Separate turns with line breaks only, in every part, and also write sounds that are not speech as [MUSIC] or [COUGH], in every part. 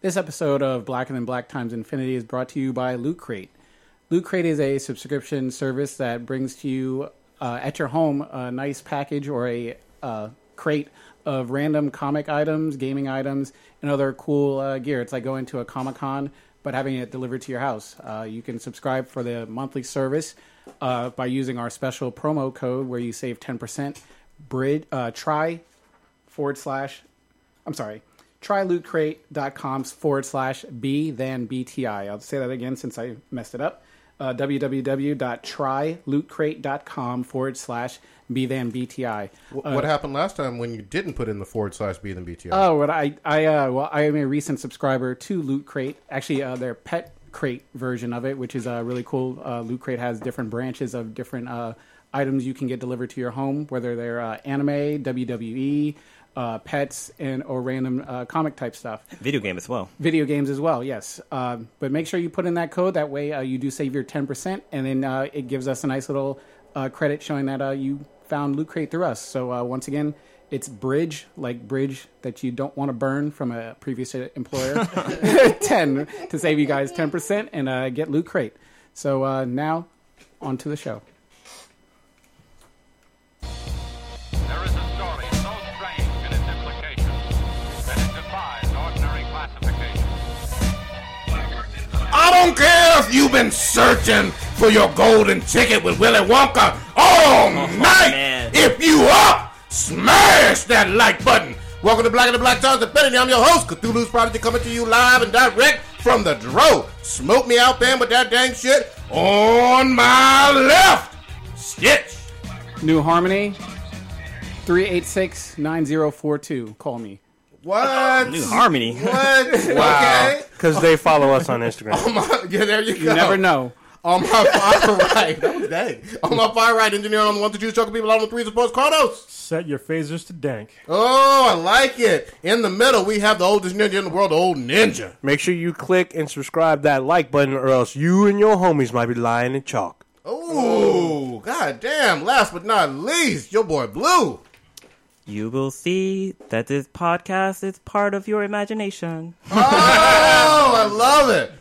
This episode of Black and then Black Times Infinity is brought to you by Loot Crate. Loot Crate is a subscription service that brings to you uh, at your home a nice package or a uh, crate of random comic items, gaming items, and other cool uh, gear. It's like going to a Comic Con but having it delivered to your house. Uh, you can subscribe for the monthly service uh, by using our special promo code where you save 10%. Brid, uh, try forward slash, I'm sorry, trylootcrate.com forward slash B then BTI. I'll say that again since I messed it up. Uh, www.trylootcrate.com forward slash B then BTI.
Wh- what happened last time when you didn't put in the forward slash B than BTI?
Oh, what I I uh, well, I am a recent subscriber to Loot Crate. Actually, uh, their pet crate version of it, which is uh, really cool. Uh, Loot Crate has different branches of different uh, items you can get delivered to your home, whether they're uh, anime, WWE, uh, pets, and or random uh, comic type stuff
Video game as well.
video games as well. Yes, Um but make sure you put in that code. That way, uh, you do save your ten percent, and then uh, it gives us a nice little uh, credit showing that uh, you found Loot Crate through us. So uh, once again, it's bridge like bridge that you don't want to burn from a previous employer. [LAUGHS] ten to save you guys ten percent and uh, get Loot Crate. So uh, now, on to the show.
There is a story so strange in its implications that it defies ordinary classification.
I don't care if you've been searching for your golden ticket with Willy Wonka all night.
Oh, man.
If you are, smash that like button. Welcome to Black and the Black Times Infinity. I'm your host, Cthulhu's Prodigy, coming to you live and direct from the Dro. Smoke me out, band, with that dang shit on my left. Stitch.
New Harmony. 386-9042. Call me.
What?
New Harmony.
[LAUGHS] What? Okay.
Because they follow us on Instagram.
My- [LAUGHS] yeah, there you go.
You never know.
On my far right, that was dang. On my far right, engineer on the one to two, chocolate people on the three, supports Carlos.
[LAUGHS] Set your phasers to dank.
Oh, I like it. In the middle, we have the oldest ninja in the world, the old ninja.
Make sure you click and subscribe that like button, or else you and your homies might be lying in chalk.
Oh, god damn. Last but not least, your boy Blue.
You will see that this podcast is part of your imagination.
Oh, I love it.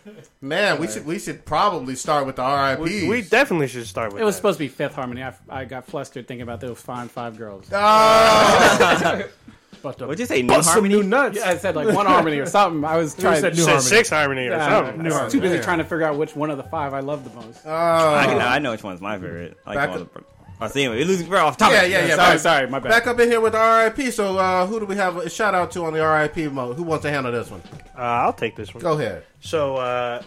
Man, we should we should probably start with the RIPs.
We definitely should start
It
with
was
that.
supposed to be Fifth Harmony. I, I got flustered thinking about those fine five girls.
What'd you say, New Harmony?
nuts.
I said like [LAUGHS] one harmony or something. I was trying.
said six harmony or
I don't
something.
know. I was too busy
Harmony.
trying to figure out which one of the five I love the most.
I, can- I know which one's my favorite. I
Back
like all
up.
the. Oh, so anyway, we're losing we're off topic.
yeah, yeah, yeah.
sorry,
back-
sorry, my bad.
Back up in here with the RIP. So, uh, who do we have a shout out to on the RIP mode? Who wants to handle this one?
Uh, I'll take this one.
Go ahead.
So, uh,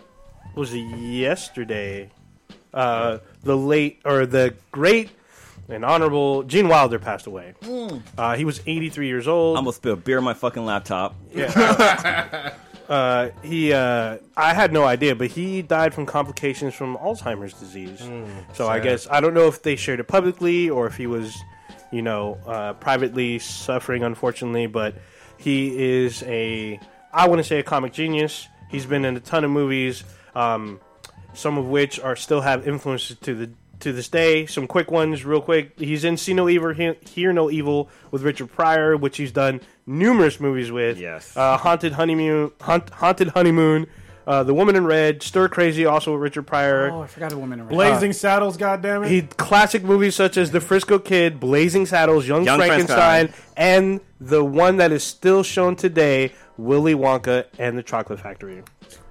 was it yesterday? Uh, the late or the great and honorable Gene Wilder passed away. Uh, he was 83 years old.
I'm gonna spill beer on my fucking laptop.
Uh, he, uh, I had no idea, but he died from complications from Alzheimer's disease. so I guess I don't know if they shared it publicly or if he was, you know, uh, privately suffering. Unfortunately, but he is a, I want to say a comic genius. He's been in a ton of movies, um, some of which are still have influences to the to this day. Some quick ones, real quick. He's in See No Evil, Hear, Hear No Evil with Richard Pryor, which he's done numerous movies with.
Yes.
Uh, Haunted Honeymoon, Haunt, Haunted Honeymoon, uh, The Woman in Red, Stir Crazy, also with Richard Pryor. Uh,
oh, I forgot a woman. in red.
Blazing Saddles, goddammit.
He classic movies such as The Frisco Kid, Blazing Saddles, Young,
Young
Frankenstein,
Frankenstein.
and the one that is still shown today, Willy Wonka and the Chocolate Factory.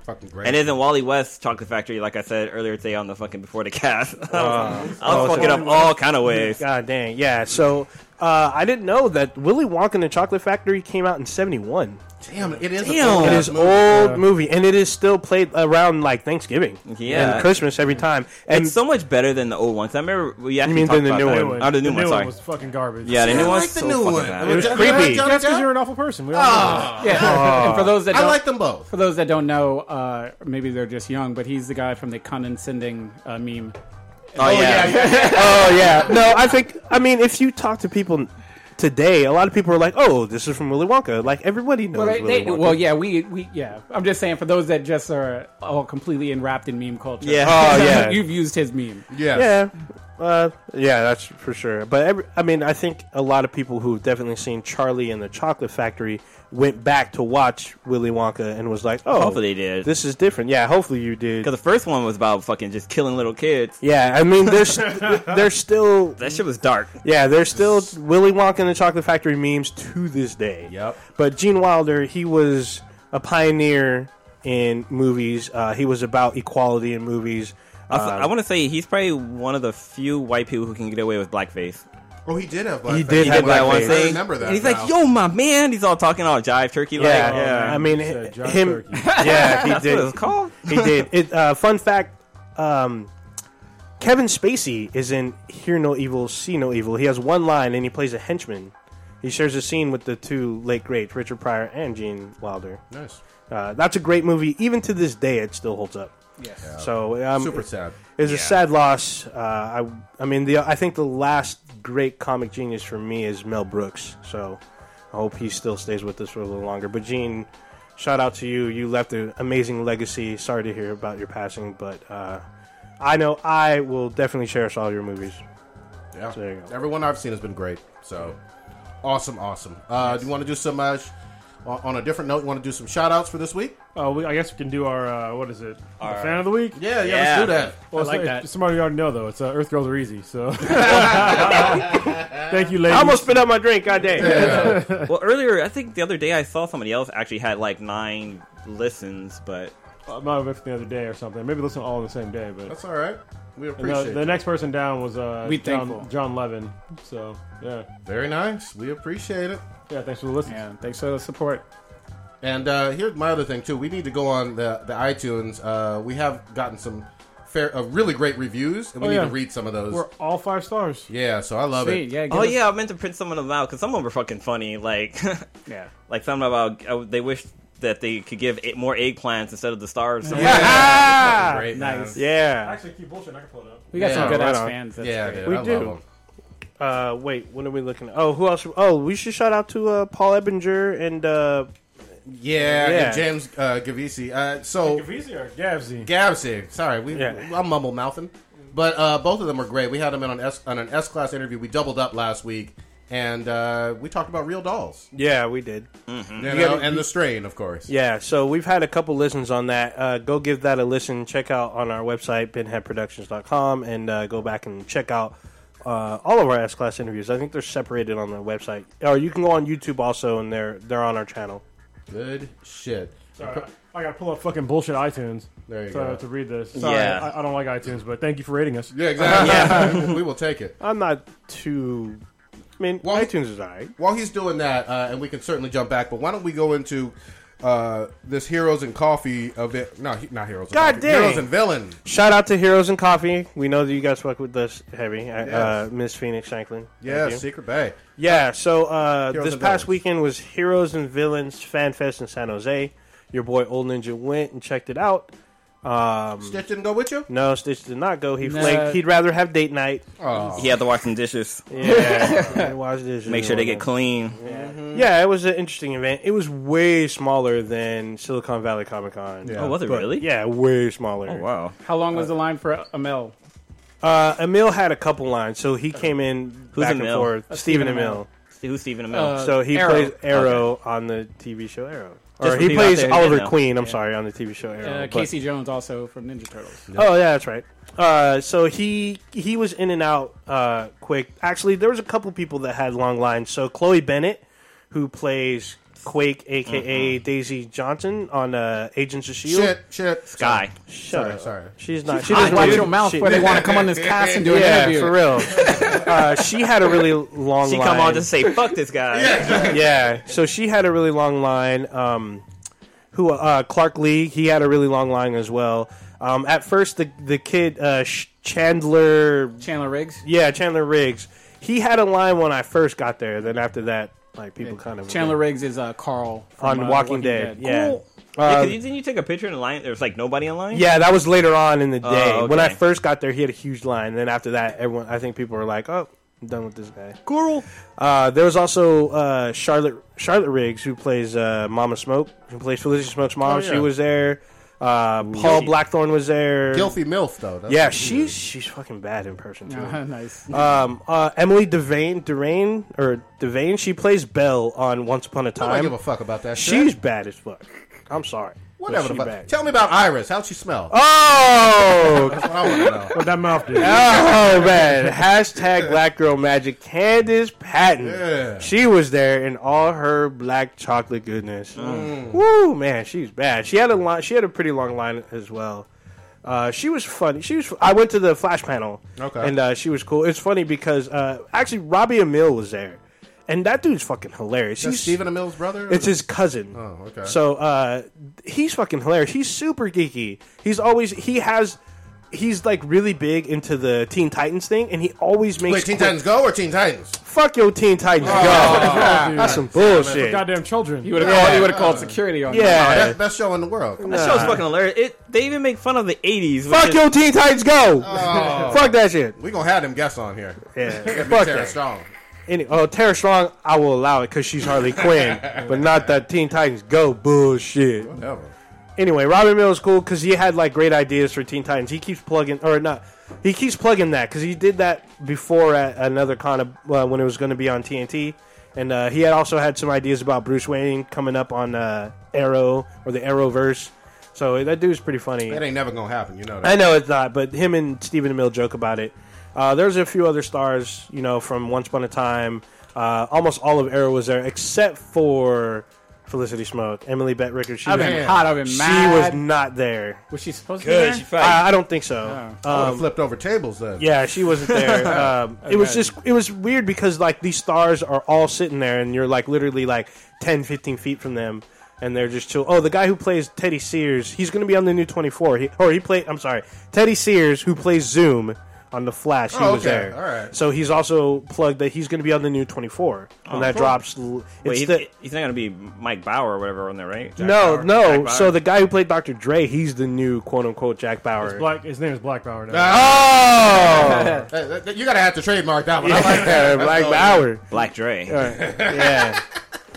Fucking great.
And isn't Wally West's Chocolate Factory, like I said earlier today on the fucking before the cast? [LAUGHS] I was, I was fucking up all kind of ways.
God dang, yeah. So uh, I didn't know that Willy Wonka and the Chocolate Factory came out in '71.
damn, it is a
Damn. It
It
Yeah,
is old movie, and it is still played around like Thanksgiving,
Yeah.
and Christmas every time. And
It's so much better than the old ones. I remember we actually
mean
talked
than the
about
new
that.
one?
Oh, the new one. Sorry.
was fucking garbage.
yeah, the new
I
one's
like the
so
new
fucking
one.
bad.
It was
It's creepy.
Johnny
That's because
Depp?
you're an awful person. We all know
Oh. Yeah, [LAUGHS] Oh. and for those that
I
don't,
like them both.
for those that don't know, uh, maybe they're just young, but he's the guy from the condescending uh, meme.
Oh, yeah.
oh yeah, no, I think I mean if you talk to people today, a lot of people are like, "Oh, this is from Willy Wonka." Like everybody knows
Well, they,
Willy
they-
Wonka.
well, yeah, we, we, yeah. I'm just saying for those that just are all completely enwrapped in meme culture.
Yeah.
[LAUGHS]
Oh yeah,
you've used his meme.
Yes.
yeah. Uh, yeah, that's for sure. But every, I mean, I think a lot of people who've definitely seen Charlie and the Chocolate Factory went back to watch Willy Wonka and was like, "Oh,
Hopefully they did.
This is different." Yeah, hopefully you did.
Because the first one was about fucking just killing little kids.
Yeah, I
[LAUGHS]
mean, there's there's still
That shit was dark.
yeah, there's still Willy Wonka and the Chocolate Factory memes to this day.
Yep.
But Gene Wilder, he was a pioneer in movies. Uh, he was about equality in movies. Uh,
Also, I want to say he's probably one of the few white people who can get away with blackface.
Oh, he did have blackface.
He did have
When I-
blackface.
one
I
thing.
remember that.
And he's
now.
like, "Yo, my man." He's all talking all jive turkey like. oh,
Yeah,
Yeah.
I mean,
Said John
him.
Turkey.
[LAUGHS] Yeah,
[LAUGHS]
he
That's
did.
what it's called.
he did. It, uh, fun fact: um, Kevin Spacey is in "Hear No Evil, See No Evil." He has one line, and he plays a henchman. He shares a scene with the two late greats, Richard Pryor and Gene Wilder.
nice.
Uh, that's a great movie. Even to this day, it still holds up. Yes. So um,
Super sad.
It's a sad loss. Uh, I I mean the I think the last great comic genius for me is Mel Brooks. So I hope he still stays with us for a little longer. But Gene, shout out to you. You left an amazing legacy. Sorry to hear about your passing, but uh, I know I will definitely cherish all your movies.
Yeah.
there you go.
Everyone I've seen has been great. So awesome, awesome. Uh, Do you want to do some uh, sh- on on a different note? You want to do some shout outs for this week?
Oh, we, I guess we can do our uh, what is it? the fan of the week.
Yeah, yeah,
Yeah.
let's do that.
Well,
I like
it's-
that.
it's Somebody you already know though. It's uh, Earth Girls Are Easy. So thank you, ladies.
I almost spit out my drink. God damn.
Oh, well, earlier, I think the other day I saw somebody else actually had like nine listens, but
I might have missed the other day or something. Maybe listen all on the same day, but.
That's all right. We
And the,
appreciate
the
it.
next person down was uh,
We thankful.
John, John Levin. So yeah,
Very nice. We appreciate it.
yeah. Thanks for the listen.
And thanks for the support.
And uh, here's my other thing too. We need to go on the the iTunes. Uh, we have gotten some fair, uh, really great reviews, and we
Oh,
need
yeah.
to read some of those.
We're all five stars.
yeah, so I love
Sweet,
it.
yeah, give
oh
us-
yeah, I meant to print some of them out because some of them were fucking funny. Like, [LAUGHS]
yeah.
like something about uh, they wish that they could give eight more eggplants instead of the stars. Yeah.
Ah!
Great,
Nice.
man.
Yeah.
Actually, keep bullshit. I can pull it up.
We got
Yeah,
some good
right
ass
on.
fans. That's
Yeah,
great.
dude,
We
I love
do.
'em.
Uh, wait, what are we looking at? Oh, who else? Oh, we should shout out to uh, Paul Ebinger and uh,
Yeah,
Yeah.
and James uh, Gavisi. Uh, so
Gavizzi or Gavzi?
Gavsy. Sorry, we,
Yeah.
I'm mumble mouthing. But uh, both of them are great. We had them in on, S, on an S class interview. We doubled up last week, and uh, we talked about real dolls.
yeah, we did.
You know, and the strain, of course.
Mm-hmm. Yeah, so we've had a couple listens on that. Uh, go give that a listen. Check out on our website, pinheadproductions.com, and uh, go back and check out uh, all of our S Class interviews. I think they're separated on the website. Or you can go on YouTube also, and they're, they're on our channel.
Good shit.
Sorry, I I gotta pull up fucking bullshit iTunes
There you
to,
go.
to read this. Sorry,
Yeah.
I, I don't like iTunes, but thank you for rating us.
Yeah,
[LAUGHS]
exactly. we will take it.
I'm not too. I mean,
Well,
iTunes is all right.
While he's doing that, uh, and we can certainly jump back, but why don't we go into uh, this Heroes and Coffee event? No, he- not Heroes and
God
Coffee.
dang.
Heroes and Villain.
Shout out to Heroes and Coffee. We know that you guys fuck with us heavy. Uh,
Yes.
Miss Phoenix Shanklin. Thank
Yeah,
you.
Secret Bay.
Yeah, so uh,
Heroes
this
and
past
Villains.
weekend was Heroes and Villains Fan Fest in San Jose. Your boy Old Ninja went and checked it out. Um,
Stitch didn't go with you?
no, Stitch did not go. He
Nah.
flaked. He'd rather have date night.
Oh.
He had to wash some dishes,
Yeah, and wash dishes
make sure
and
they get
whatnot.
clean.
Yeah, it was an interesting event. It was way smaller than Silicon Valley Comic Con.
Yeah.
Oh, was it
But,
really?
Yeah, way smaller.
Oh wow.
How long was the line for Amel?
Uh, Emil had a couple lines, so he came in
Who's
back and
Emil?
forth.
Uh, Stephen
Stephen
Emil.
Emil.
See Who's Stephen Amell?
Uh,
So he
Arrow.
plays Arrow on the TV show Arrow.
Just
Or
for
he
people out
plays
there who
Oliver
didn't know.
Queen, I'm sorry, on the TV show Arrow.
Uh,
but-
Casey Jones, also from Ninja Turtles.
Oh yeah, that's right. Uh, so he he was in and out uh, quick. Actually, there was a couple people that had long lines. So Chloe Bennett, who plays Quake, aka Daisy Johnson on uh, Agents of Shield.
Shit, shit.
Guy.
Shut
Sorry,
up.
sorry.
She's not. She
Just
doesn't
watch
do-
your mouth
she-
where they want to come on this cast and do an
yeah,
interview.
for real. Uh, she had a really long.
She
line.
come on to say fuck this [LAUGHS] guy.
[LAUGHS] yeah. So she had a really long line. Um, who uh, Clark Lee? He had a really long line as well. Um, at first, the the kid uh, Sh- Chandler,
Chandler Riggs.
yeah, Chandler Riggs. He had a line when I first got there. Then after that, like people kind of
Chandler Riggs is uh, Carl from,
on
uh,
Walking, Dead. Yeah.
Cool. Yeah, 'cause you- didn't you take a picture in the line? There was like nobody in line.
Uh, Yeah, that was later on in the day. When I
okay.
first got there, he had a huge line. Then after that, everyone, I think people were like, "Oh, I'm done with this guy."
Coral.
Uh, there was also uh, Charlotte Charlotte Riggs, who plays uh, Mama Smoke, who plays Felicity Smoke's mom.
Oh, yeah.
She was there. Uh, Paul Blackthorne was there.
Guilty MILF though. That's
Yeah,
what he
she's
is.
she's fucking bad in person
[LAUGHS]
too.
Uh-huh.
[LAUGHS]
nice.
Um, uh, Emily Devane, Devane or Devane, she plays Belle on Once Upon a
I don't
Time.
give a fuck about that. shit.
She's bad as fuck. I'm sorry. but
whatever the
she
fuck.
bad.
Tell me about Iris. How'd she smell? [LAUGHS]
Oh,
That's what I want
[LAUGHS]
to know.
What that mouth
[LAUGHS]
did.
oh man! Hashtag Black Girl Magic. Candace Patton.
Yeah.
She was there in all her black chocolate goodness.
Mm.
Woo, man, she's bad. She had a line. She had a pretty long line as well. Uh, she was funny. She was. I went to the flash panel.
Okay.
And uh, she was cool. It's funny because uh, actually Robbie Emile was there, and that dude's fucking hilarious.
That's
He's-
Stephen Amell's brother.
It's his cousin.
Oh, okay.
So uh, he's fucking hilarious. He's super geeky. He's always he has he's like really big into the Teen Titans thing, and he always makes
Wait, Teen
quick-
Titans Oh, Go or Teen Titans?
Fuck your Teen Titans go. That's some bullshit.
Goddamn children.
You would have called. You would have called security on. that.
yeah.
Best, best show in the world. Come on.
That show's fucking hilarious. It, they even make fun of the 80s. which
Uh. Fuck
is-
your Teen Titans go.
Oh.
Fuck that shit.
We gonna have them guests on here. [LAUGHS]
Yeah.
Fuck
Fuck
Sarah
that.
Strong.
Any, oh, Tara Strong, I will allow it because she's Harley Quinn, but not that Teen Titans go bullshit.
Whatever.
anyway, Robin Miller's cool because he had like great ideas for Teen Titans. He keeps plugging, or not, he keeps plugging that because he did that before at another con of, uh, when it was going to be on TNT, and uh, he had also had some ideas about Bruce Wayne coming up on uh, Arrow or the Arrowverse. So that dude's pretty funny.
That ain't never gonna happen. You know
I
that.
know it's not, but him and Stephen Mill joke about it. Uh, there's a few other stars, you know, from Once Upon a Time. Uh, almost all of Arrow was there, except for Felicity Smoke, Emily Bett Rickard. She
I've
was
been
Man.
hot. I've been
she
mad.
was not there.
was she supposed
Good.
to
She
be there?
fat.
I, I don't think so.
I would
Um,
have flipped over tables then.
yeah, she
[LAUGHS]
wasn't there. Um, it was
Okay.
just it was weird because like these stars are all sitting there, and you're like literally like 10, 15 feet from them, and they're just chill. Oh, the guy who plays Teddy Sears, he's going to be on the new Twenty Four. He, or he played. I'm sorry, Teddy Sears, who plays Zoom on the Flash. He
Oh,
was
okay.
there.
All right.
So he's also plugged that he's going to be on the new Twenty Four,
Oh,
and that drops. l- It's
Wait, he's,
the,
he's not gonna be Mike Bauer or whatever on there, right? Jack
no,
Bauer?
no.
Jack Bauer?
So the guy who played Dr. Dre, he's the new quote unquote Jack Bauer. [LAUGHS]
Black, his name is Black Power. Now.
Oh, [LAUGHS] Hey, that- that- you gotta have to trademark that
[LAUGHS]
one. I like that. That's
Black
going-
Bauer.
Black Dre.
yeah.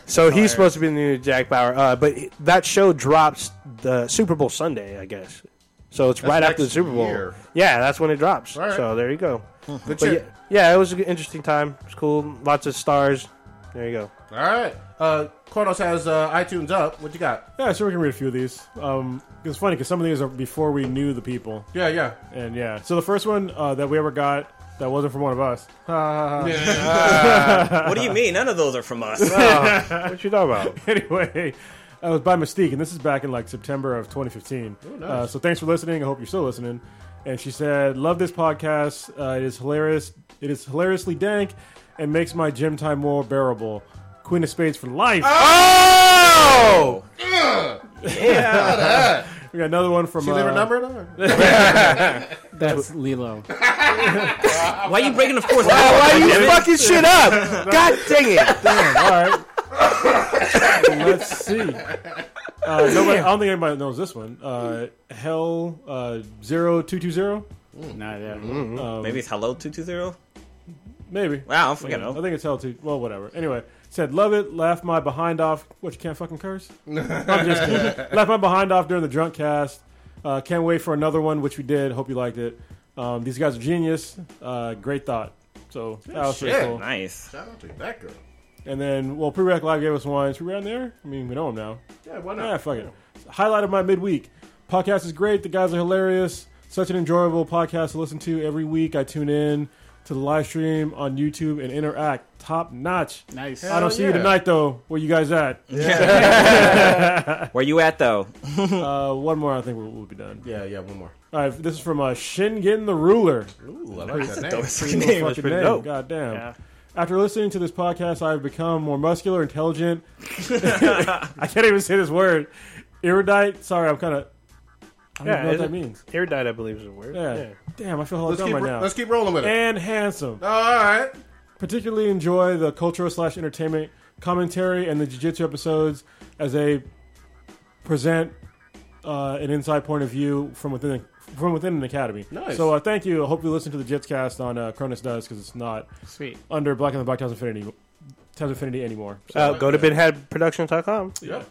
So he's supposed to be the new Jack Bauer, uh, but that show drops the Super Bowl Sunday, I guess. So it's right after the
next
Super Bowl.
year.
Yeah, that's when it drops.
right.
So there you go.
Good
But yeah,
shit.
yeah, it was an interesting time. It's cool. Lots of stars. There you go.
All right. Uh, Cornos has uh, iTunes up. What you got?
Yeah, sure, we can read a few of these. Um, it's funny because some of these are before we knew the people.
Yeah, yeah.
And yeah, so the first one uh, that we ever got that wasn't from one of us. [LAUGHS]
Uh, [LAUGHS]
What do you mean? None of those are from us.
What you talking about?
anyway, I was by mistake, and this is back in like September of 2015. uh, so thanks for listening. I hope you're still listening. And she said, "Love this podcast. Uh, it is hilarious. It is hilariously dank, and makes my gym time more bearable." Queen of Spades for life.
Ah!
Oh!
We got another one from.
You leave her
uh,
number? though?
That's Lilo.
Why are you breaking the fourth wall?
[LAUGHS] Why are you fucking shit
[LAUGHS]
up? God dang it!
Damn, all right. Let's see. Uh, nobody, I don't think anybody knows this one. Uh, Hell uh, 0220?
Not yet.
Maybe it's hello two two zero.
Maybe.
Wow, I'm fucking
Yeah, I
old.
think it's Hell 2. Well, whatever. Anyway, said, Love it. Laugh my behind off. What, you can't fucking [LAUGHS] curse? I'm just kidding. Laugh my behind off during the drunk cast. Uh, can't wait for another one, which we did. Hope you liked it. Um, these guys are genius. Uh, great thought. So that was pretty
shit.
cool.
Nice.
Shout out to that girl.
And then, well, Pre-Rack Live gave us one. Should we on there? I mean, we know him now.
Yeah, why
Yeah,
not?
fuck it. Highlight of my midweek. Podcast is great. The guys are hilarious. Such an enjoyable podcast to listen to every week. I tune in to the live stream on YouTube and interact. Top notch.
Nice.
I don't see you
yeah.
tonight though. Where you guys at?
Where you at though?
Uh, one more, I think we'll, we'll be done.
Yeah, yeah, one more.
All right, this is from uh, Shingen the Ruler.
Ooh, I like that name.
Dumbest fucking name.
Fucking name. God damn. After listening to this podcast, I have become more muscular, intelligent. [LAUGHS] I can't even say this word. Erudite. Sorry, I'm kind of. I don't
Yeah,
even know what
is
that
it-
means.
Erudite, I believe, is a word.
Yeah. Damn, I feel held
Let's
down
keep,
right now.
let's keep rolling with it.
and handsome.
All right.
Particularly enjoy the cultural slash entertainment commentary and the jiu-jitsu episodes as they present uh, an inside point of view from within the, from within an academy.
Nice.
So uh, thank you. I hope you listen to the Jitscast on uh, Cronus Does because it's not
Sweet.
under Black and the Black Times Infinity Times Infinity anymore. So,
Uh, go to binheadproductions.com.
Yeah.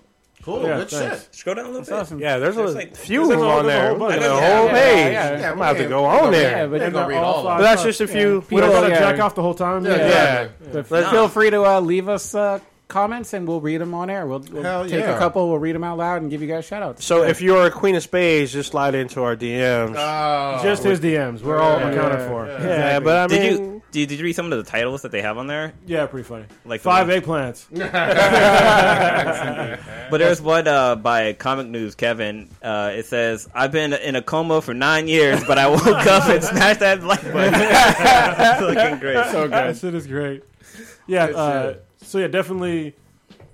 Cool.
Yeah,
good
thanks.
shit.
Scroll down a little bit.
awesome.
Yeah, there's a
There's like-
few of
there's
them
a whole-
on
there's
there.
a whole bunch.
There's a
Yeah,
whole
yeah,
yeah,
page.
yeah.
I'm gonna have to
Yeah,
go on there.
Yeah, but
They're
you
gonna
know,
read
all
all of
five
them.
But that's
songs-
just a few
yeah,
people
We don't
on
gotta
there.
jack off the whole time.
Yeah.
Yeah.
But feel free to uh, leave us uh, comments and we'll read them on air. We'll, we'll
Hell
take
yeah.
a couple, we'll read them out loud, and give you guys shout outs.
So if you're a queen of spades, just slide into our DMs.
Oh.
Just his DMs. We're all
Yeah.
accounted for.
yeah, but I mean,
Did you did, did you read some of the titles that they have on there?
Yeah, pretty funny.
Like the
five
one-
eggplants.
But there's one uh, by Comic News Kevin. Uh, it says, "I've been in a coma for nine years, but I woke up and smashed that like button." [LAUGHS] It's looking [LAUGHS] great.
so good. That shit is great. Yeah. Uh, so yeah, definitely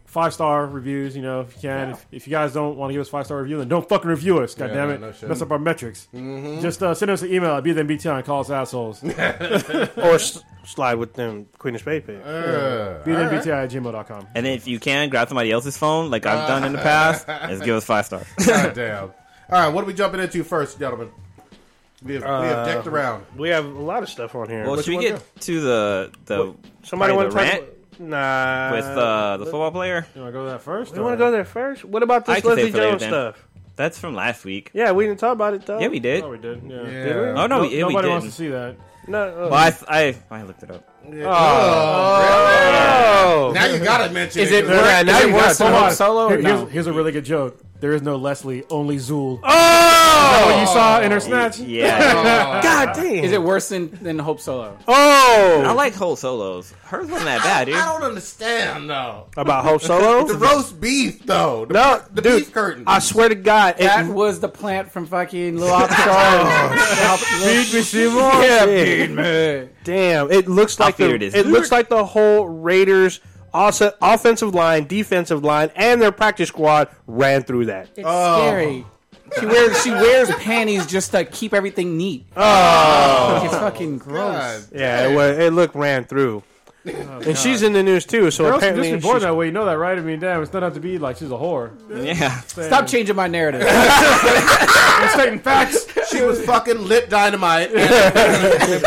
five star reviews. You know, if you can. If, if you guys don't want to give us five star review, then don't fucking review us. God
Yeah,
damn
no,
it,
no shit.
mess up our metrics. Just uh, send us an email at bthenbtl and call us assholes.
or s- slide with them queen of spades page.
Uh,
bthenbtl at gmail.com.
And then if you can grab somebody else's phone, like I've done in the past, just give us five stars.
Goddamn. All right, what are we jumping into first, gentlemen? We have, we
Uh,
have decked around.
we have a lot of stuff on here.
well,
Which
should
one
we get
now?
to the the
Somebody
probably
want
the
to talk?
rant
about- Nah.
with uh, the football player?
You want to go to that first?
we want to go there first. What about
I
this
can save
Leslie
for later
Jones
then.
stuff?
That's from last week.
Yeah, we didn't talk about it though.
Yeah, we did.
Oh, we did. Yeah.
Yeah.
Oh no,
No-
we, yeah, we
nobody
didn't.
wants to see that.
No. uh,
Well, I, I I looked it up.
Oh.
Now you gotta mention
Is it
Cause-
worth,
Yeah, now
is
you
it worth
got
Solo,
to.
solo or
Here-
no?
here's, here's a really good joke. There is no Leslie, only Zool.
Oh.
you saw in her snatch.
Yeah,
God damn.
Is it worse than, than Hope Solo?
I
Oh.
like whole solos. Hers wasn't that bad, dude.
I don't understand though.
About Hope
The
Solo.
roast beef though. The,
No,
the
dude,
beef curtain.
I swear to God, it-
[LAUGHS] That was the plant from fucking Lil [LAUGHS] Armstrong.
yeah,
Lil-
Damn, it looks like the,
figured
it
it is.
looks like the whole Raiders also, offensive line, defensive line, and their practice squad ran through that.
It's scary. She wears she wears panties just to keep everything neat. Oh, it's fucking gross.
God.
Yeah, it, was, it looked ran through. and she's in the news too, so
Oh, Girls can just
apparently
be born
she's-
that way. You know that, right? I mean, damn, it's not have to be like she's a whore.
Yeah,
Stop changing my [LAUGHS] narrative.
It's stating facts. [LAUGHS]
She was fucking lit dynamite. and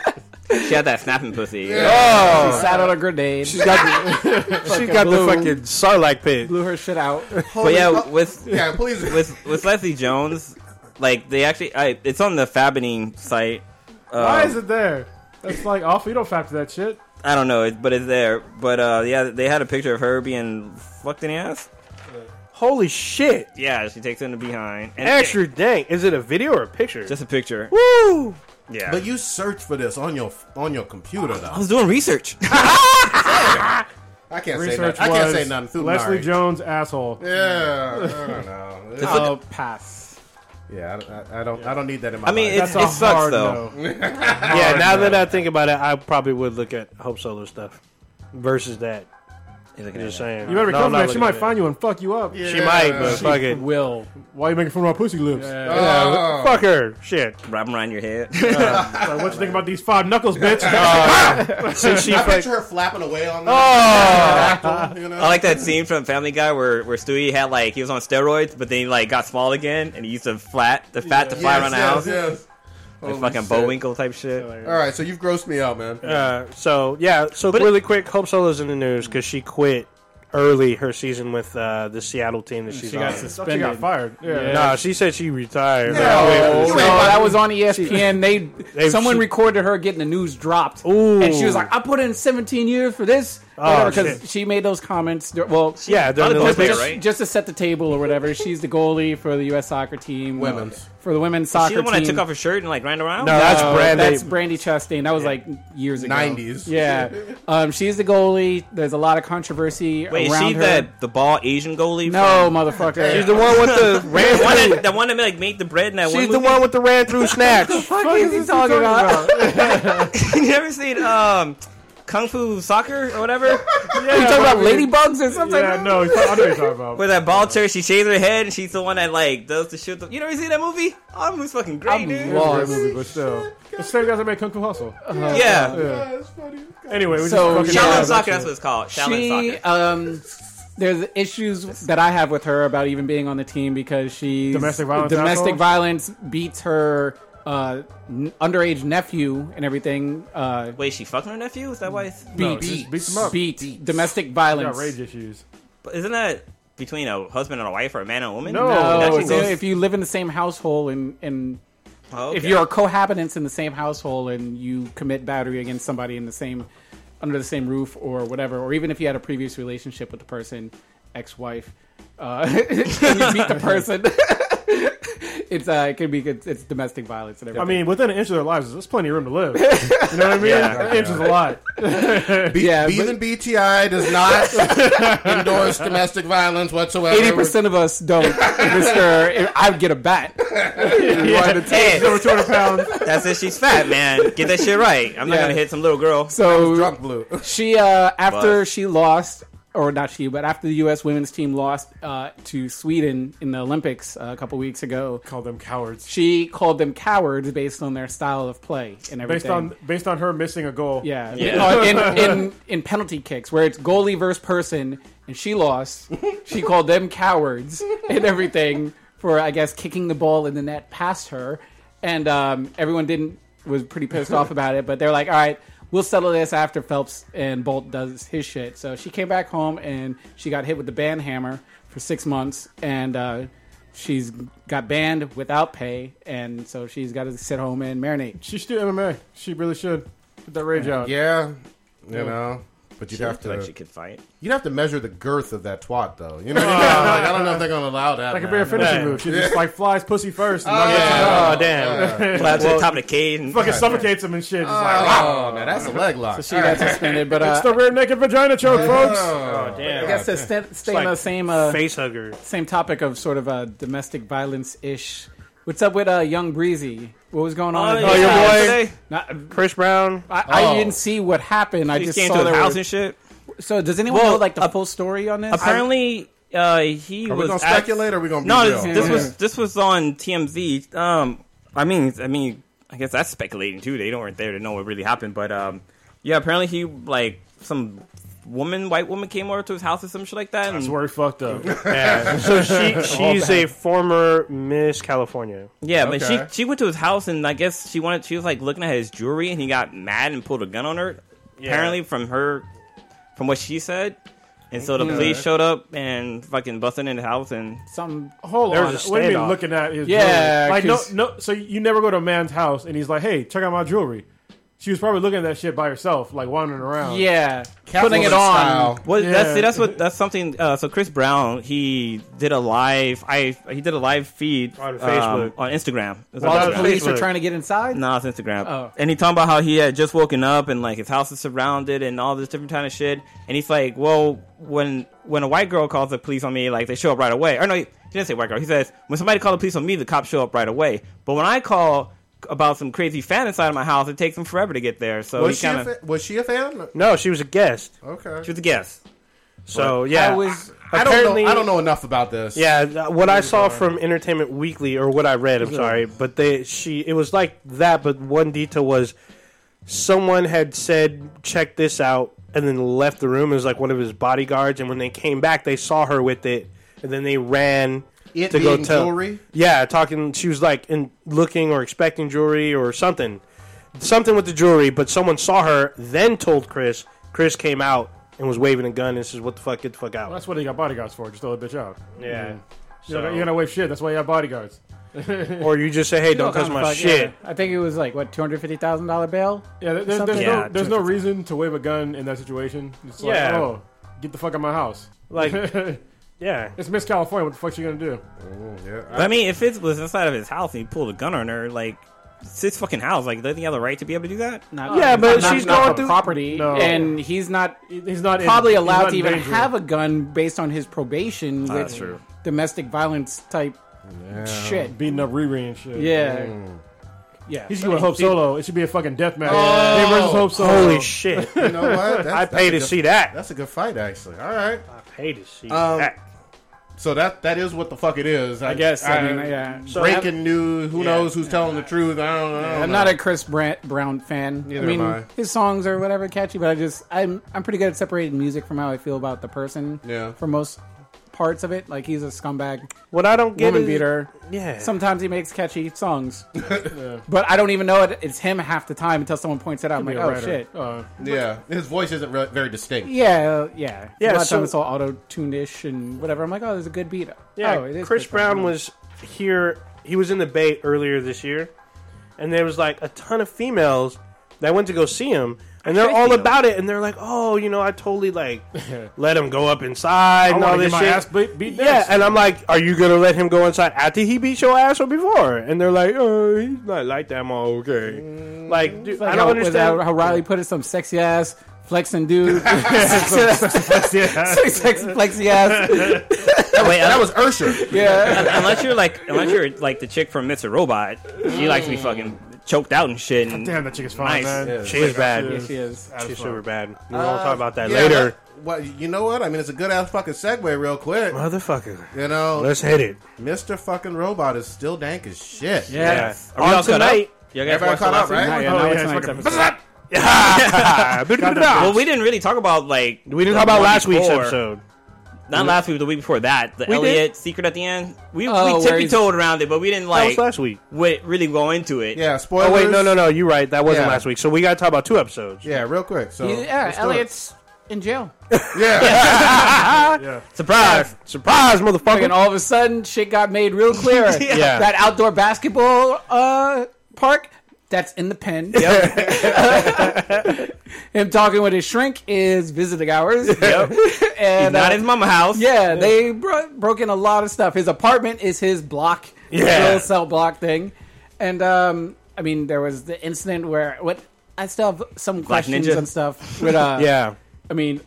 blue.
she had that snapping pussy.
She sat on a grenade,
Oh. she's
[LAUGHS]
got the, she's got the
blue.
fucking Sarlacc pit.
blew her shit out.
But yeah,
fuck.
with
Yeah, please.
with with Leslie Jones, like they actually, I, it's on the Fabening site. Um,
Why is it there? That's like awful. You don't factor that shit.
I don't know, it- but it's there. But uh, yeah, they had a picture of her being fucked in the ass.
Holy shit!
Yeah, she takes it in the behind. And
Extra dang, is it a video or a picture?
just a picture.
Woo!
Yeah,
But you search for this on your on your computer
I
though.
was doing [LAUGHS] research.
I can't say
Research
nothing. I can't
was
say nothing. Through
Leslie
Nari.
Jones asshole.
Yeah, I don't know. It's-
I'll pass.
yeah, I, I- I don't. I don't need that in my.
I mean,
life.
it,
That's
it
a
sucks
hard
though.
no.
Yeah, now that I think about it, I probably would look at Hope Solo stuff versus that.
He's looking at
Just
that.
saying,
You better be
No, I'm
careful,
not
man. She
looking
might
at it.
find you and fuck you up.
She might, but
She
fuck it.
will. Why are you making fun of my pussy lips?
Oh.
Fuck her. Shit.
wrap 'em around your head. [LAUGHS]
Like, what you think about these five knuckles, bitch?
[LAUGHS] Since she
I
fuck-
picture her flapping away on that. you know?
I like that scene from Family Guy where where Stewie had like he was on steroids, but then he like got small again, and he used the flat the fat to fly
Yes,
around the
yes,
house.
yes.
Like
Holy
fucking
shit.
Bowinkle type shit.
All right, so you've grossed me out, man.
uh, so yeah. So really quick, Hope Solo's in the news because she quit early her season with uh, the Seattle team that she's
She
on.
got
she got
suspended.
fired. Yeah.
Nah, she said she retired.
No.
No, that was on E ESPN. They, someone
she-
recorded her getting the news dropped,
Ooh.
and she was like, "I put in 17 years for this,"
Oh,
because
shit.
she made those comments. dur- Well,
Yeah, during the
Volleyball player,
Olympics.
right?
just to set the table or whatever. She's the goalie for the U.S. soccer team,
Women's.
for the women's soccer
She the one
team.
that took off her shirt and like ran around.
No, that's
Uh,
Brandy.
That's Brandy Chastain. That was like years ago,
90s.
Yeah, um, she's the goalie. There's a lot of controversy
Wait, is
around
she
her.
the the ball Asian goalie?
no,
from-
motherfucker.
she's the one with the ran
the one [LAUGHS]
through.
that, the one that like made the bread. And that
She's
one [LAUGHS]
the
movie?
one with the ran through snatch.
What the fuck is he talking about?
you ever seen um, Kung Fu Soccer or whatever?
Yeah,
You talking about
probably.
ladybugs or something?
Yeah, no, I know what you're
[LAUGHS]
talking about.
Where that ball turn, she shaves her head, and she's the one that like does the shoot. The, you never seen that movie? Oh, that movie's fucking great,
I'm
dude.
lost.
Great movie, but still. It's the same guys that made Kung Fu Hustle.
yeah,
Yeah.
That's funny.
Anyway, we
So,
just fucking
Shaolin
Yeah,
Soccer. That's uh, what it's called. Shaolin
she
Soccer.
um there's issues that I have with her about even being on the team because she
Domestic violence asshole?
domestic violence beats her uh, n- underage nephew and everything uh,
Wait, she fucking her nephew? Is that why? It's,
beat
just beats him up.
beat domestic violence
got rage issues.
isn't that between a husband and a wife or a man and a woman?
No.
That
No,
shit
it's
goes-
Oh, if you live in the same household and and
Oh, okay.
if you're cohabitants in the same household and you commit battery against somebody in the same under the same roof or whatever, or even if you had a previous relationship with the person, ex-wife, uh, [LAUGHS] and you beat the person, [LAUGHS] it's uh, it can be good, it's domestic violence and
I
everything.
mean, within an inch of their lives, there's plenty of room to live. You know what I mean? An inch is a lot.
B-
Yeah,
Beasley BTI does not endorse domestic violence whatsoever.
Eighty percent of us don't, Mister. I would get a bat.
Hey,
Over 200
[LAUGHS]
pounds.
that's it. She's fat, man. Get that shit right. I'm not
Yeah.
gonna hit some little girl.
So
Drunk blue. [LAUGHS]
She uh, after
But-
she lost, or not she, but after the U.S. women's team lost uh, to Sweden in the Olympics uh, a couple weeks ago,
Call
[LAUGHS]
them cowards.
she called them cowards based on their style of play and everything.
Based on based on her missing a goal.
yeah,
Yeah.
Uh, in, in in penalty kicks where it's goalie versus person, and she lost. She called them cowards and everything for I guess kicking the ball in the net past her, and um, everyone didn't was pretty pissed off about it. But they're like, all right. We'll settle this after Phelps and Bolt does his shit. So she came back home and she got hit with the ban hammer for six months, and uh, she's got banned without pay, and so she's got to sit home and marinate.
She should do MMA. She really should. Get that rage out.
Yeah, you know. But you'd have
I
to
feel like she could [LAUGHS] fight.
you'd have to measure the girth of that twat though. You know, what I, mean? like, I don't know if they're gonna allow that.
Like a
man.
bare finishing
Yeah.
move. She just like flies pussy first and
Yeah.
like,
Oh, damn.
Clap to the top of the cage. And,
fucking suffocates him and shit. Just like,
Oh man, that's a leg lock. Oh.
She got suspended, but uh,
it's the rear naked vagina choke, folks.
Oh, damn.
I guess to st- stay on
like
the same uh,
Face hugger.
same topic of sort of uh, domestic violence ish. What's up with uh, Young Breezy? What was going on?
Oh,
at
yeah.
his
your
house?
boy-
Today,
Not-
Chris Brown.
I, I
Oh.
didn't see what happened. I
He
just
came
saw
to his
there
house
were-
and shit.
So does anyone
Well,
know like the
uh,
full story on this?
Apparently, uh, he
Are
was
we gonna
act-
speculate or are we gonna be
No,
real?
this, this
Yeah.
was this was on TMZ. Um, I mean, I mean, I guess that's speculating too. They weren't there to know what really happened, but um, yeah, apparently he like some woman, white woman, came over to his house or some shit like that.
That's
And,
where he fucked up.
Yeah. [LAUGHS] So she she's a former Miss California.
yeah, but
Okay.
she she went to his house and I guess she wanted. She was like looking at his jewelry and he got mad and pulled a gun on her. Apparently, from her, from what she said. And so the police showed up and fucking busted in the house and
some
Hold
There
on.
was a
What do you mean
standoff.
looking at his
Yeah,
jewelry? Like, no,
'cause-
no. So you never go to a man's house and he's like, hey, check out my jewelry. She was probably looking at that shit by herself, like wandering around.
yeah, putting
Capitalism
it on.
style.
Well, that's
Yeah.
see, that's what that's something. Uh, so Chris Brown, he did a live. I he did a live feed
On
um,
Facebook.
on Instagram. It was
Well,
on
that
The
Instagram.
was
police are
Facebook.
trying to get inside.
No, it's Instagram.
Oh.
And he talking about how he had just woken up and like his house is surrounded and all this different kind of shit. And he's like, well, when when a white girl calls the police on me, like they show up right away. Or no, he didn't say white girl. He says when somebody calls the police on me, the cops show up right away. But when I call about some crazy fan inside of my house, it takes them forever to get there. So
Was
he
she,
kind
a
of
fa- was she a fan?
No, she was a guest.
Okay.
she was a guess.
So yeah,
I was-
I don't
apparently-
know. I don't know enough about this.
Yeah, th- what I saw from Entertainment Weekly, or what I read, I'm sorry, but they she it was like that, but one detail was someone had said check this out, and then left the room. It was like one of his bodyguards, and when they came back, they saw her with it, and then they ran
It
to go
being
tell.
jewelry?
Yeah, talking. She was like in looking or expecting jewelry or something, something with the jewelry. But someone saw her, then told Chris. Chris came out and was waving a gun and says, "What the fuck? Get the fuck out!"
Well, that's what he got bodyguards for. Just throw the bitch out.
yeah.
You gotta, you gotta wave shit. That's why you have bodyguards.
or you just say, "Hey, don't touch my
Fuck,
shit."
yeah. I think it was like what two hundred fifty thousand dollar bail.
Yeah, there, there's, there's,
Something-
no,
Yeah,
there's no reason to wave a gun in that situation. It's like,
Yeah.
oh, get the fuck out of my house.
Like,
[LAUGHS]
yeah,
It's Miss California. What the fuck's she gonna do?
Yeah.
But I mean, if it was inside of his house and he pulled a gun on her, like it's his fucking house, like doesn't he have the right to be able to do that?
Not,
Yeah, but
not-
she's
not
going
the
through-
property,
No.
and he's not
He's not in-
probably
he's
allowed
not
to
in
even
danger. Ah,
have a gun based on his probation with
that's true.
domestic violence type shit.
beating up Riri and shit.
Yeah.
Mm.
Yeah.
He should go with Hope
Dude,
Solo. It should be a fucking death match. Hey, versus Hope Solo.
holy shit!
You know what? That's,
I
that's
pay
a
to
good-
see that.
That's a good fight, actually. All right.
I pay to see
Um,
that.
So that that is what the fuck it is.
I guess. I, mean, yeah.
So
breaking news. Who knows who's telling the truth? I don't, I don't
I'm
know.
not a Chris Brant, Brown fan.
Neither
I mean,
am I.
his songs or whatever catchy, but I just I'm I'm pretty good at separating music [LAUGHS] from how I feel about the person.
Yeah.
For most parts of it. Like he's a scumbag,
What I don't get
woman
is
beater.
Yeah.
Sometimes he makes catchy
[LAUGHS]
songs, but I don't even know it. It's him half the time until someone points it out. I'm like,
Be a
oh
writer.
shit.
Uh,
Yeah, his voice isn't re- very distinct.
Yeah, uh, yeah. A
Yeah,
lot of
so-
times it's all auto tuned ish and whatever. I'm like, oh, there's a good beat.
Yeah,
oh, it is
Chris
good.
Brown was here. He was in the Bay earlier this year, and there was like a ton of females that went to go see him, and they're
tried
all
to go.
about it, and they're like, "Oh, you know, I totally like let him go up inside and
wanna
all
get
this
my
shit."
ass beat- beat
yeah,
next.
and I'm like, "Are you gonna let him go inside after he beat your ass or before?" And they're like, "Oh, he's not like that, i okay." Like, dude,
Like
I don't
how, was
understand. [LAUGHS]
How, how Riley put it, some sexy ass flexing dude, [LAUGHS] sexy flexy
[LAUGHS]
ass.
Wait,
That was Ursher.
Yeah,
unless you're like, unless you're like the chick from Mr. Robot, she likes to be fucking choked out and shit. And
[LAUGHS] damn, that chick is
Nice.
fine, man.
Yeah.
she is bad.
yeah, she is.
She's
fine.
super bad. We'll talk about that
Yeah,
later.
that- well, you know what? I mean, it's a good ass fucking segue, real quick.
Motherfucker,
You know,
let's hit it.
Mr. fucking Robot is still dank as shit.
Yeah.
Are we
On
all caught
tonight-
up? You guys
Everybody
watched the
caught
last
up,
season?
right?
Yeah,
Oh,
now it's
yeah, it's
the next
fucking-
episode.
[LAUGHS]
Well, we didn't really talk about like
We
the
didn't talk about
one
last week's
before.
episode.
Not last week, but the week before that. The
We did?
Elliot secret at the end. We
Oh,
we
where he's-
tiptoed around it, but we didn't
That
like
was last week.
wi- really go into it.
Yeah, spoilers.
Oh wait, no, no, no. You're right. That wasn't
Yeah.
last week. So we got to talk about two episodes.
Yeah, real quick. So
Oh,
Yeah,
let's do it.
Elliot's in jail.
Yeah,
Surprise!
Surprise, motherfucker!
And all of a sudden, shit got made real clear.
[LAUGHS] Yeah.
That outdoor basketball uh, park that's in the pen. [LAUGHS] Him talking with his shrink is visiting hours. [LAUGHS] and
Not
uh,
his mama house.
Yeah, they bro- broke in a lot of stuff. His apartment is his block, his
Yeah.
little cell block thing. And um, I mean, there was the incident where what I still have some questions
Ninja?
and stuff. With uh,
[LAUGHS] yeah,
I mean,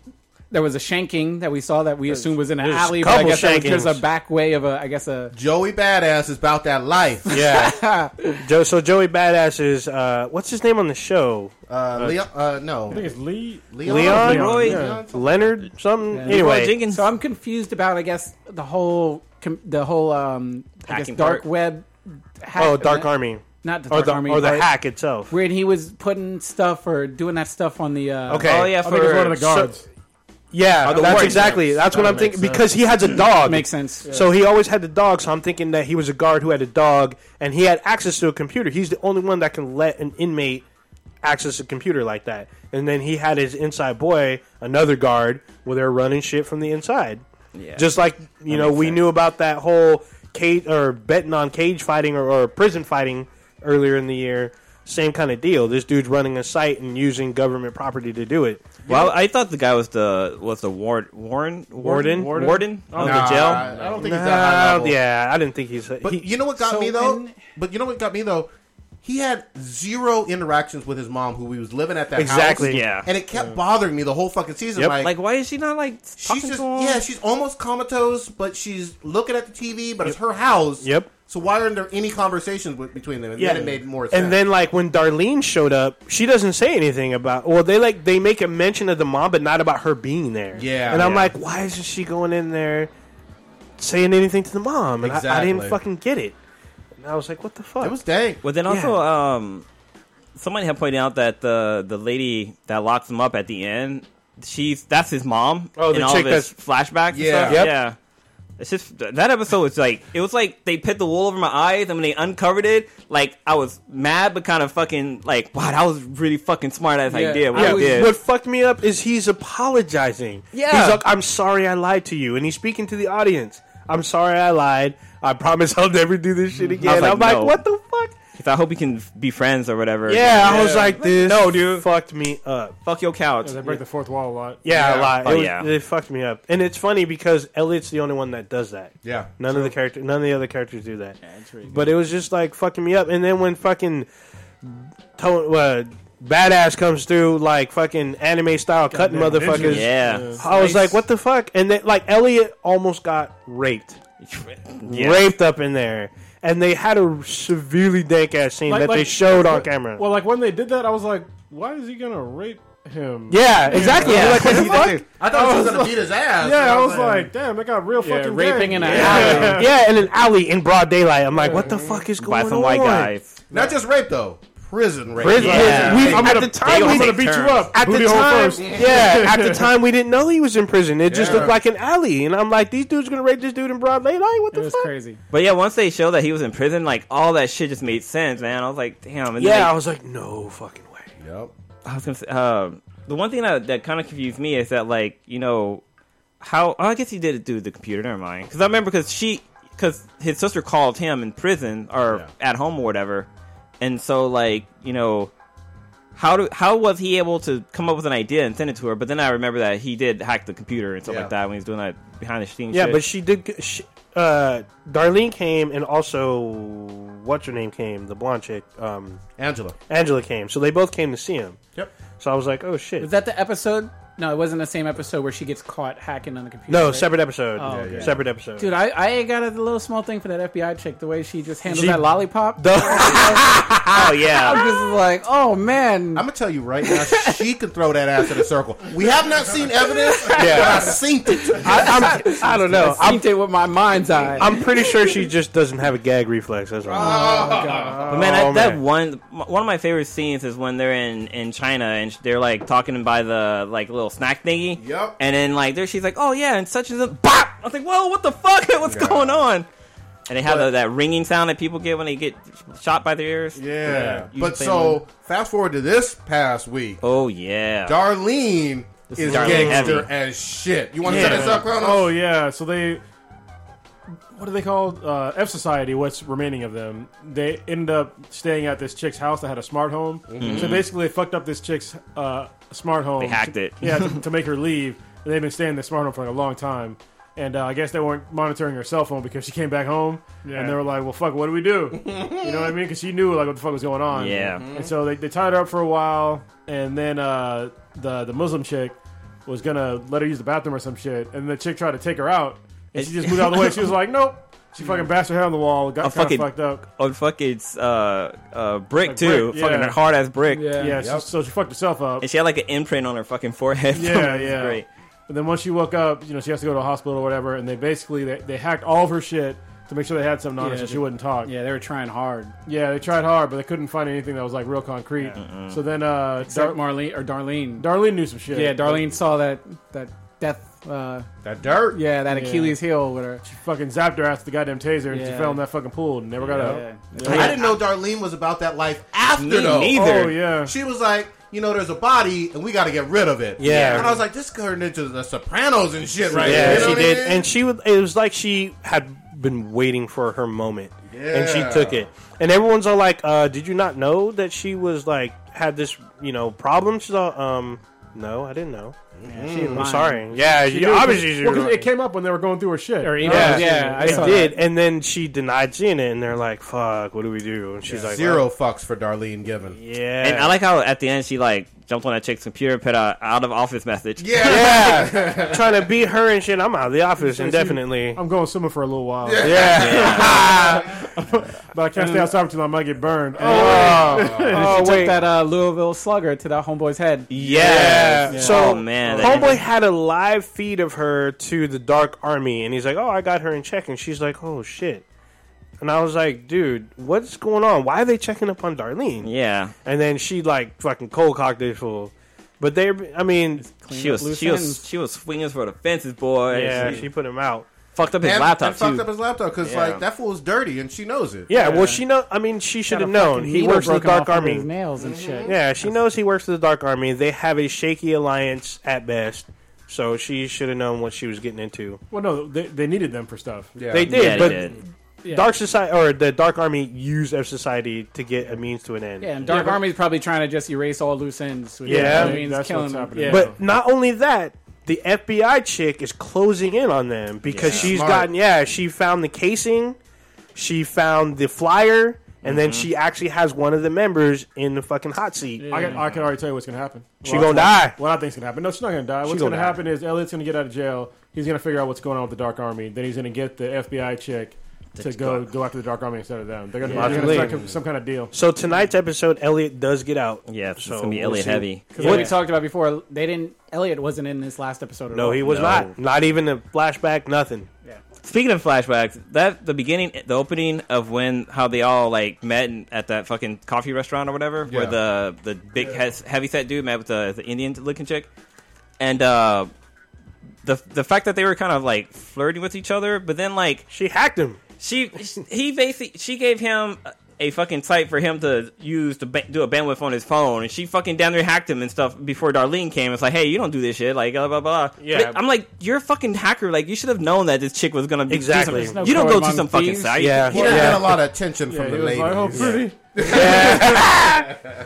there was a shanking that we saw that we assumed was in an alley, but I
couple
guess that was
shankings.
just a back way of a, I guess a
Joey Badass is about that life.
[LAUGHS] yeah.
[LAUGHS]
Joe. So Joey Badass is uh, what's his name on the show?
Uh, Leon, uh, no,
I think it's Lee.
Leon,
Leon?
Leroy?
Leon?
Leonard something.
Roy
Anyway,
Jenkins.
So I'm confused about, I guess, the whole com- the whole um, I guess
Hacking
dark
part.
web. Hack,
oh, Dark Army
not the
or
dark
the
army,
or the
but
hack itself.
Where he was putting stuff or doing that stuff on the uh,
Okay.
Oh yeah,
I think it's one of
for
the guards.
Yeah,
the
that's
warriors.
exactly. That's what
That
I'm
makes
thinking
sense.
because he has a dog.
makes sense.
So he always had the dog, so I'm thinking that he was a guard who had a dog and he had access to a computer. He's the only one that can let an inmate access a computer like that. And then he had his inside boy, another guard, where they're running shit from the inside.
Yeah.
Just like, you know,
makes
we
sense.
knew about that whole cage or betting on cage fighting or, or prison fighting earlier in the year. Same kind of deal. This dude's running a site and using government property to do it.
Well, I thought the guy was the was the ward Warren
Warden?
warden, of
Nah,
the jail.
I, I don't think he's that high level.
yeah, I didn't think he's.
But
he-
you know what got
so
me though?
in-
but you know what got me though? He had zero interactions with his mom, who he was living at that
Exactly.
house.
Yeah.
and it kept bothering me the whole fucking season.
Yep.
Like,
Like, why is she not like talking
she's just
to him?
yeah, she's almost comatose, but she's looking at the TV, but it's her house.
Yep.
So why aren't there any conversations with, between them? And then it made more sense.
And then like when Darlene showed up, she doesn't say anything about. Well, they like they make a mention of the mom, but not about her being there.
Yeah.
and I'm
Yeah.
like, why isn't she going in there saying anything to the mom? And I, I didn't
Exactly.
fucking get it. And I was like, what the fuck?
it was dank.
But then also, um, somebody had pointed out that the the lady that locks him up at the end, she's that's his mom.
Oh, the
in all
chick
of his flashbacks.
Yeah.
and stuff.
Yep.
yeah. It's just that episode was like it was like they put the wool over my eyes, and when they uncovered it, like I was mad but kind of fucking like wow, that was really fucking smart ass
Yeah.
idea. What
I
yeah,
you
was-
did.
what fucked me up is he's apologizing.
Yeah.
he's like, "I'm sorry, I lied to you," and he's speaking to the audience. I'm sorry, I lied. I promise I'll never do this shit
Mm-hmm.
again.
like,
I'm like,
no.
what the fuck?
So I hope we can be friends or whatever.
Yeah, I was like, this.
No, dude.
fucked me up.
fuck your couch.
They break the fourth wall a lot.
Yeah, a lot.
Oh,
it, was,
yeah.
it fucked me up, and it's funny because Elliot's the only one that does that.
Yeah,
none of the character, none of the other characters do that. but it was just like fucking me up, and then when fucking to- uh, badass comes through, like fucking anime style cutting
Goddamn
motherfuckers.
yeah.
ninjas.
I was like, what the fuck? And then like Elliot almost got raped,
Yeah.
raped up in there, and they had a severely dank ass scene
Like-
that they
like-
showed on
like-
camera.
Well, like when they did that, I was like, why is he gonna rape him?
yeah, exactly.
Yeah.
You're Like, what the fuck?
I thought she was gonna beat his ass.
Yeah, I was like, damn, that got real
Yeah,
fucking
raping in
and
an
[LAUGHS]
[LAUGHS]
alley.
yeah, in an alley in broad daylight. I'm like, what the fuck is going
By
on?
some white guys.
not just rape though, prison rape.
Prison-
Yeah.
we-
At
at
the
the
they
time,
don't
we
I'm gonna
take
beat
turns.
you up.
At the
Booty hole
time,
first.
yeah. [LAUGHS] At the time, we didn't know he was in prison. It just
Yeah.
looked like an alley, and I'm like, these dudes are gonna rape this dude in broad daylight. What
It
the
was
fuck?
crazy.
But yeah, once they showed that he was in prison, like all that shit just made sense, man. I was like, damn. And then,
Yeah, I
like,
was like, no fucking way.
Yep.
I was gonna say, um, the one thing that that kind of confused me is that like you know how oh, I guess he did it through the computer. Never mind, because I remember because she because his sister called him in prison or
Yeah.
at home or whatever, and so like you know how do how was he able to come up with an idea and send it to her? But then I remember that he did hack the computer and stuff
Yeah.
like that when he was doing that behind the scenes.
Yeah,
shit.
but she did. g- She, uh, Darlene came, and also what's her name came, the blonde chick, um,
Angela.
Angela came. So they both came to see him.
Yep.
So I was like, oh shit.
Was that the episode? No, it wasn't the same episode where she gets caught hacking on the computer.
no,
right?
separate episode.
Oh, okay.
Separate episode.
Dude, I, I got a little small thing for that FBI chick. The way she just handled
She-
that lollipop.
[LAUGHS]
oh yeah,
I'm just like, oh man.
I'm gonna tell you right now, she can throw that ass in a circle. We have not seen evidence, but I've seen
Oh,
it.
I, [LAUGHS] I'm, I don't know.
I
I'm,
did with my mind's eye.
I'm pretty sure she just doesn't have a gag reflex. That's all.
Ah,
But man,
Oh,
I, that
man.
one one of my favorite scenes is when they're in in China and they're like talking by the like little snack thingy.
Yup.
And then like there she's like, oh yeah, and such and such. Bop! I was like, whoa, what the fuck? [LAUGHS] What's
Yeah.
going on? And they have
But-
the, that ringing sound that people get when they get shot by their ears.
Yeah.
you
But
saying-
so fast forward to this past week,
Oh yeah.
Darlene
This
is
is Darlene
gangster
heavy.
as shit. You want to
Yeah.
set this up, Chronos?
Oh yeah, so they what are they called? Uh, F Society. What's remaining of them? They ended up staying at this chick's house that had a smart home. So basically, they fucked up this chick's uh, smart home.
They hacked it.
yeah,
[LAUGHS]
to, to make her leave. And they've been staying in the smart home for like a long time. And uh, I guess they weren't monitoring her cell phone because she came back home, and they were like, "Well, fuck, what do we do?" you know what I mean? Because she knew like what the fuck was going on.
Yeah.
And so they, they tied her up for a while, and then uh, the the Muslim chick was gonna let her use the bathroom or some shit, and the chick tried to take her out, and she just moved out of the way. She was like, "Nope."
[LAUGHS]
She fucking bashed her head on the wall, got
Oh,
kind
fucking-
of fucked up.
On fucking uh, uh, brick
Like
too,
brick,
fucking
yeah.
hard ass brick.
yeah.
Yeah, so, so she fucked herself up.
And she had like an imprint on her fucking forehead. [LAUGHS]
Yeah,
It was
yeah.
Great.
And then once she woke up, you know, she has to go to a hospital or whatever, and they basically they, they hacked all of her shit to make sure they had something on her
Yeah,
so she
they-
wouldn't talk.
Yeah, they were trying hard.
Yeah, they tried hard, but they couldn't find anything that was like real concrete. So then uh,
Dar-
Dar-
Marlene or Darlene.
Darlene knew some shit.
yeah, Darlene saw that that death. Uh,
That dirt.
yeah, that
Yeah.
Achilles heel with her.
fucking zapped her ass with the goddamn taser, and she
Yeah.
fell in that fucking pool and never got out.
Yeah.
I didn't know Darlene was about that life after
Me
though.
neither.
Oh yeah,
She was like, you know, there's a body and we got to get rid of it.
Yeah.
And I was like, this turned into the Sopranos and shit right here. You
yeah,
know
she
what I
did,
mean?
and she was. It was like she had been waiting for her moment, and she
Yeah.
took it. And everyone's all like, uh, "Did you not know that she was like had this, you know, problem?" She's all, "Um, no, I didn't know. I'm Mm, sorry. Yeah,
She
you,
knew-
obviously, you
well, 'cause
were-
it came up when they were going through her shit.
Or emails.
Yeah,
yeah, I
it
saw
did. And then she denied seeing it, and they're like, "Fuck, what do we do?" And she's like,
Zero
well,
fucks for Darlene given.
yeah,
And I like how at the end she like jumped on that chick's computer and put a out of office message.
yeah, trying to beat her and shit. I'm out of the office indefinitely.
I'm going swimming for a little while,
Yeah.
but I can't stay outside until I might get burned. And-
oh
Took
wait.
that uh, Louisville slugger to that homeboy's head.
Yes.
Yeah. So
oh man, that
Homeboy had a live feed of her to the Dark Army, and he's like, "Oh, I got her in check," and she's like, "Oh shit." And I was like, dude, what's going on? Why are they checking up on Darlene?
Yeah,
And then she like fucking cold cocked this fool. But they, I mean,
she was
loose
she was
ends.
she was swinging for the fences, boy.
yeah,
she,
she put him out.
fucked up his
And,
laptop
and fucked
too.
up his laptop because
Yeah.
like that fool's dirty and she knows it.
Yeah, well, she know. I mean, she should
Got a
have known.
fucking
He
needle
works for the
broken
Dark
off under his
Army. Mm-hmm.
Nails and shit.
Yeah, she knows he works for the Dark Army. They have a shaky alliance at best, so she should have known what she was getting into.
well, no, they, they needed them for stuff.
Yeah.
They
Yeah,
did,
they
but
did.
Dark Society or the Dark Army used F Society to get a means to an end.
Yeah, and Dark Army's probably trying to just erase all loose ends. With
Yeah,
yeah, means
that's
killing
what's
them.
happening.
Yeah.
But not only that, the FBI chick is closing in on them because
Yeah.
she's
Smart.
gotten yeah, she found the casing, she found the flyer, and then
Mm-hmm.
she actually has one of the members in the fucking hot seat.
I can, I can already tell you what's gonna happen.
She
Well,
gonna die.
What I think's gonna happen? No, she's not gonna die. What's
gonna
gonna,
die.
happen is Elliot's gonna get out of jail. He's gonna figure out what's going on with the Dark Army. Then he's gonna get the FBI chick to go go after the Dark Army instead of them. They're gonna, they're gonna
Possibly.
strike some kind of deal.
So tonight's episode, Elliot does get out.
Yeah, it's
So
gonna be
we'll
Elliot
see.
heavy.
Because like we talked about before, they didn't. Elliot wasn't in this last episode. At
No,
all.
he was
No.
not. Not even a flashback. Nothing.
Yeah.
Speaking of flashbacks, that the beginning, the opening of when how they all like met in, at that fucking coffee restaurant or whatever, where
Yeah.
the the big heavyset heavy set dude met with the, the Indian looking chick, and uh, the the fact that they were kind of like flirting with each other, but then like
She hacked him.
she he basically she gave him a fucking site for him to use to ba- do a bandwidth on his phone, and she fucking down there hacked him and stuff before Darlene came. It's like, hey, you don't do this shit, like blah blah blah.
Yeah.
But I'm like, you're a fucking hacker. Like you should have known that this chick was gonna be
Exactly.
Do
There's
some,
no
you don't
crime
go to
among
some fucking
thieves.
site.
Yeah.
He doesn't get a lot of attention
Yeah,
from
he
the
was
lady.
like, oh, pretty.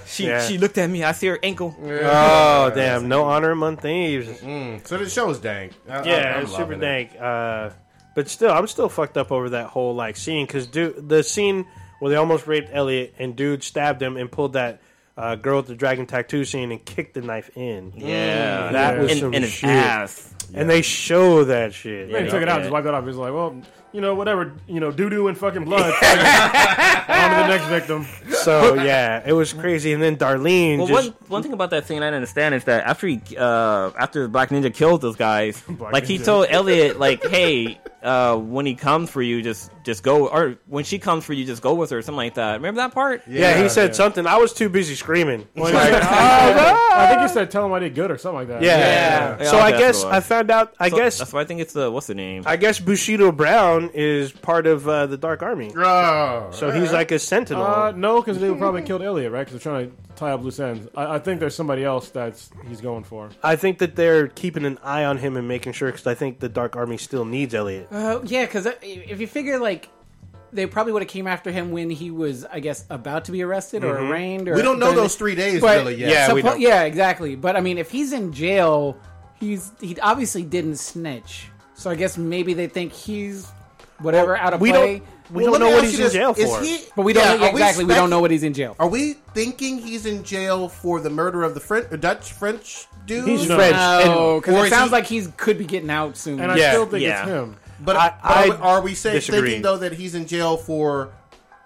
She
Yeah.
she looked at me. I see her ankle.
Oh damn! No honor among thieves.
So the show's dank. I,
Yeah,
I, I'm
it's super
loving it.
dank. Uh, but still, I'm still fucked up over that whole like scene because dude, the scene where they almost raped Elliot and dude stabbed him and pulled that uh, girl with the dragon tattoo scene and kicked the knife in.
Mm. Yeah,
That was
in,
some
in his
shit.
ass.
And they show that shit.
He took it out, and just wiped it off. He's like, well, you know, whatever, you know, doo doo and fucking blood. On to the next victim.
So yeah, it was crazy. And then Darlene
Well,
just
one one thing about that scene I didn't understand is that after he uh, after Black Ninja killed those guys, like he
Ninja.
told Elliot, like, hey, uh, when he comes for you, just just go, or when she comes for you, just go with her, or something like that. Remember that part?
yeah, he said something. I was too
[LAUGHS]
busy screaming.
Well, he's like, "Oh, I think you said tell him I did good or something like that.
Yeah.
Yeah,
So I
that's
guess
what it
I
was.
found out. I
So
guess
that's why I think it's the what's the name?
I guess Bushido Brown is part of uh, the Dark Army.
Oh,
So he's like a sentinel.
Uh, no, because they would probably killed Elliot, right? Because they're trying to tie up loose ends. I, I think there's somebody else that's he's going for.
I think that they're keeping an eye on him and making sure because I think the Dark Army still needs Elliot.
Uh, yeah, because if you figure like they probably would have came after him when he was, I guess, about to be arrested or arraigned. Or
we don't know
but-
those three days
but-
really yet.
Yeah, we
suppo-
don't.
yeah, exactly. But I mean, if he's in jail, he's he obviously didn't snitch. So I guess maybe they think he's whatever out of
we
play.
don't. We
Well, let
don't
me
know what
ask you
he's in
this.
jail
Is
for.
he-
but we don't
yeah,
know
are
exactly. We don't
specul-
know what he's in jail.
Are we thinking he's in jail for the murder of the French, uh, Dutch French dude?
He's French.
Oh,
or
because it
is
sounds
he-
like he could be getting out soon.
And I
Yeah,
still think
yeah.
it's him.
But,
I-
but are, we,
I
are we saying
disagree.
thinking though that he's in jail for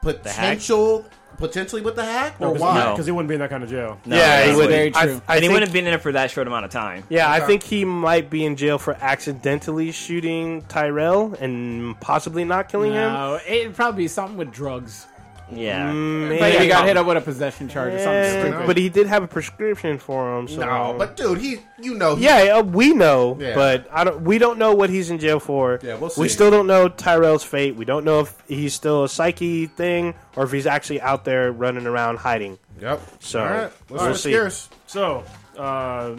potential, potentially with the hack, or why?
No.
Because he wouldldn't be in that kind of jail.
No,
yeah,
that's
he would.
very
I,
true.
and
I
he
think,
wouldn't have been in there for that short amount of time.
yeah, I think he might be in jail for accidentally shooting Tyrell and possibly not killing him.
no, it'd probably be something with drugs.
Yeah,
Mm.
Like he
Maybe.
got hit up with a possession charge or something. [LAUGHS]
Yeah,
stupid.
but he did have a prescription for him. So.
No, but dude, he, you know, he-
yeah, uh, we know,
Yeah.
but I don't. We don't know what he's in jail for.
Yeah, we'll see.
We still don't know Tyrell's fate. We don't know if he's still a psyche thing or if he's actually out there running around hiding.
Yep.
So,
All right, let's
we'll
go
see.
Scarce.
So, uh,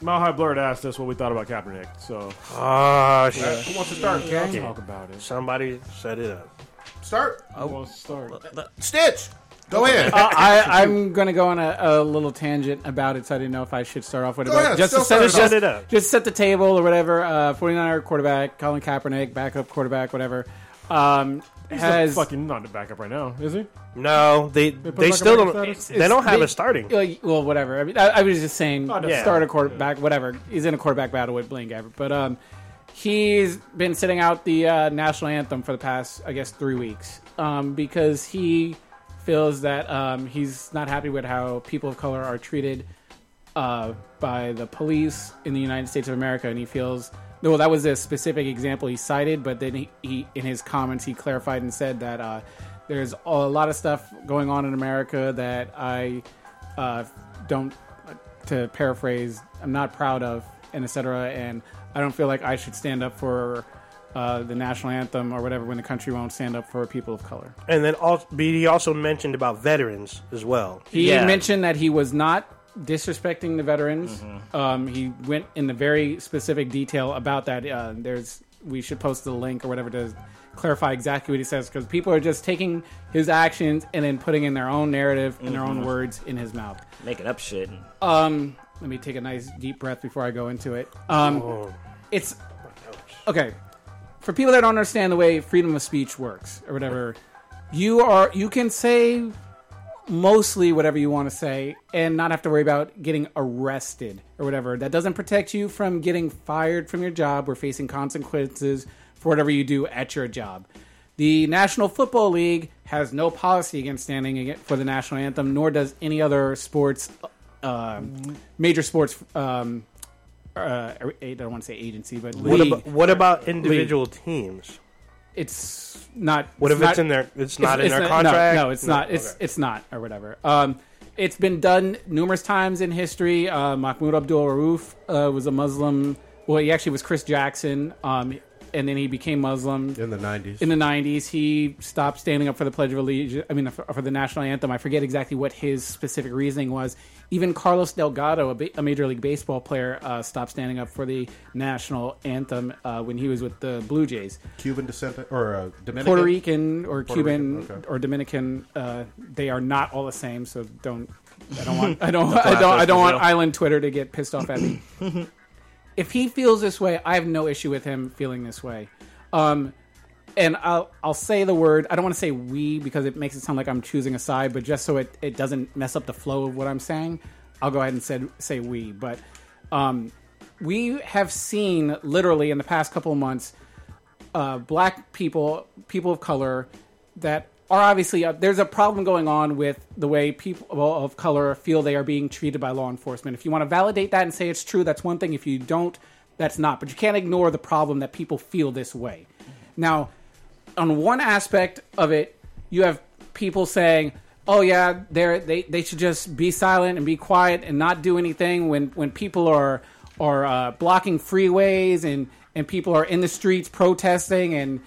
Mile High Blurred asked us what we thought about Kaepernick. So,
Oh, shit.
Who wants to start? Cal?
talk about it.
Somebody set it up.
Start.
Who wants to start?
Stitch. Go ahead.
Uh, I, I'm going to go on a, a little tangent about it, so I didn't know if I should start off with it.
Go
but
ahead,
just to
still
set,
start
Just set it up.
just set the table or whatever. Uh, 49er quarterback, Colin Kaepernick, backup quarterback, whatever. Um, has
He's fucking not in the backup right now, is he?
No, they they,
him back
still
up on
don't.
status?
They don't have
they-
a starting.
Like, well, whatever. I mean, I, I was just saying,
Oh, no.
Yeah.
start a quarterback, whatever. He's in a quarterback battle with Blaine Gabbert, but um, he's been sitting out the uh, national anthem for the past, I guess, three weeks, um, because he feels that um, he's not happy with how people of color are treated uh, by the police in the United States of America, and he feels. Well, that was a specific example he cited, but then he, he in his comments he clarified and said that uh, there's a lot of stuff going on in America that I uh, don't to paraphrase i'm not proud of and etc and i don't feel like i should stand up for uh, the national anthem or whatever when the country won't stand up for people of color
And then also, he also mentioned about veterans as well.
he
Yeah.
mentioned that he was not disrespecting the veterans um, he went into very specific detail about that uh, there's we should post the link or whatever to clarify exactly what he says because people are just taking his actions and then putting in their own narrative and their own words in his mouth
making up shit.
Um, let me take a nice deep breath before I go into it. Um, it's okay for people that don't understand the way freedom of speech works or whatever. You are you can say mostly whatever you want to say and not have to worry about getting arrested or whatever. That doesn't protect you from getting fired from your job or facing consequences for whatever you do at your job. The National Football League has no policy against standing ag- for the national anthem, nor does any other sports, uh, major sports um, uh, I don't want to say agency, but
What
league.
about, what about individual teams?
it's not.
What if
not-
it's in their? It's not in
it's
their
not- no,
contract.
No, it's not. It's it's not or whatever. Um, it's been done numerous times in history. Uh, Mahmoud Abdul Rauf uh, was a Muslim. Well, he actually was Chris Jackson, um, and then he became Muslim
in the nineties.
in the '90s. He stopped standing up for the Pledge of Allegiance. I mean, for, for the national anthem. I forget exactly what his specific reasoning was. Even Carlos Delgado, a, ba- a Major League Baseball player, uh, stopped standing up for the national anthem uh, when he was with the Blue Jays.
Cuban descent or uh, Dominican.
Puerto Rican or Cuban
Rican, okay.
or Dominican, uh, they are not all the same. So don't. I don't
[LAUGHS]
want. I don't. I don't. I don't want Island Twitter to get pissed off at me. if he feels this way, I have no issue with him feeling this way. Um, and I'll I'll say the word. I don't want to say we because it makes it sound like I'm choosing a side, but just so it, it doesn't mess up the flow of what I'm saying, I'll go ahead and said say we. But um, we have seen literally in the past couple of months uh, black people, people of color, that are obviously uh, there's a problem going on with the way people of color feel they are being treated by law enforcement. If you want to validate that and say it's true, that's one thing. If you don't, that's not. But you can't ignore the problem that people feel this way. Now, on one aspect of it, you have people saying, "Oh yeah, they're, they they should just be silent and be quiet and not do anything when when people are are uh, blocking freeways and and people are in the streets protesting and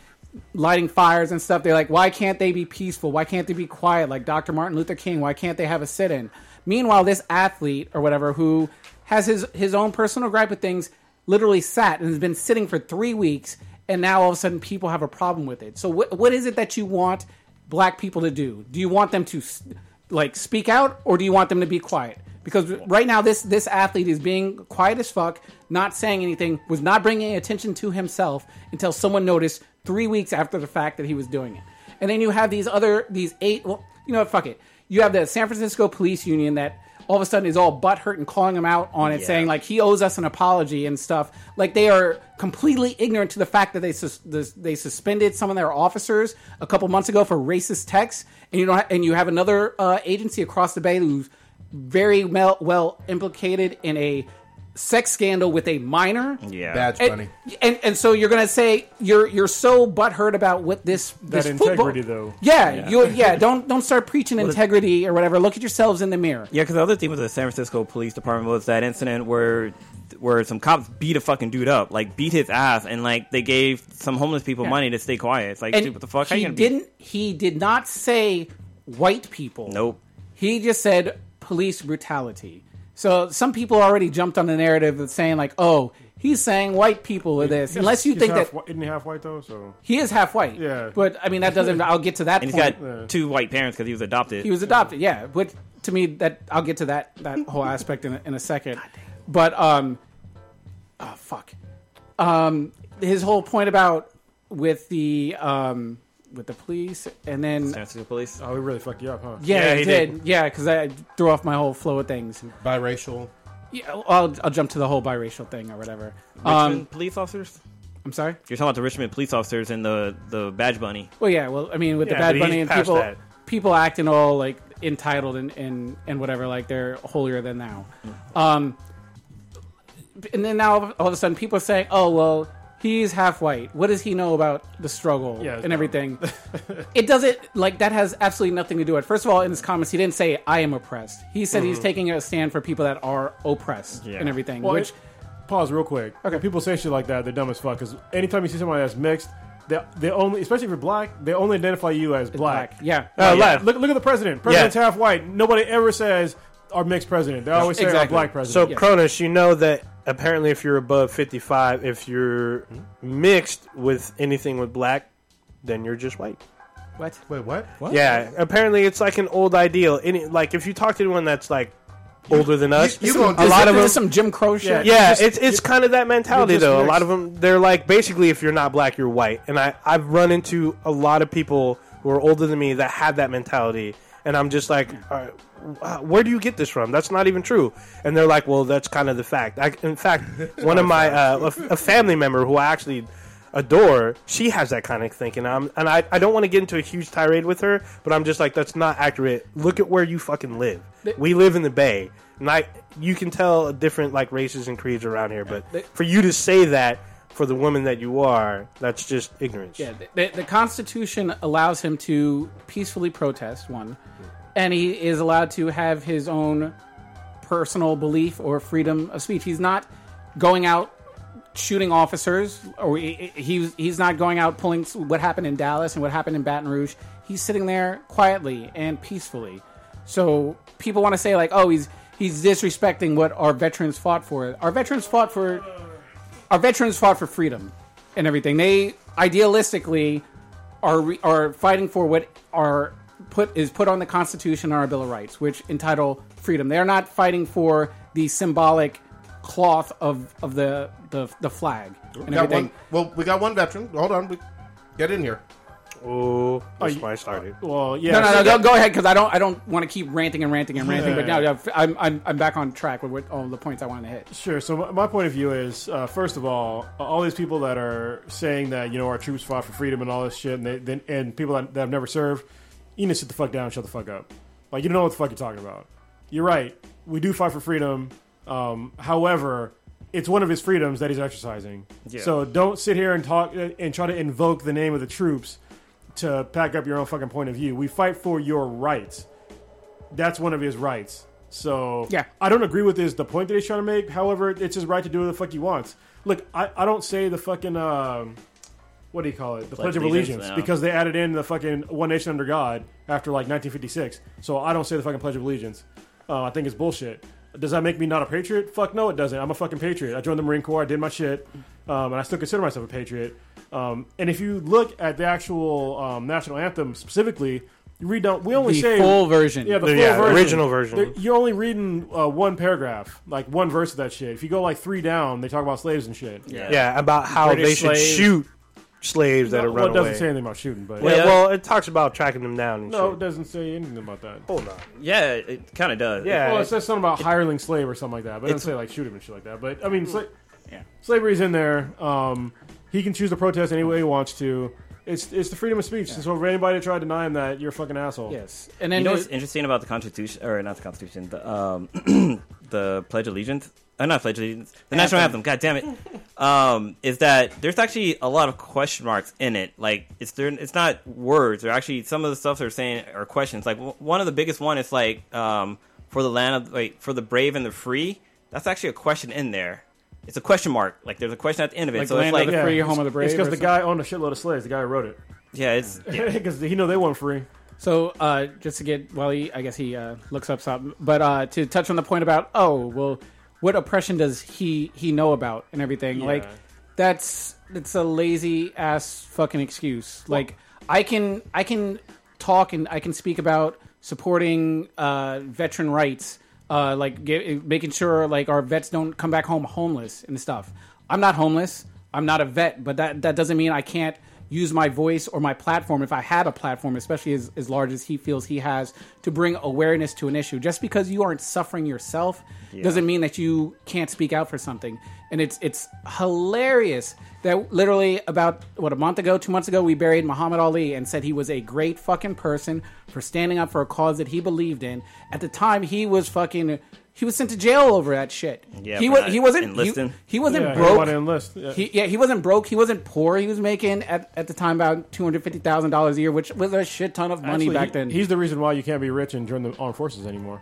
lighting fires and stuff." They're like, "Why can't they be peaceful? Why can't they be quiet like Dr. Martin Luther King? Why can't they have a sit-in?" Meanwhile, this athlete or whatever who has his his own personal gripe with things literally sat and has been sitting for three weeks, and now all of a sudden people have a problem with it. So what what is it that you want black people to do? Do you want them to s- like speak out, or do you want them to be quiet? Because right now this this athlete is being quiet as fuck, not saying anything, was not bringing attention to himself until someone noticed three weeks after the fact that he was doing it. And then you have these other these eight. Well, you know what? Fuck it. You have the San Francisco Police Union that all of a sudden is all butthurt and calling him out on it, saying like he owes us an apology and stuff. Like they are completely ignorant to the fact that they sus- this- they suspended some of their officers a couple months ago for racist texts, and you know, and you have another uh, agency across the bay who's very well, well implicated in a sex scandal with a minor.
Yeah.
That's
And,
funny.
and and so you're gonna say you're you're so butthurt about what this
That
this football-
integrity, though.
Yeah, you yeah. Don't don't start preaching integrity or whatever. Look at yourselves in the mirror.
Yeah, because the other thing with the San Francisco Police Department was that incident where where some cops beat a fucking dude up, like beat his ass, and like they gave some homeless people
Yeah.
money to stay quiet. It's like,
And
dude, what the fuck? How you
He
gonna be-
didn't. He did not say white people.
Nope.
He just said police brutality. So some people already jumped on the narrative of saying like, oh, he's saying white people are this. Unless you
He's
think
half
that
whi- isn't he half white though? So
he is half white.
Yeah.
But I mean that
[LAUGHS]
doesn't. I'll get to that
And he's
point.
got two white parents because he was adopted.
he was adopted. Yeah, which to me that I'll get to that that whole aspect in a, in a second. But um, oh fuck, um, his whole point about with the um with the police and then
San Francisco Police.
oh, we really fucked you up, huh?
yeah,
Yeah,
he
he
did.
did.
yeah because I threw off my whole flow of things.
Biracial.
Yeah, I'll I'll jump to the whole biracial thing or whatever.
Richmond
Um,
police officers.
I'm sorry.
You're talking about the Richmond police officers and the the badge bunny.
Well, yeah. Well, I mean, with
Yeah,
the Bad
but
Bunny
he's
and
past
people,
that.
people acting all like entitled and, and and whatever, like they're holier than thou. Um, and then now all of a sudden, people are saying, "Oh, well, he's half white. What does he know about the struggle
Yeah,
and
[LAUGHS]
no.
everything?" it doesn't like that has absolutely nothing to do. with it. First of all, in his comments, he didn't say I am oppressed. He said
Mm-hmm.
he's taking a stand for people that are oppressed and everything,
Well,
which.
it- pause real quick. Okay, people say shit like that. They're dumb as fuck. Because anytime you see somebody that's mixed, they they only, especially if you're black, they only identify you as black.
Yeah.
Uh,
Yeah,
left.
Look, look at the president. President's
Yeah.
half white. Nobody ever says our mixed president. They always say our
Exactly.
black
So
president.
Yes.
Cronus, you know that apparently if you're above 55, if you're mixed with anything with black, then you're just white.
what?
Wait, what? What?
Yeah, apparently it's like an old ideal. Any like if you talk to anyone that's like older than us,
you gonna
a
dis-
lot of
Is
them.
this some Jim Crow shit?
yeah, it's it's kind of that mentality
you're just
though. A
mixed.
lot of them, they're like basically if you're not black, you're white. And I I've run into a lot of people who are older than me that have that mentality, and I'm just like, all right, uh, where do you get this from? That's not even true. And they're like, well, that's kind of the fact. I, in [LAUGHS] fact, one of my uh, a, f- a family member who I actually adore, she has that kind of thinking. I'm, and I, I don't want to get into a huge tirade with her, but I'm just like, that's not accurate. Look at where you fucking live. We live in the Bay. And I, you can tell different like races and creeds around here, but for you to say that for the woman that you are, that's just ignorance.
Yeah, the, the Constitution allows him to peacefully protest one, and he is allowed to have his own personal belief or freedom of speech. He's not going out shooting officers, or he, he's he's not going out pulling s- what happened in Dallas and what happened in Baton Rouge. He's sitting there quietly and peacefully. So people want to say like, oh, he's he's disrespecting what our veterans fought for. Our veterans fought for our veterans fought for freedom and everything. They idealistically are re- are fighting for what are put is put on the Constitution and our Bill of Rights, which entitle freedom. They are not fighting for the symbolic cloth of of the the, the flag and
got
everything.
one, well, we got one veteran. Hold on, we, get in here.
Oh, that's
you- Oh,
why I started.
Well, yeah.
No, no, no,
so-
go, go ahead because I don't I don't want to keep ranting and ranting and ranting. But now yeah, I'm, I'm I'm back on track with what, all the points I wanted to hit.
Sure. So my- my point of view is, uh, first of all, all these people that are saying that you know our troops fought for freedom and all this shit, and they, then and people that, that have never served, you need to sit the fuck down, and shut the fuck up. Like you don't know what the fuck you're talking about. You're right. We do fight for freedom. Um, however, it's one of his freedoms that he's exercising. So don't sit here and talk and try to invoke the name of the troops to pack up your own fucking point of view. We fight for your rights. That's one of his rights. So
Yeah.
I don't agree with his the point that he's trying to make. However, it's his right to do what the fuck he wants. Look, I, I don't say the fucking um, what do you call it? The Pledge, of
Allegiance,
Allegiance
yeah.
because they added in the fucking One Nation Under God after like 1956. So I don't say the fucking Pledge of Allegiance. Uh, I think it's bullshit. Does that make me not a patriot? Fuck no, it doesn't. I'm a fucking patriot. I joined the Marine Corps. I did my shit, um, and I still consider myself a patriot. Um, and if you look at the actual um, national anthem specifically, you read down. We only
The
say
full version.
Yeah, the
The-
full
yeah, the
version.
original version.
There- You're only reading uh, one paragraph, like one verse of that shit. If you go like three down, they talk about slaves and shit.
Yeah, about how
British
they should
slaves.
shoot slaves that are
well, it
running
doesn't
away.
say anything about shooting, but
yeah,
Yeah.
well, it talks about tracking them down. And
no, it
shit.
doesn't say anything about that.
Oh,
hold on.
Yeah, it kind of does.
Yeah,
Well, it says something about hireling slave or something like that, but it doesn't
it's-
say like shoot him and shit like that. But I mean, sla-
Hmm.
slavery's in there. Um, he can choose to protest any way he wants to. It's it's the freedom of speech. And so for anybody to try to deny him that, you're a fucking asshole.
Yes, and then
You know
it-
what's interesting about the Constitution, or not the Constitution, the um, [CLEARS THROAT] the Pledge of Allegiance, uh, not Pledge of Allegiance, the National Anthem. God damn
[LAUGHS]
it, um, is that there's actually a lot of question marks in it. Like it's there, it's not words. Or actually, some of the stuff they're saying are questions. Like w- one of the biggest one is like um, for the land of like for the brave and the free. That's actually a question in there. It's a question mark. Like there's a question at the end of it.
Like
so it's
land of
like
the
yeah,
free. home of the brave
It's because
or
the guy owned a shitload of slaves. The guy who wrote it
it's yeah.
[LAUGHS] because he know they weren't free.
So uh, just to get well, he, I guess he uh, looks up something, but uh, to touch on the point about oh well, what oppression does he he know about and everything like that's it's a lazy ass fucking excuse. like I can I can talk and I can speak about supporting uh, veteran rights, uh, like ge- making sure like our vets don't come back home homeless and stuff. I'm not homeless. I'm not a vet, but that that doesn't mean I can't use my voice or my platform if I had a platform, especially as, as large as he feels he has, to bring awareness to an issue. Just because you aren't suffering yourself doesn't mean that you can't speak out for something. And it's it's hilarious that literally about what a month ago, two months ago, we buried Muhammad Ali and said he was a great fucking person for standing up for a cause that he believed in. At the time, he was fucking. He was sent to jail over that shit.
Yeah,
he
for
was.
not
He wasn't. He,
enlisting.
he wasn't
Yeah, he
broke.
wanted to enlist. Yeah.
He, yeah, he wasn't broke. He wasn't poor. He was making at, at the time about two hundred fifty thousand dollars a year, which was a shit ton of money
Actually,
back
he-
then.
He's the reason why you can't be rich and join the armed forces anymore.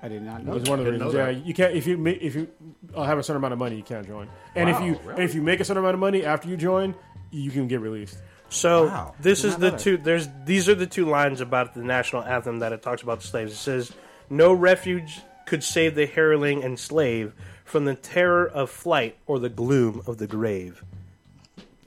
I did not know.
It's one of the
Didn't
reasons.
know
Yeah,
that.
you can't if you ma- if you uh, have a certain amount of money, you can't join. And if
Wow,
you
really?
and if you make a certain amount of money after you join, you can get released.
So
Wow.
this is the two. There's these are the two lines about the national anthem that it talks about the slaves. It says, "No refuge could save the hireling and slave from the terror of flight or the gloom of the grave."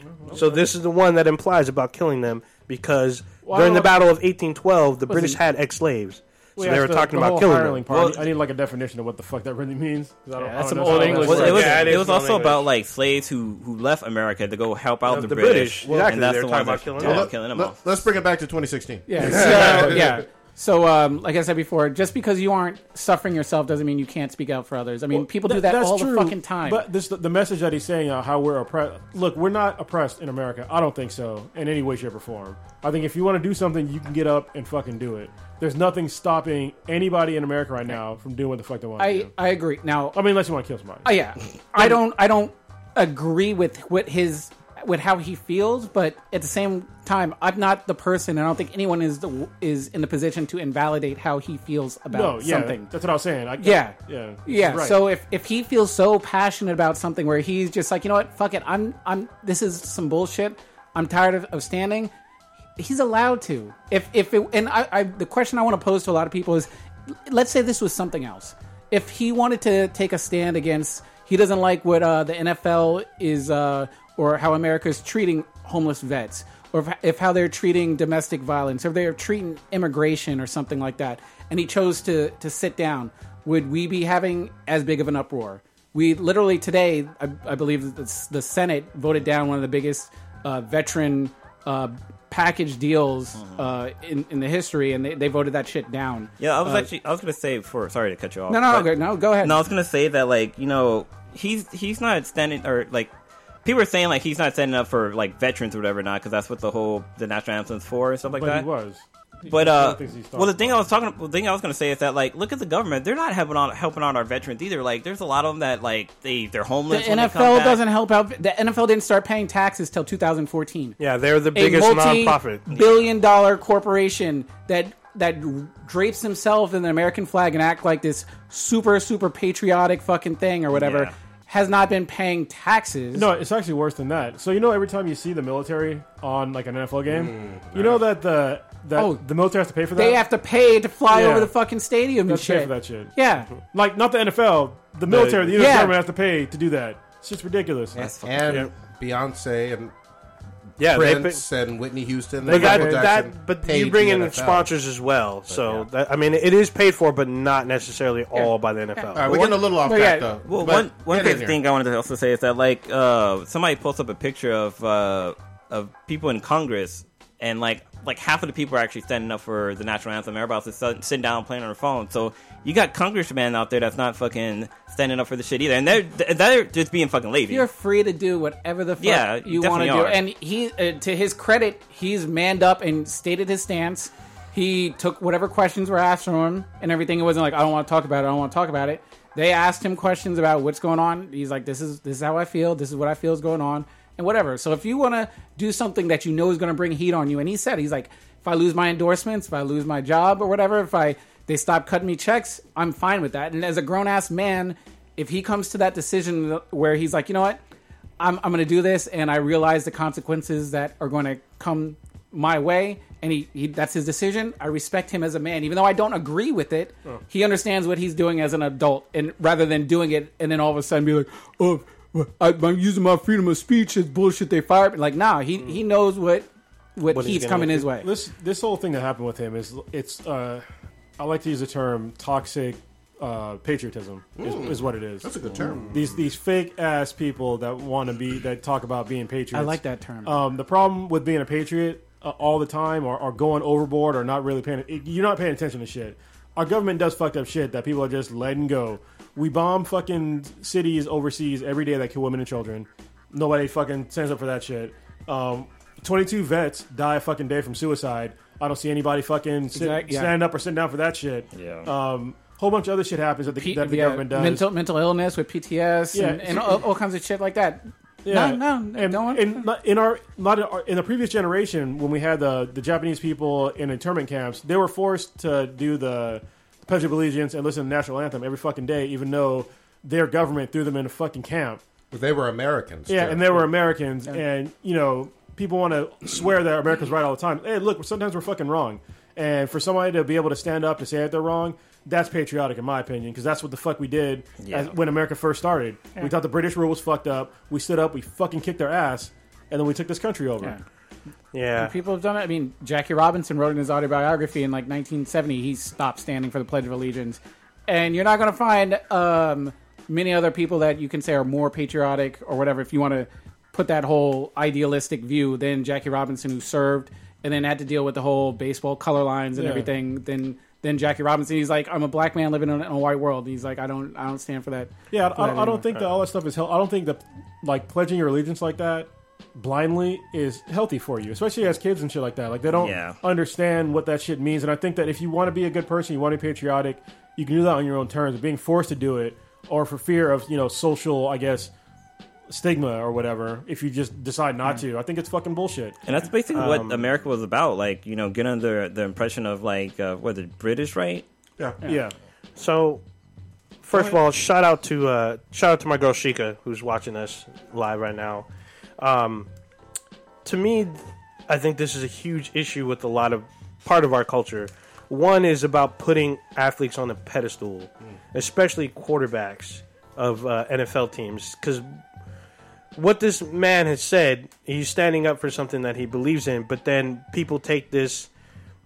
Mm-hmm.
So this is the one that implies about killing them because during the
don't-
Battle of 1812, the British had ex-slaves, so they were
the-
talking
the
about
whole
killing them.
hireling part. I
Well-
need- I need like a definition of what the fuck that really means. 'cause I don't- I
that's
don't
some
know
old
how
English
that
Well, it
word.
works.
was,
Yeah, it
it
is
was
not
also
English.
about like slaves who, who left America to go help out the,
the
British.
British. Exactly,
and that's
they
the
were
one that's
talking about killing
yeah,
them.
killing them
Let,
off.
[LAUGHS]
us bring it back to 2016.
yeah, so, yeah. So, um, like I said before, just because you aren't suffering yourself doesn't mean you can't speak out for others. I mean, people do
Th-
that
that's
all
true,
the fucking time.
But this the, the message that he's saying uh, how we're oppressed. Look, we're not oppressed in America. I don't think so in any way, shape, or form. I think if you want to do something, you can get up and fucking do it. There's nothing stopping anybody in America right now from doing what the fuck they want to
I,
do.
I agree. Now,
I mean, unless you want to kill somebody.
uh, yeah, I don't I don't agree with what his with how he feels, but at the same time, I'm not the person. I don't think anyone is the is in the position to invalidate how he feels
no,
about
Oh, yeah,
something.
that's what I was saying. I,
Yeah.
yeah,
Yeah.
right.
So if, if he feels so passionate about something where he's just like, you know what, fuck it, I'm I'm this is some bullshit. I'm tired of, of standing. He's allowed to. If if it, and I, I the question I want to pose to a lot of people is, let's say this was something else. If he wanted to take a stand against, he doesn't like what uh, the NFL is uh, or how America is treating homeless vets, or if, if how they're treating domestic violence, or if they're treating immigration or something like that, and he chose to to sit down would we be having as big of an uproar? We literally today, I, I believe that the, the Senate voted down one of the biggest uh, veteran uh, package deals uh, in, in the history, and they, they voted that shit down.
Mm-hmm. Yeah, I was actually I was gonna say before. Sorry to cut you off.
No, no, no, go,
but-
no, go ahead.
No, I was gonna say that like you know he's he's not standing or like people are saying like he's not standing up for like veterans or whatever not because that's what the whole the national anthem's for and stuff like
but
that.
he was.
But uh,
things he's talking
well, the thing I was talking, the thing I was going to say is that like, look at the government; they're not helping out helping out our veterans either. Like, there's a lot of them that like they they're
the
homeless. when they come
NFL
back.
doesn't help out. The NFL didn't start paying taxes till 2014.
Yeah, they're the
a
biggest
multi
nonprofit.
billion dollar corporation that that drapes himself in the American flag and act like this super super patriotic fucking thing or whatever
Yeah.
has not been paying taxes.
No, it's actually worse than that. So you know, every time you see the military on like an NFL game, you know that the that
Mm, Oh,
the military has to pay for that.
they have to pay to fly
uh, Yeah.
over the fucking stadium and
Let's pay
shit.
for that shit.
Yeah,
Like not the NFL, the military, the U.S.
Yeah.
government has to pay to do that. It's just ridiculous.
That's fucking-
and
Yep.
Beyonce and
Yeah, they pay-
Prince and Whitney Houston.
But
and
that,
Michael Jackson
that, but
paid
you bring
the
in
NFL.
sponsors as well. so
yeah.
that, I mean, it is paid for, but not necessarily all by the NFL.
All right, we're getting a little off
No,
track
yeah.
though.
Well,
but
one one
get in
crazy
here.
thing I wanted to also say is that like uh, somebody posts up a picture of uh, of people in Congress, and like like half of the people are actually standing up for the national anthem. Everybody else is sit- sitting down playing on their phone. So you got congressmen out there that's not fucking standing up for the shit either, and they're they're just being fucking lazy.
you're free to do whatever the fuck
Yeah,
you
definitely
want to do.
are.
And he, uh, to his credit, he's manned up and stated his stance. He took whatever questions were asked from him and everything. It wasn't like I don't want to talk about it. I don't want to talk about it. They asked him questions about what's going on. He's like, "This is this is how I feel. This is what I feel is going on, and whatever." So if you want to do something that you know is going to bring heat on you, and he said, he's like, "If I lose my endorsements, if I lose my job or whatever, if I they stop cutting me checks, I'm fine with that." And as a grown ass man, if he comes to that decision where he's like, you know what, I'm, I'm going to do this, and I realize the consequences that are going to come my way, and he, he that's his decision. I respect him as a man, even though I don't agree with it. He understands what he's doing as an adult, and rather than doing it and then all of a sudden be like, oh, I, am using my freedom of speech. It's bullshit. They fired me. Like, nah, he he knows what what,
What he's
heat's
gonna
coming
do.
his way.
This this whole thing that happened with him is it's uh, I like to use the term toxic uh, patriotism is, is what it is.
Mm. That's a good term.
These these fake ass people that want to be that talk about being patriots.
I like that term.
Um, the problem with being a patriot uh, all the time, or, or going overboard, or not really paying it- you're not paying attention to shit. Our government does fucked up shit that people are just letting go. We bomb fucking cities overseas every day that kill women and children. Nobody fucking stands up for that shit. Um, 22 vets die a fucking day from suicide. I don't see anybody fucking sit,
Exact- yeah.
stand up or sitting down for that shit.
Yeah.
Um, whole bunch of other shit happens that the,
P-
that the
yeah,
government does.
mental mental illness with PTS
Yeah.
and, and all, all kinds of shit like that.
Yeah.
No, no,
and,
no one.
and not- in our not in, our, in the previous generation when we had the the Japanese people in internment camps, they were forced to do the Pledge of Allegiance and listen to the national anthem every fucking day, even though their government threw them in a fucking camp.
But they were Americans.
Yeah,
too.
and they were Americans, and you know people want to swear that America's right all the time. Hey, look, sometimes we're fucking wrong, and for somebody to be able to stand up and say that they're wrong. That's patriotic, in my opinion, because that's what the fuck we did as, when America first started. We thought the British rule was fucked up. We stood up, we fucking kicked their ass, and then we took this country over.
Yeah.
yeah,
People have done it. I mean, Jackie Robinson wrote in his autobiography in like 1970, he stopped standing for the Pledge of Allegiance. And you're not going to find um, many other people that you can say are more patriotic or whatever, if you want to put that whole idealistic view, than Jackie Robinson, who served and then had to deal with the whole baseball color lines and
Yeah.
everything. Then then Jackie Robinson, he's like, I'm a black man living in a white world. He's like, I don't I don't stand for that.
Yeah,
for that
I, I, I
anymore.
don't think that all that stuff is healthy. I don't think that like pledging your allegiance like that blindly is healthy for you, especially as kids and shit like that. Like they don't
Yeah.
understand what that shit means. And I think that if you want to be a good person, you want to be patriotic, you can do that on your own terms. But being forced to do it, or for fear of you know social, I guess, stigma or whatever, if you just decide not
Hmm.
to, I think it's fucking bullshit.
And that's basically
Um,
what America was about. Like, you know, get under the impression of like uh, what the British, right?
Yeah.
Yeah,
So, first of all, shout out to uh, shout out to my girl Shika who's watching us live right now. Um, to me, I think this is a huge issue with a lot of part of our culture. One is about putting athletes on a pedestal,
Mm.
especially quarterbacks of uh, NFL teams, because what this man has said, he's standing up for something that he believes in, but then people take this,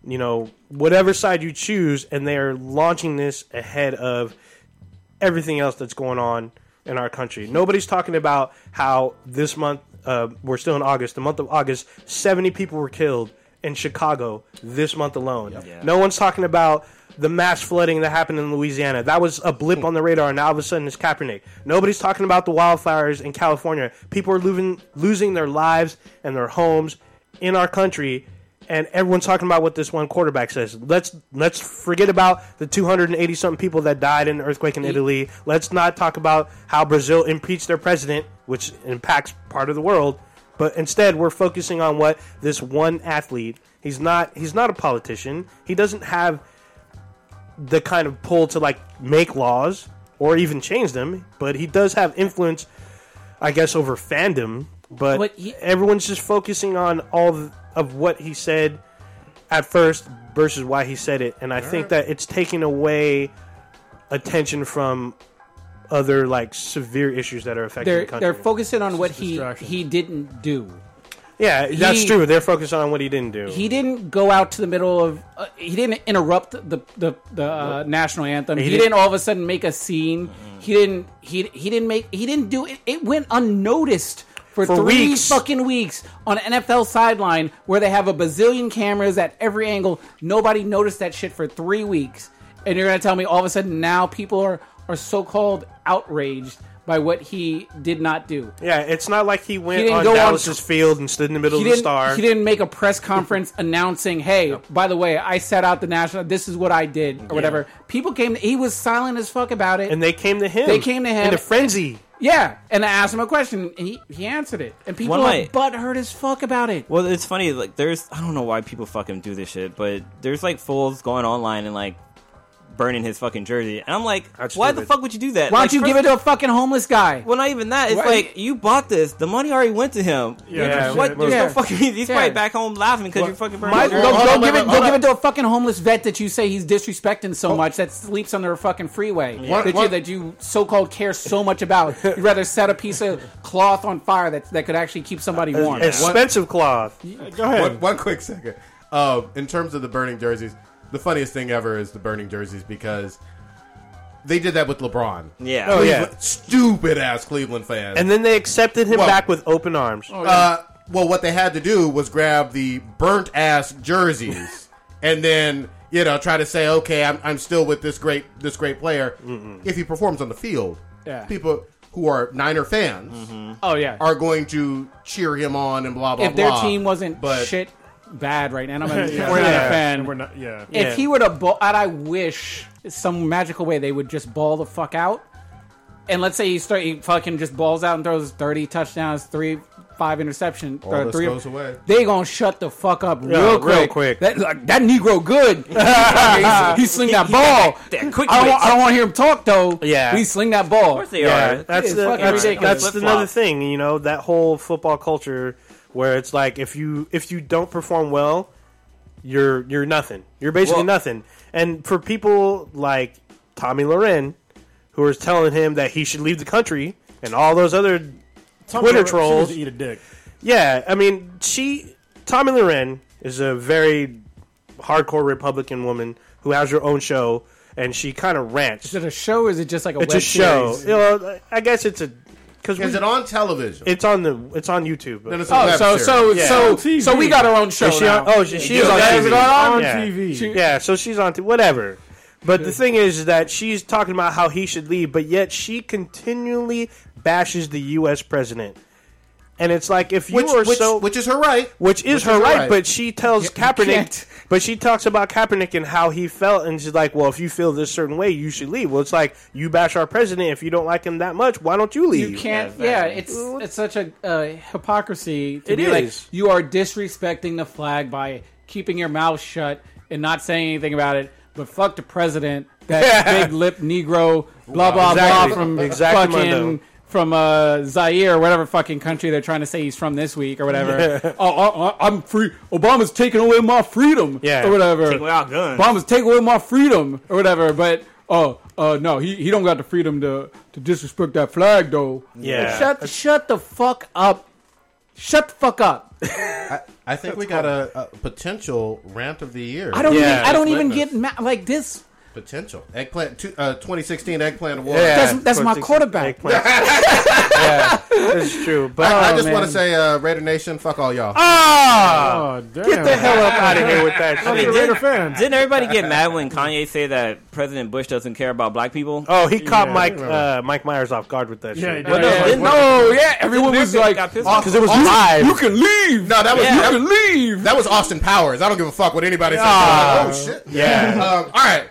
you know, whatever side you choose, and they are launching this ahead of everything else that's going on in our country. Nobody's talking about how this month, uh, we're still in August, the month of August, 70 people were killed in Chicago this month alone.
Yeah.
No one's talking about the mass flooding that happened in Louisiana. That was a blip on the radar, and now all of a sudden it's Kaepernick. Nobody's talking about the wildfires in California. People are losing, losing their lives and their homes in our country and everyone's talking about what this one quarterback says. Let's let's forget about the 280 something people that died in an earthquake in Italy. Let's not talk about how Brazil impeached their president, which impacts part of the world. But instead, we're focusing on what this one athlete. He's not he's not a politician. He doesn't have the kind of pull to like make laws or even change them, but he does have influence I guess over fandom, but,
But he-
everyone's just focusing on all th- of what he said at first versus why he said it, and I think that it's taking away attention from other like severe issues that are affecting
They're
the country.
they're focusing on what he
distraction.
he didn't do.
yeah, that's
he-
true. They're focused on what he didn't do.
He didn't go out to the middle of. Uh, he didn't interrupt the the, the uh, national anthem. He,
didn't-
didn't all of a sudden make a scene. He didn't. He he didn't make. He didn't do it. It went unnoticed for,
For
three
weeks.
fucking weeks on NFL sideline where they have a bazillion cameras at every angle. Nobody noticed that shit for three weeks, and you're gonna tell me all of a sudden now people are are so called outraged by what he did not do.
yeah, it's not like he went
didn't
on
go on-
Dallas's field and stood in the middle
he
of the
didn't,
star.
he didn't make a press conference [LAUGHS] announcing, "Hey, by the way, I set out the national. This is what I did, or whatever." People came. He was silent as fuck about it.
and they came to him.
They came to him.
in a frenzy.
yeah, and I asked him a question, and he, he answered it. And people
One
are
night-
butthurt as fuck about it.
Well, it's funny. Like, there's I don't know why people fucking do this shit, but there's like fools going online and like burning his fucking jersey, and I'm like,
That's
why the
stupid.
fuck would you do that?
Why
Like,
don't you
first-
give it to a fucking homeless guy?
Well, not even that. It's
Why-
like you bought this. The money already went to him.
Yeah,
what? There's
yeah.
no fucking. He's
Yeah.
probably back home laughing because you're fucking burning.
Why-
his
go
jersey.
hold
go
on, wait,
give, it,
wait,
go
hold
give
on. Oh.
it to a fucking homeless vet that you say he's disrespecting so much that sleeps under a fucking freeway
One-
that you
one-
that you so called care so much
[LAUGHS]
about. You'd rather set a piece of cloth on fire that that could actually keep somebody warm.
Expensive cloth.
go
[LAUGHS]
ahead.
one, one quick second. Um, in terms of the burning jerseys, the funniest thing ever is the burning jerseys because they did that with LeBron.
Yeah.
Oh, yeah.
Stupid ass Cleveland fans.
And then they accepted him
Well-
back with open arms.
uh, well, what they had to do was grab the burnt ass
[LAUGHS]
jerseys and then you know try to say, okay, I'm, I'm still with this great this great player if he performs on the field.
Mm-hmm. Yeah.
People who are Niner fans
oh yeah,
are going to cheer him on and blah blah.
if their
blah.
team wasn't
But-
shit bad right now, and I'm a,
Yeah.
we're not
Yeah.
a fan.
and we're not. Yeah,
If
Yeah.
he were to ball, and I wish some magical way they would just ball the fuck out. And let's say he start he fucking just balls out and throws thirty touchdowns, three five interception,
All
or
this
three.
goes away.
They gonna shut the fuck up
Yeah,
real
real
quick.
quick.
That like, that Negro good. he, he sling that ball. [LAUGHS]
that quick
I don't, want-
twitch.
I don't want to hear him talk though.
Yeah.
he sling that ball.
Of course they
Yeah,
are.
that's
It's
the,
fucking
that's,
ridiculous.
that's
Flip-flop.
another thing. You know that whole football culture where it's like if you if you don't perform well, you're you're nothing. You're basically
Well-
nothing. And for people like Tommy Loren, who is telling him that he should leave the country, and all those other Twitter
She
trolls,
was to eat a dick.
yeah, I mean, she Tommy Loren is a very hardcore Republican woman who has her own show, and she kind of rants.
Is it a show? or Is it just like a
It's
web
a show.
series?
You know, I guess it's a because
Is it on television?
it's on the it's on YouTube.
Then it's a
Oh,
web
so
series.
so
Yeah.
so
On TV.
so we got our own show
Is she
now.
on, oh, she, she
You
is on
guys
TV.
are
on
yeah.
TV.
Yeah, so she's on to whatever. But the thing is that she's talking about how he should leave, but yet she continually bashes the U.S. president. And it's like if you
which,
are
which,
so,
which is her right.
which is her right, but she tells
Yeah, you
Kaepernick,
can't.
but she talks about Kaepernick and how he felt, and she's like, "Well, if you feel this certain way, you should leave." Well, it's like you bash our president if you don't like him that much. Why don't you leave?
you can't. Yeah, it's it's such a uh, hypocrisy to
It
be like
is.
you are disrespecting the flag by keeping your mouth shut and not saying anything about it. But fuck the president, [LAUGHS] that big lip Negro, blah blah
Exactly.
blah from
Exactly,
fucking
Mundo.
from uh, Zaire, whatever fucking country they're trying to say he's from this week or whatever. oh, I, I, am free. Obama's taking away my freedom.
Yeah.
or whatever.
Take away our guns.
Obama's take away my freedom or whatever. But oh, uh, no, he, he don't got the freedom to to disrespect that flag though.
Yeah.
Shut shut the fuck up. Shut the fuck up.
I think we got a, a potential rant of the year.
I don't
Yeah,
even I don't even
litmus.
get ma- like this.
potential eggplant two, uh, 2016 eggplant award.
That's- that's my quarterback.
Eggplant. [LAUGHS] yeah, that's true. But
I, I
Oh,
just want
man.
to say, uh, Raider Nation, fuck all y'all.
ah,
Oh, damn.
get the hell up out of here with that
You're a
shit.
did-
Raider fan.
Didn't everybody get mad
[LAUGHS]
when Kanye said that President Bush doesn't care about black people?
Oh, he caught
Yeah.
Mike uh, Mike Myers off guard with that
Yeah,
shit.
he did.
Yeah.
didn't-
No, yeah, everyone was like,
got pissed off.
Because it was live.
you can leave.
No, that was
Yeah.
you
that,
can leave.
that was Austin Powers. I don't give a fuck what anybody says.
Ah.
oh shit.
Yeah.
Um, all right.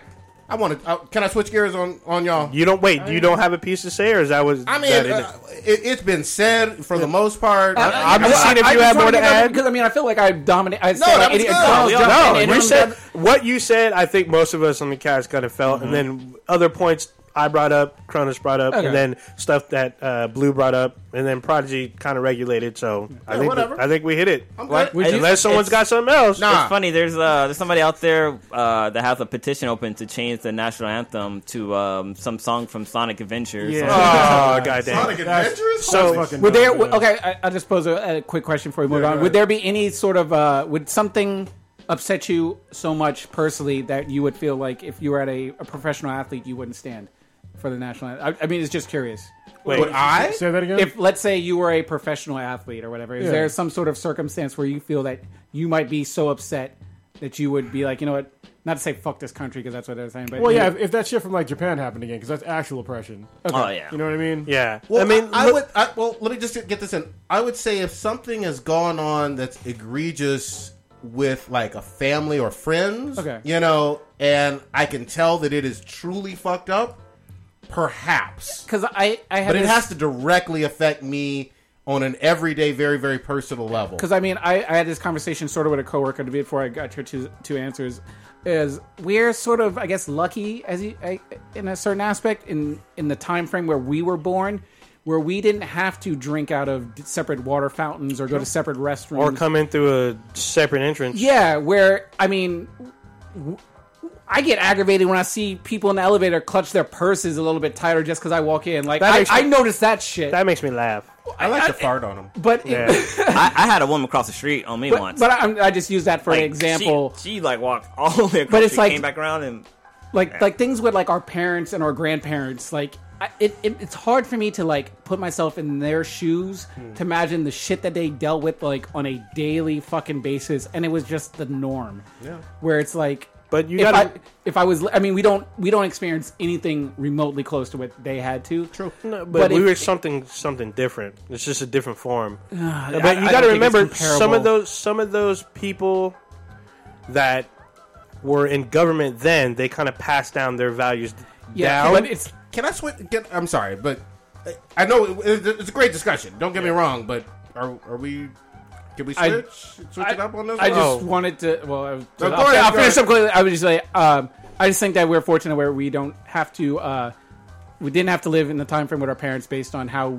I want to. Uh, can I switch gears on on y'all?
You don't wait. You don't have a piece to say, or is that was?
I mean,
that it?
uh, it, it's been said for the most part.
I'm just seeing if you have more to add.
Because I mean, I feel like I dominate. I no,
that
like,
was
idiot,
good.
Donald
We
Trump
no,
and- and
you
Donald
said
Trump-
what you said. I think most of us on the cast kind of felt, and then other points I brought up, Cronus brought up,
Okay.
and then stuff that uh, Blue brought up, and then Prodigy kind of regulated. So I think
whatever.
I think we hit it.
I'm good.
Would you-
Unless someone's got
it's-
something else.
Nah.
It's funny. There's uh, there's somebody out there uh, that has a petition open to change the national anthem to um, some song from Sonic Adventure.
Yeah.
Yeah.
[LAUGHS]
Oh goddamn!
Sonic Adventures.
so-
Holy
Fucking
Would there?
dumb,
would-
yeah.
Okay, I, I just pose a, a quick question before we move
Yeah,
on.
go
Would there
ahead.
be any sort of? Uh, would something upset you so much personally that you would feel like if you were at a, a professional athlete, you wouldn't stand for the national? anthem? I, I mean, it's just curious.
Wait,
Would I?
Say that again.
If let's say you were a professional athlete or whatever, is
Yeah.
there some sort of circumstance where you feel that you might be so upset that you would be like, you know what? Not to say fuck this country because that's what they're saying, but
well, yeah, if, if that shit from like Japan happened again, because that's actual oppression.
Oh yeah.
You know what I mean?
yeah.
Well,
I mean,
I,
look-
would. I, well, let me just get this in. I would say if something has gone on that's egregious with like a family or friends,
Okay.
you know, and I can tell that it is truly fucked up, perhaps.
because I I have
But it
this-
has to directly affect me on an everyday, very, very personal level.
because I mean, I, I had this conversation sort of with a coworker before I got your two two answers. Is we're sort of, I guess, lucky as you, I, in a certain aspect in in the time frame where we were born, where we didn't have to drink out of d- separate water fountains or go to separate restrooms
or come in through a separate entrance.
yeah, where I mean, w- I get aggravated when I see people in the elevator clutch their purses a little bit tighter just because I walk in. Like
That
I,
makes-
I notice that shit,
That makes me laugh.
I like to fart on them.
but it-
Yeah.
I, I had a woman across the street on
[LAUGHS]
me
but,
once.
but I, I just use that for
Like,
an example.
She, she like walked all the way across.
But
But
it's
it's
like-
came back around and
like like things with like our parents and our grandparents like I, it, it, it's hard for me to like put myself in their shoes
Hmm.
to imagine the shit that they dealt with like on a daily fucking basis and it was just the norm yeah where it's like
But you
if
gotta-
I, if I was I mean we don't we don't experience anything remotely close to what they had to [SIGHS] true
No, but,
But
we
if-
were something something different. It's just a different form.
Uh, I-
but
I
you got to
don't think it's
remember some
comparable.
of those some of those people that were in government then they kind of passed down their values
yeah
down.
but it's
Can I switch? Get, I'm sorry, but I- I know it, it- it's a great discussion. Don't get me wrong, but are, are we? Can we switch?
I-
switch it up on this?
I
one?
just
Oh.
wanted to. Well, I was,
No, go
I'll,
ahead,
I'll
go
finish
ahead.
up quickly. I would just say, um, I just think that we're fortunate where we don't have to. Uh, we didn't have to live in the time frame with our parents based on how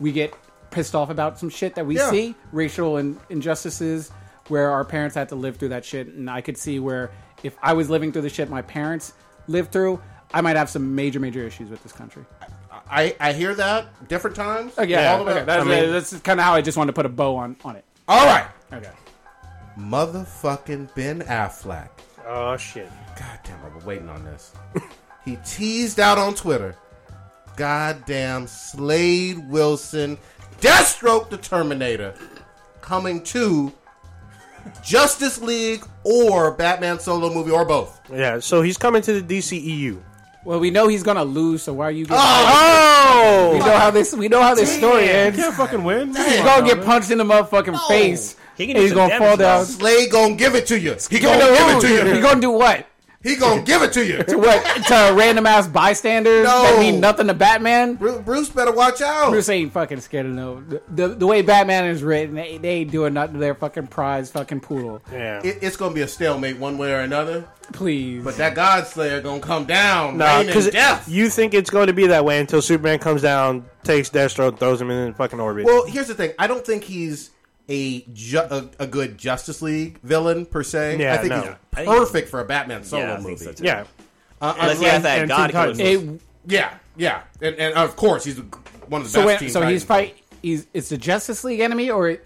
we get pissed off about some shit that we
Yeah.
see, racial in, injustices, where our parents had to live through that shit, and I could see where if I was living through the shit my parents lived through, I might have some major, major issues with this country.
I, I hear that different times.
Okay, Oh, yeah,
All the way
okay,
up.
that's,
I mean-
that's kind of how I just wanted to put a bow on on it.
all right.
Okay.
Motherfucking Ben Affleck.
oh shit.
[LAUGHS]
God damn, I've been waiting on this. he teased out on Twitter goddamn Slade Wilson, Deathstroke the Terminator, coming to Justice League or Batman solo movie or both.
Yeah, so he's coming to the E DCEU.
Well, we know he's gonna lose, so why are you? Getting
Oh!
We know how this. We know how this story ends.
Can't fucking
[LAUGHS]
win.
He's gonna get punched in the motherfucking face.
He
and
can do
he's
some
gonna fall
damage, though.
down.
Slade gonna give it to you. He
You're
gonna
gonna
give it
lose.
to
You're [LAUGHS]
you.
gonna do what?
He gonna give it to you.
To what? To random ass bystanders
No.
that mean nothing to Batman.
Bru- Bruce better watch out.
Bruce ain't fucking scared of no. The, the, the way Batman is written, they, they ain't doing nothing to their fucking prize fucking poodle.
Yeah.
It- it's gonna be a stalemate one way or another.
Please.
But that God Slayer gonna come down,
Nah,
reigning death.
you think it's going to be that way until Superman comes down, takes Deathstroke, throws him in the fucking orbit.
Well, here's the thing. I don't think he's a ju- a, a good Justice League villain per se.
Yeah,
I think
no.
he's perfect for a Batman solo
Yeah, I think
movie.
so too.
yeah.
Uh,
Unless he has
unless-
that
and
God
Teen
killer.
It-
Titans.
Yeah, yeah, and, and of course he's one of the
so
best.
when-
Teen
so he's
Titans.
fight. He's it's the Justice League enemy or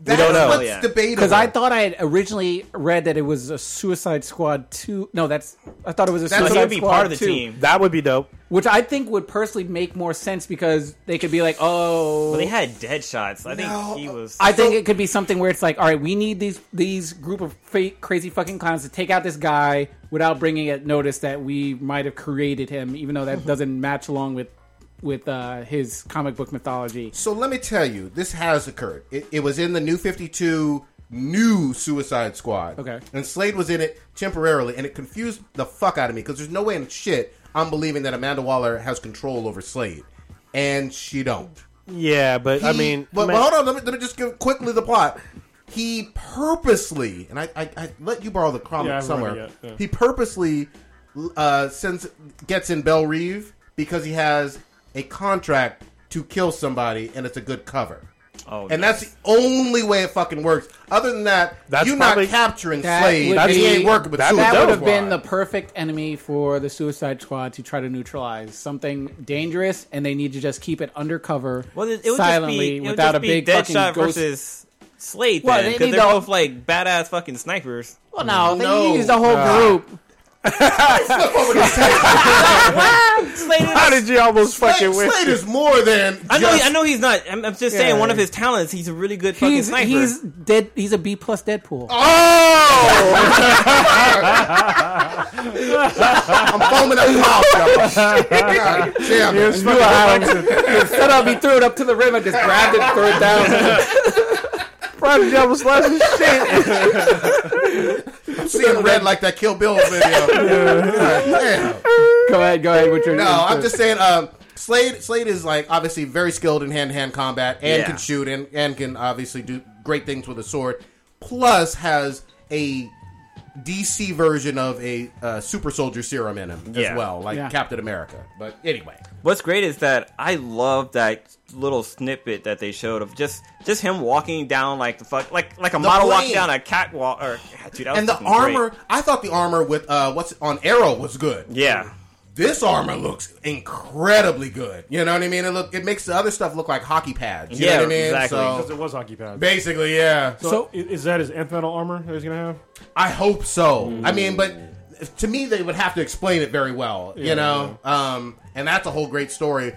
That's
don't know.
what's
Yeah.
debatable.
because I thought I had originally read that it was a Suicide Squad two. No, that's I thought it was a
That's-
Suicide
So he would be
Squad
part of the
2,
team.
That would be dope.
which I think would personally make more sense because they could be like, oh,
Well, they had dead shots. I think
No,
he was.
I think it could be something where it's like, all right, we need these these group of fa- crazy fucking clowns to take out this guy without bringing it notice that we might have created him, even though
Mm-hmm.
that doesn't match along with with uh, his comic book mythology.
So let me tell you, this has occurred. It, it was in the New Fifty Two new Suicide Squad.
Okay.
and Slade was in it temporarily, and it confused the fuck out of me because there's no way in shit I'm believing that Amanda Waller has control over Slade, and she don't.
Yeah, but I
He-
mean,
but,
man-
but hold on. Let me, let me just give quickly the plot. He purposely, and I, I, I let you borrow the comic
Yeah, I haven't
somewhere.
read it yet, yeah.
He purposely uh, sends gets in Bell Reeve because he has a contract to kill somebody, and it's a good cover.
Oh,
and
nice.
that's the only way it fucking works. Other than that,
That's
you're
probably-
not capturing
That
Slade.
would
and he
be-
ain't working with
that
Suicide
That
That
would
was
have been
Squad.
the perfect enemy for the Suicide Squad to try to neutralize something dangerous, and they need to just keep it undercover,
Well, it, it would
silently,
just be, it would
without
just
a
be
big fucking
Deadshot
ghost.
versus Slade.
Well,
Well,
they
because
need
they
to-
are both like badass fucking snipers.
well, no,
No.
they use the whole [LAUGHS] group. [LAUGHS] Ah,
Slade, is-
how did you almost fucking win?
Slade, Slade is more than.
I know,
just-
I know he's not. I'm, I'm just saying,
Yeah.
one of his talents, he's a really good fucking
He's
sniper.
he's dead. He's a B plus Deadpool.
Oh! I'm foaming at the mouth, y'all. God damn it.
It's
[LAUGHS]
fucking Alex.
Instead of he threw it Oh, up to the rim and just grabbed it and threw it down.
Private Jumbo slash
[LAUGHS]
his shit.
I'm seeing red like that Kill Bill video. God damn.
[LAUGHS] go ahead, go ahead with your
No, I'm just saying. Um, Slade Slade is like obviously very skilled in hand to hand combat and
Yeah.
can shoot and and can obviously do great things with a sword. Plus, has a DC version of a uh, super soldier serum in him
Yeah.
as well, like
Yeah.
Captain America. But anyway,
What's great is that I love that little snippet that they showed of just just him walking down like the fuck like like a model walking
plane.
down a catwalk or dude, that was
and the
fucking great.
armor. I thought the armor with uh, what's on Arrow was good.
Yeah,
This armor looks incredibly good. You know what I mean? It look it makes the other stuff look like hockey pads. You
Yeah,
know what I mean?
exactly.
Because
So
it was hockey pads.
basically, yeah.
So, i- is that his nth metal armor that he's gonna have?
Uh,
I hope so. I mean, but to me, they would have to explain it very well. You know, um, and that's a whole great story.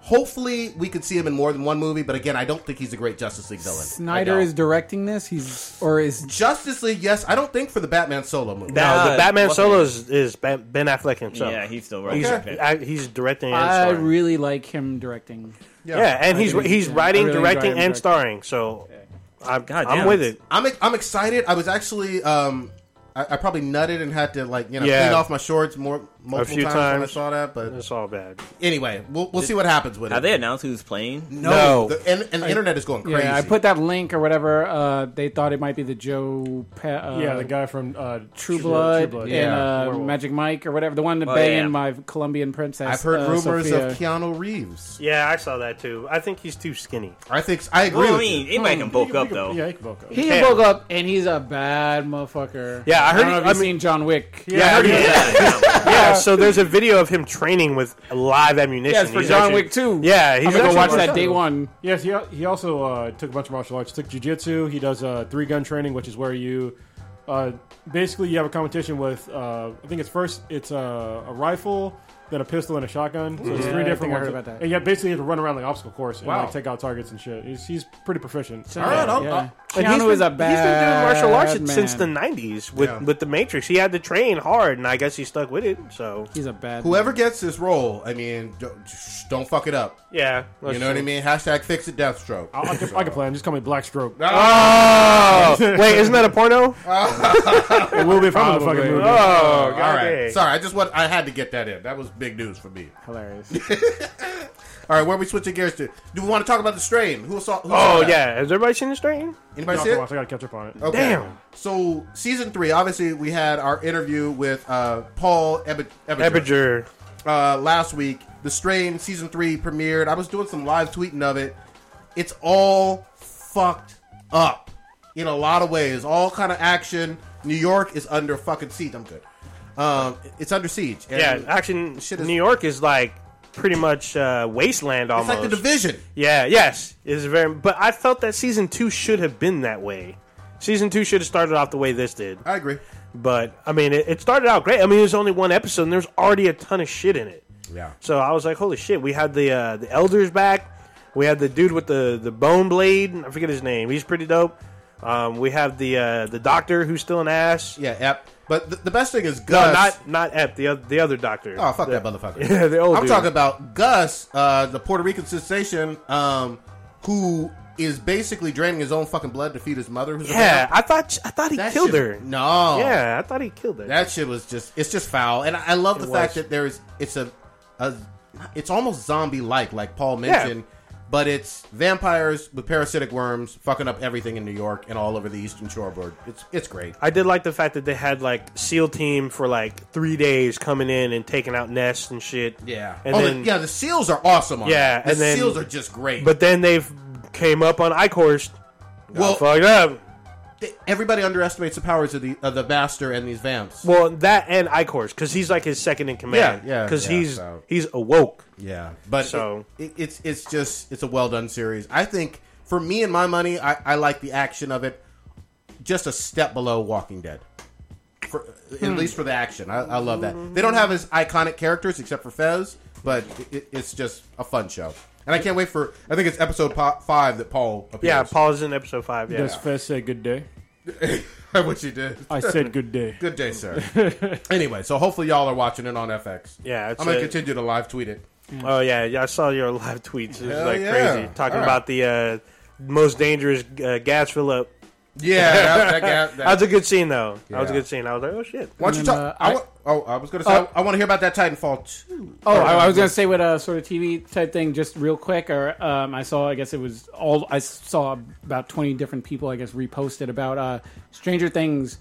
Hopefully, we could see him in more than one movie. But again, I don't think he's a great Justice League villain. I
Snyder
don't.
is directing this. He's or is
Justice League. Yes, I don't think for the Batman solo movie.
No,
Nah,
the Batman
what-
solo is, is Ben Ben Affleck himself.
yeah, he's still right.
he's,
Okay.
I, he's directing and
I
starring.
really like him directing.
yeah. and he's he's writing,
I really
directing,
enjoy him
and
directing.
starring. So I'm,
God
I'm
damn.
with it.
I'm I'm excited. I was actually um, I, I probably nutted and had to like you know
Yeah.
clean off my shorts more multiple
few
times, when I
times.
saw that. But
It's all bad.
anyway, we'll we'll see what happens with
Have
it.
they announced who's playing?
no,
No.
The, and, and the internet is going crazy.
Yeah, I put that link or whatever. Uh, they thought it might be the Joe. Pa- uh,
yeah, the guy from uh,
True Blood, and
yeah.
uh,
Werewolf.
Magic Mike or whatever. The one to
Oh,
bang
yeah.
in my Colombian princess.
I've heard
uh,
rumors
Sophia.
of Keanu Reeves.
Yeah, I saw that too. I think he's too skinny.
I think I agree.
Well, I
with
mean,
you.
anybody can bulk up though.
Yeah, he can bulk up.
He
Damn.
woke up and he's a bad motherfucker.
Yeah, I heard
don't know
he-
if you've
I mean-
seen John Wick.
Yeah, I heard he was
Yeah, yeah.
Yeah, so there's a video of him training with live ammunition.
Yes, for
He's
John
actually-
Wick too.
Yeah, he's
I'm gonna go
actually
watch
martial
that day
arts.
one.
Yes, he, he also uh, took a bunch of martial arts. Took jujitsu. He does uh, three gun training, which is where you uh, basically you have a competition with. Uh, I think it's first it's uh, a rifle, then a pistol and a shotgun. So it's
Yeah,
three
I
different
think I
ones.
heard about that.
And yeah, basically you have to run around like obstacle course and
Wow.
like take out targets and shit. He's, he's pretty proficient.
So,
All right, I'll-
yeah.
I'll-
And he's
uh, Keanu
been,
is a bad
he's been doing martial arts
man.
since the '90s with
Yeah.
with the Matrix. He had to train hard, and I guess he stuck with it. So
He's a bad.
Whoever gets this role, I mean, don't, shh, don't fuck it up.
yeah,
Oh,
You know what I mean? Hashtag fix it, Deathstroke.
I, I, can, I can play him. Just call me Black Stroke.
Oh, wait, isn't that
[LAUGHS]
a porno?
It will be from the fucking
Probably. Ah,
movie.
Oh,
[LAUGHS]
God
All right,
dang.
sorry. I just want I had to get that in. That was big news for me.
man. hilarious.
All right, where are we switching gears to? Do we want to talk about the strain? Who saw? Who saw
[LAUGHS] Oh
that?
yeah, has everybody seen the strain?
Anybody
I
see it?
gotta catch up on it.
Okay.
Damn.
So season three, obviously, we had our interview with uh, Paul Eb- Ebinger,
Ebinger.
uh, last week. The Strain season three premiered. I was doing some live tweeting of it. It's all fucked up in a lot of ways. All kind of action. New York is under fucking siege. I'm good. Um, it's under siege. And
Yeah, action.
Shit is-
New York is like pretty much uh, wasteland
it's
almost.
like the division.
Yeah, yes, it is very. But I felt that season two should have been that way. Season two should have started off the way this did.
I agree.
But I mean, it, it started out great. I mean, there's only one episode, and there's already a ton of shit in it.
Yeah.
So I was like, holy shit! We had the uh, the elders back. We had the dude with the the bone blade. I forget his name. He's pretty dope. Um, we have the uh, the doctor who's still an ass.
Yeah. Ep. But the, the best thing is
No,
Gus.
not not Ep, the other the other doctor.
Oh fuck that motherfucker!
Yeah, the old
I'm
dude.
talking about Gus, uh, the Puerto Rican sensation, um, who is basically draining his own fucking blood to feed his mother. Who's a
Yeah,
man.
I thought I thought he
that
killed
shit-
her.
No,
Yeah, I thought he killed her.
that shit was just it's just foul. And I, I love the
It
fact
was.
that there is it's a, a it's almost zombie like, like Paul mentioned. But it's vampires with parasitic worms fucking up everything in New York and all over the Eastern Shoreboard. It's it's great.
I did like the fact that they had like SEAL team for like three days coming in and taking out nests and shit.
Yeah.
and
oh, the-
then
yeah, the seals are awesome. On
Yeah,
that. the
and then-
seals are just great.
but then they've came up on Icorst.
Well-
Well, fucked up.
Th- everybody underestimates the powers of the of the master and these vamps.
Well, that and Icorst because he's like his second in command.
Yeah, yeah,
because
yeah,
he's
so-
he's awoke.
yeah, but
So-
it, it, it's it's just it's a well done series. I think for me and my money, I, I like the action of it just a step below Walking Dead. For, at least for the action, I, I love that they don't have as iconic characters except for Fez, but it, it, it's just a fun show, and I can't wait for. I think it's episode po- five that Paul appears. [LAUGHS]
Yeah, Paul's in episode five. Yeah,
Does Fez say good day?
what you did.
I said
[LAUGHS]
good day.
Good day, sir. anyway, so hopefully y'all are watching it on FX.
Yeah, it's
I'm gonna
a-
continue to live tweet it.
oh yeah, yeah. I saw your [LAUGHS] live tweets. It was
Hell
like
yeah.
crazy talking
All right.
about the uh, most dangerous uh, gas fill up.
[LAUGHS]
Yeah, that, that, that,
That was a good scene though. That was a
Yeah.
good scene. I was like, oh shit.
Why don't you
And
talk?
then, uh,
I,
I-
wa- oh, I was gonna say
Uh,
I, want to hear about that Titanfall too.
Oh, I, I was gonna say with a sort of TV type thing, just real quick. Or um, I saw, I guess it was all I saw about twenty different people, I guess, reposted about uh, Stranger Things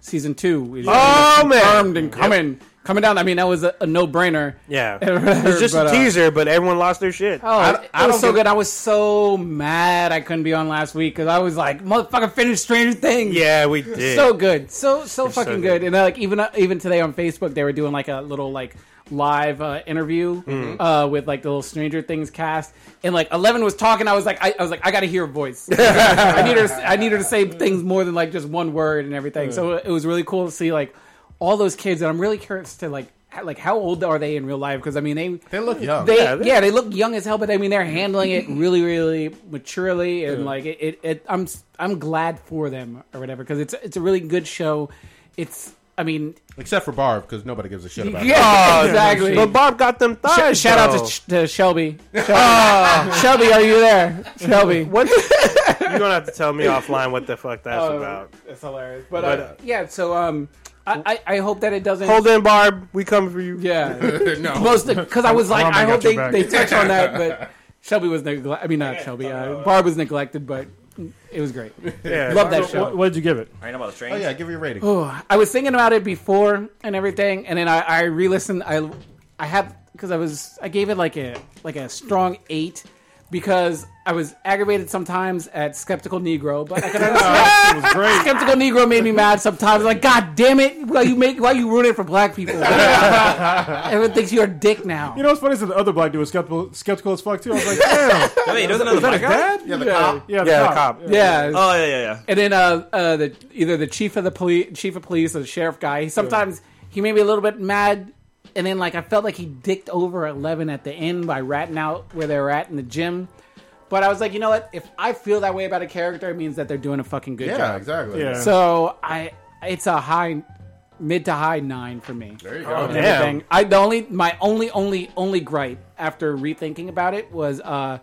season two is
Oh, man.
confirmed and coming coming down. I mean, that was a, a no brainer. [LAUGHS]
Yeah, it was just
uh,
a teaser, but everyone lost their shit.
Oh,
I-
it- it
I
was
don't
so
get-
good. I was so mad I couldn't be on last week because I was like, "Motherfucker, finish Stranger Things." [LAUGHS]
Yeah, we did.
so good, so so fucking
so
good.
good.
And uh, like even uh, even today on Facebook, they were doing like a little like live uh, interview uh, with like the little Stranger Things cast, and like Eleven was talking. I was like, I, I was like, I gotta hear her voice. I need
[LAUGHS]
her. I need her to say things more than like just one word and everything. So it was really cool to see like all those kids, and I'm really curious to like. h- Like how old are they in real life? Because I mean, they
They look young.
They,
Yeah,
yeah,
they-
they look young as hell, but I mean, they're handling it really, really maturely, and like it, it, it. I'm s- I'm glad for them or whatever because it's it's a really good show. It's I mean,
Except for Barb, because nobody gives a shit about it.
[LAUGHS] yeah, exactly.
Oh, But Bob got them
Sh-
thighs.
shout
though.
out to, Sh- to
[LAUGHS]
Shelby. Shelby. Shelby, are you there? Shelby.
Ah. [LAUGHS] What? You're gonna have to tell me offline what the fuck that's about.
It's hilarious, but,
But,
uh,
uh,
yeah. So um, I, I I hope that it doesn't
Hold in, Barb. We come for you.
Yeah,
no,
most because I was like,
Mama
I
got
hope
your
they,
back.
they touch on that,
[LAUGHS]
but Shelby was neglected. I mean, not Shelby. Uh, Barb was neglected, but it was great.
Yeah.
Love that
What-
show.
What did you
[LAUGHS]
give it?
Right about the train.
oh yeah, give her your rating.
Oh, I was thinking about it before and everything, and then I, I re-listened. I I have because I was I gave it like a like a strong eight because I was aggravated sometimes at skeptical Negro, but I could understand. Skeptical Negro made me mad sometimes. Like, God damn it! Why you make? Why you ruin it for black people? [LAUGHS] Everyone thinks you're a dick now.
You know what's funny is that the other black dude was skeptical, skeptical as fuck too. I was like, damn,
Wait, there's another black guy?
Yeah, the cop.
yeah, the
Yeah, the cop.
cop.
yeah.
Oh yeah, yeah, yeah.
And then uh, uh, the either the chief of the police, chief of police, or the sheriff guy. He sometimes he made me a little bit mad and then like I felt like he dicked over Eleven at the end by ratting out where they were at in the gym. But I was like, you know what? If I feel that way about a character, it means that they're doing a fucking good
Yeah,
job.
exactly.
Yeah.
So I, it's a high, mid to high nine for me.
There you go.
on everything. I the only my only only only gripe after rethinking about it was uh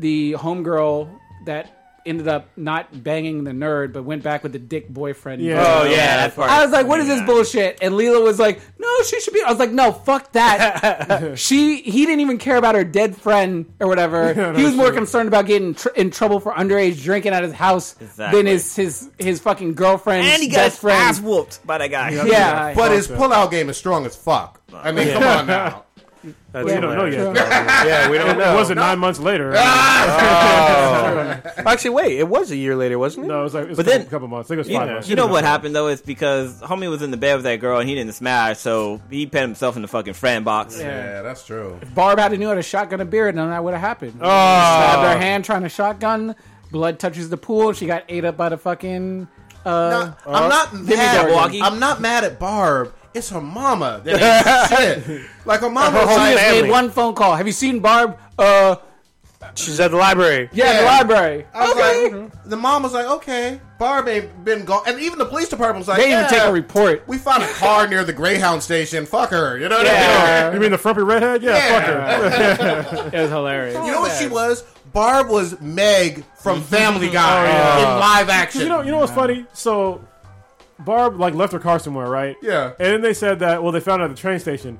the homegirl that ended up not banging the nerd but went back with the dick boyfriend.
Yeah.
Oh yeah, that part.
I was like, what is
Yeah.
this bullshit? And Leela was like, no, she should be. I was like, no, fuck that. she, he didn't even care about her dead friend or whatever. he was more concerned about getting tr- in trouble for underage drinking at his house
Exactly.
than his, his, his fucking girlfririend.
And he got his
best friend.
ass whooped by that guy.
Yeah.
But his pullout game is strong as fuck. I mean, come
[LAUGHS]
on now.
That's
We don't know
hilarious. [LAUGHS]
yet.
Yeah, we don't
It
know.
wasn't nine months later.
Actually, wait, it was a year later, wasn't it?
No, it was like it was
But
a
then-
couple months. I think it was
You,
five months.
you know what happened though is because homie was in the bed with that girl and he didn't smash, so he put himself in the fucking friend box.
Yeah, that's true.
Barb had to knew how to shotgun a beer, and none of that would have happened. Oh. Stabbed her hand trying to shotgun. Blood touches the pool. She got ate up by the fucking.
No,
uh,
I'm not mad.
Milwaukee.
I'm not mad at Barb. It's her mama.
[LAUGHS]
That ain't shit. Like her mama. was
whole
I
like,
just made
family.
one phone call. Have you seen Barb? Uh,
She's at the library.
yeah, the
Yeah.
library.
I was
okay.
like, the mom was like, okay, Barb ain't been gone, and even the police department was like,
they didn't even take
yeah,
a report.
We found a car near the Greyhound station. Fuck her. You know what I mean?
You mean the frumpy redhead? Yeah, fuck her.
It was hilarious.
You know what she was? Barb was Meg from Family Guy in live action.
You know, you know what's funny? So Barb like left her car somewhere, right?
Yeah.
And then they said that well, they found it at the train station.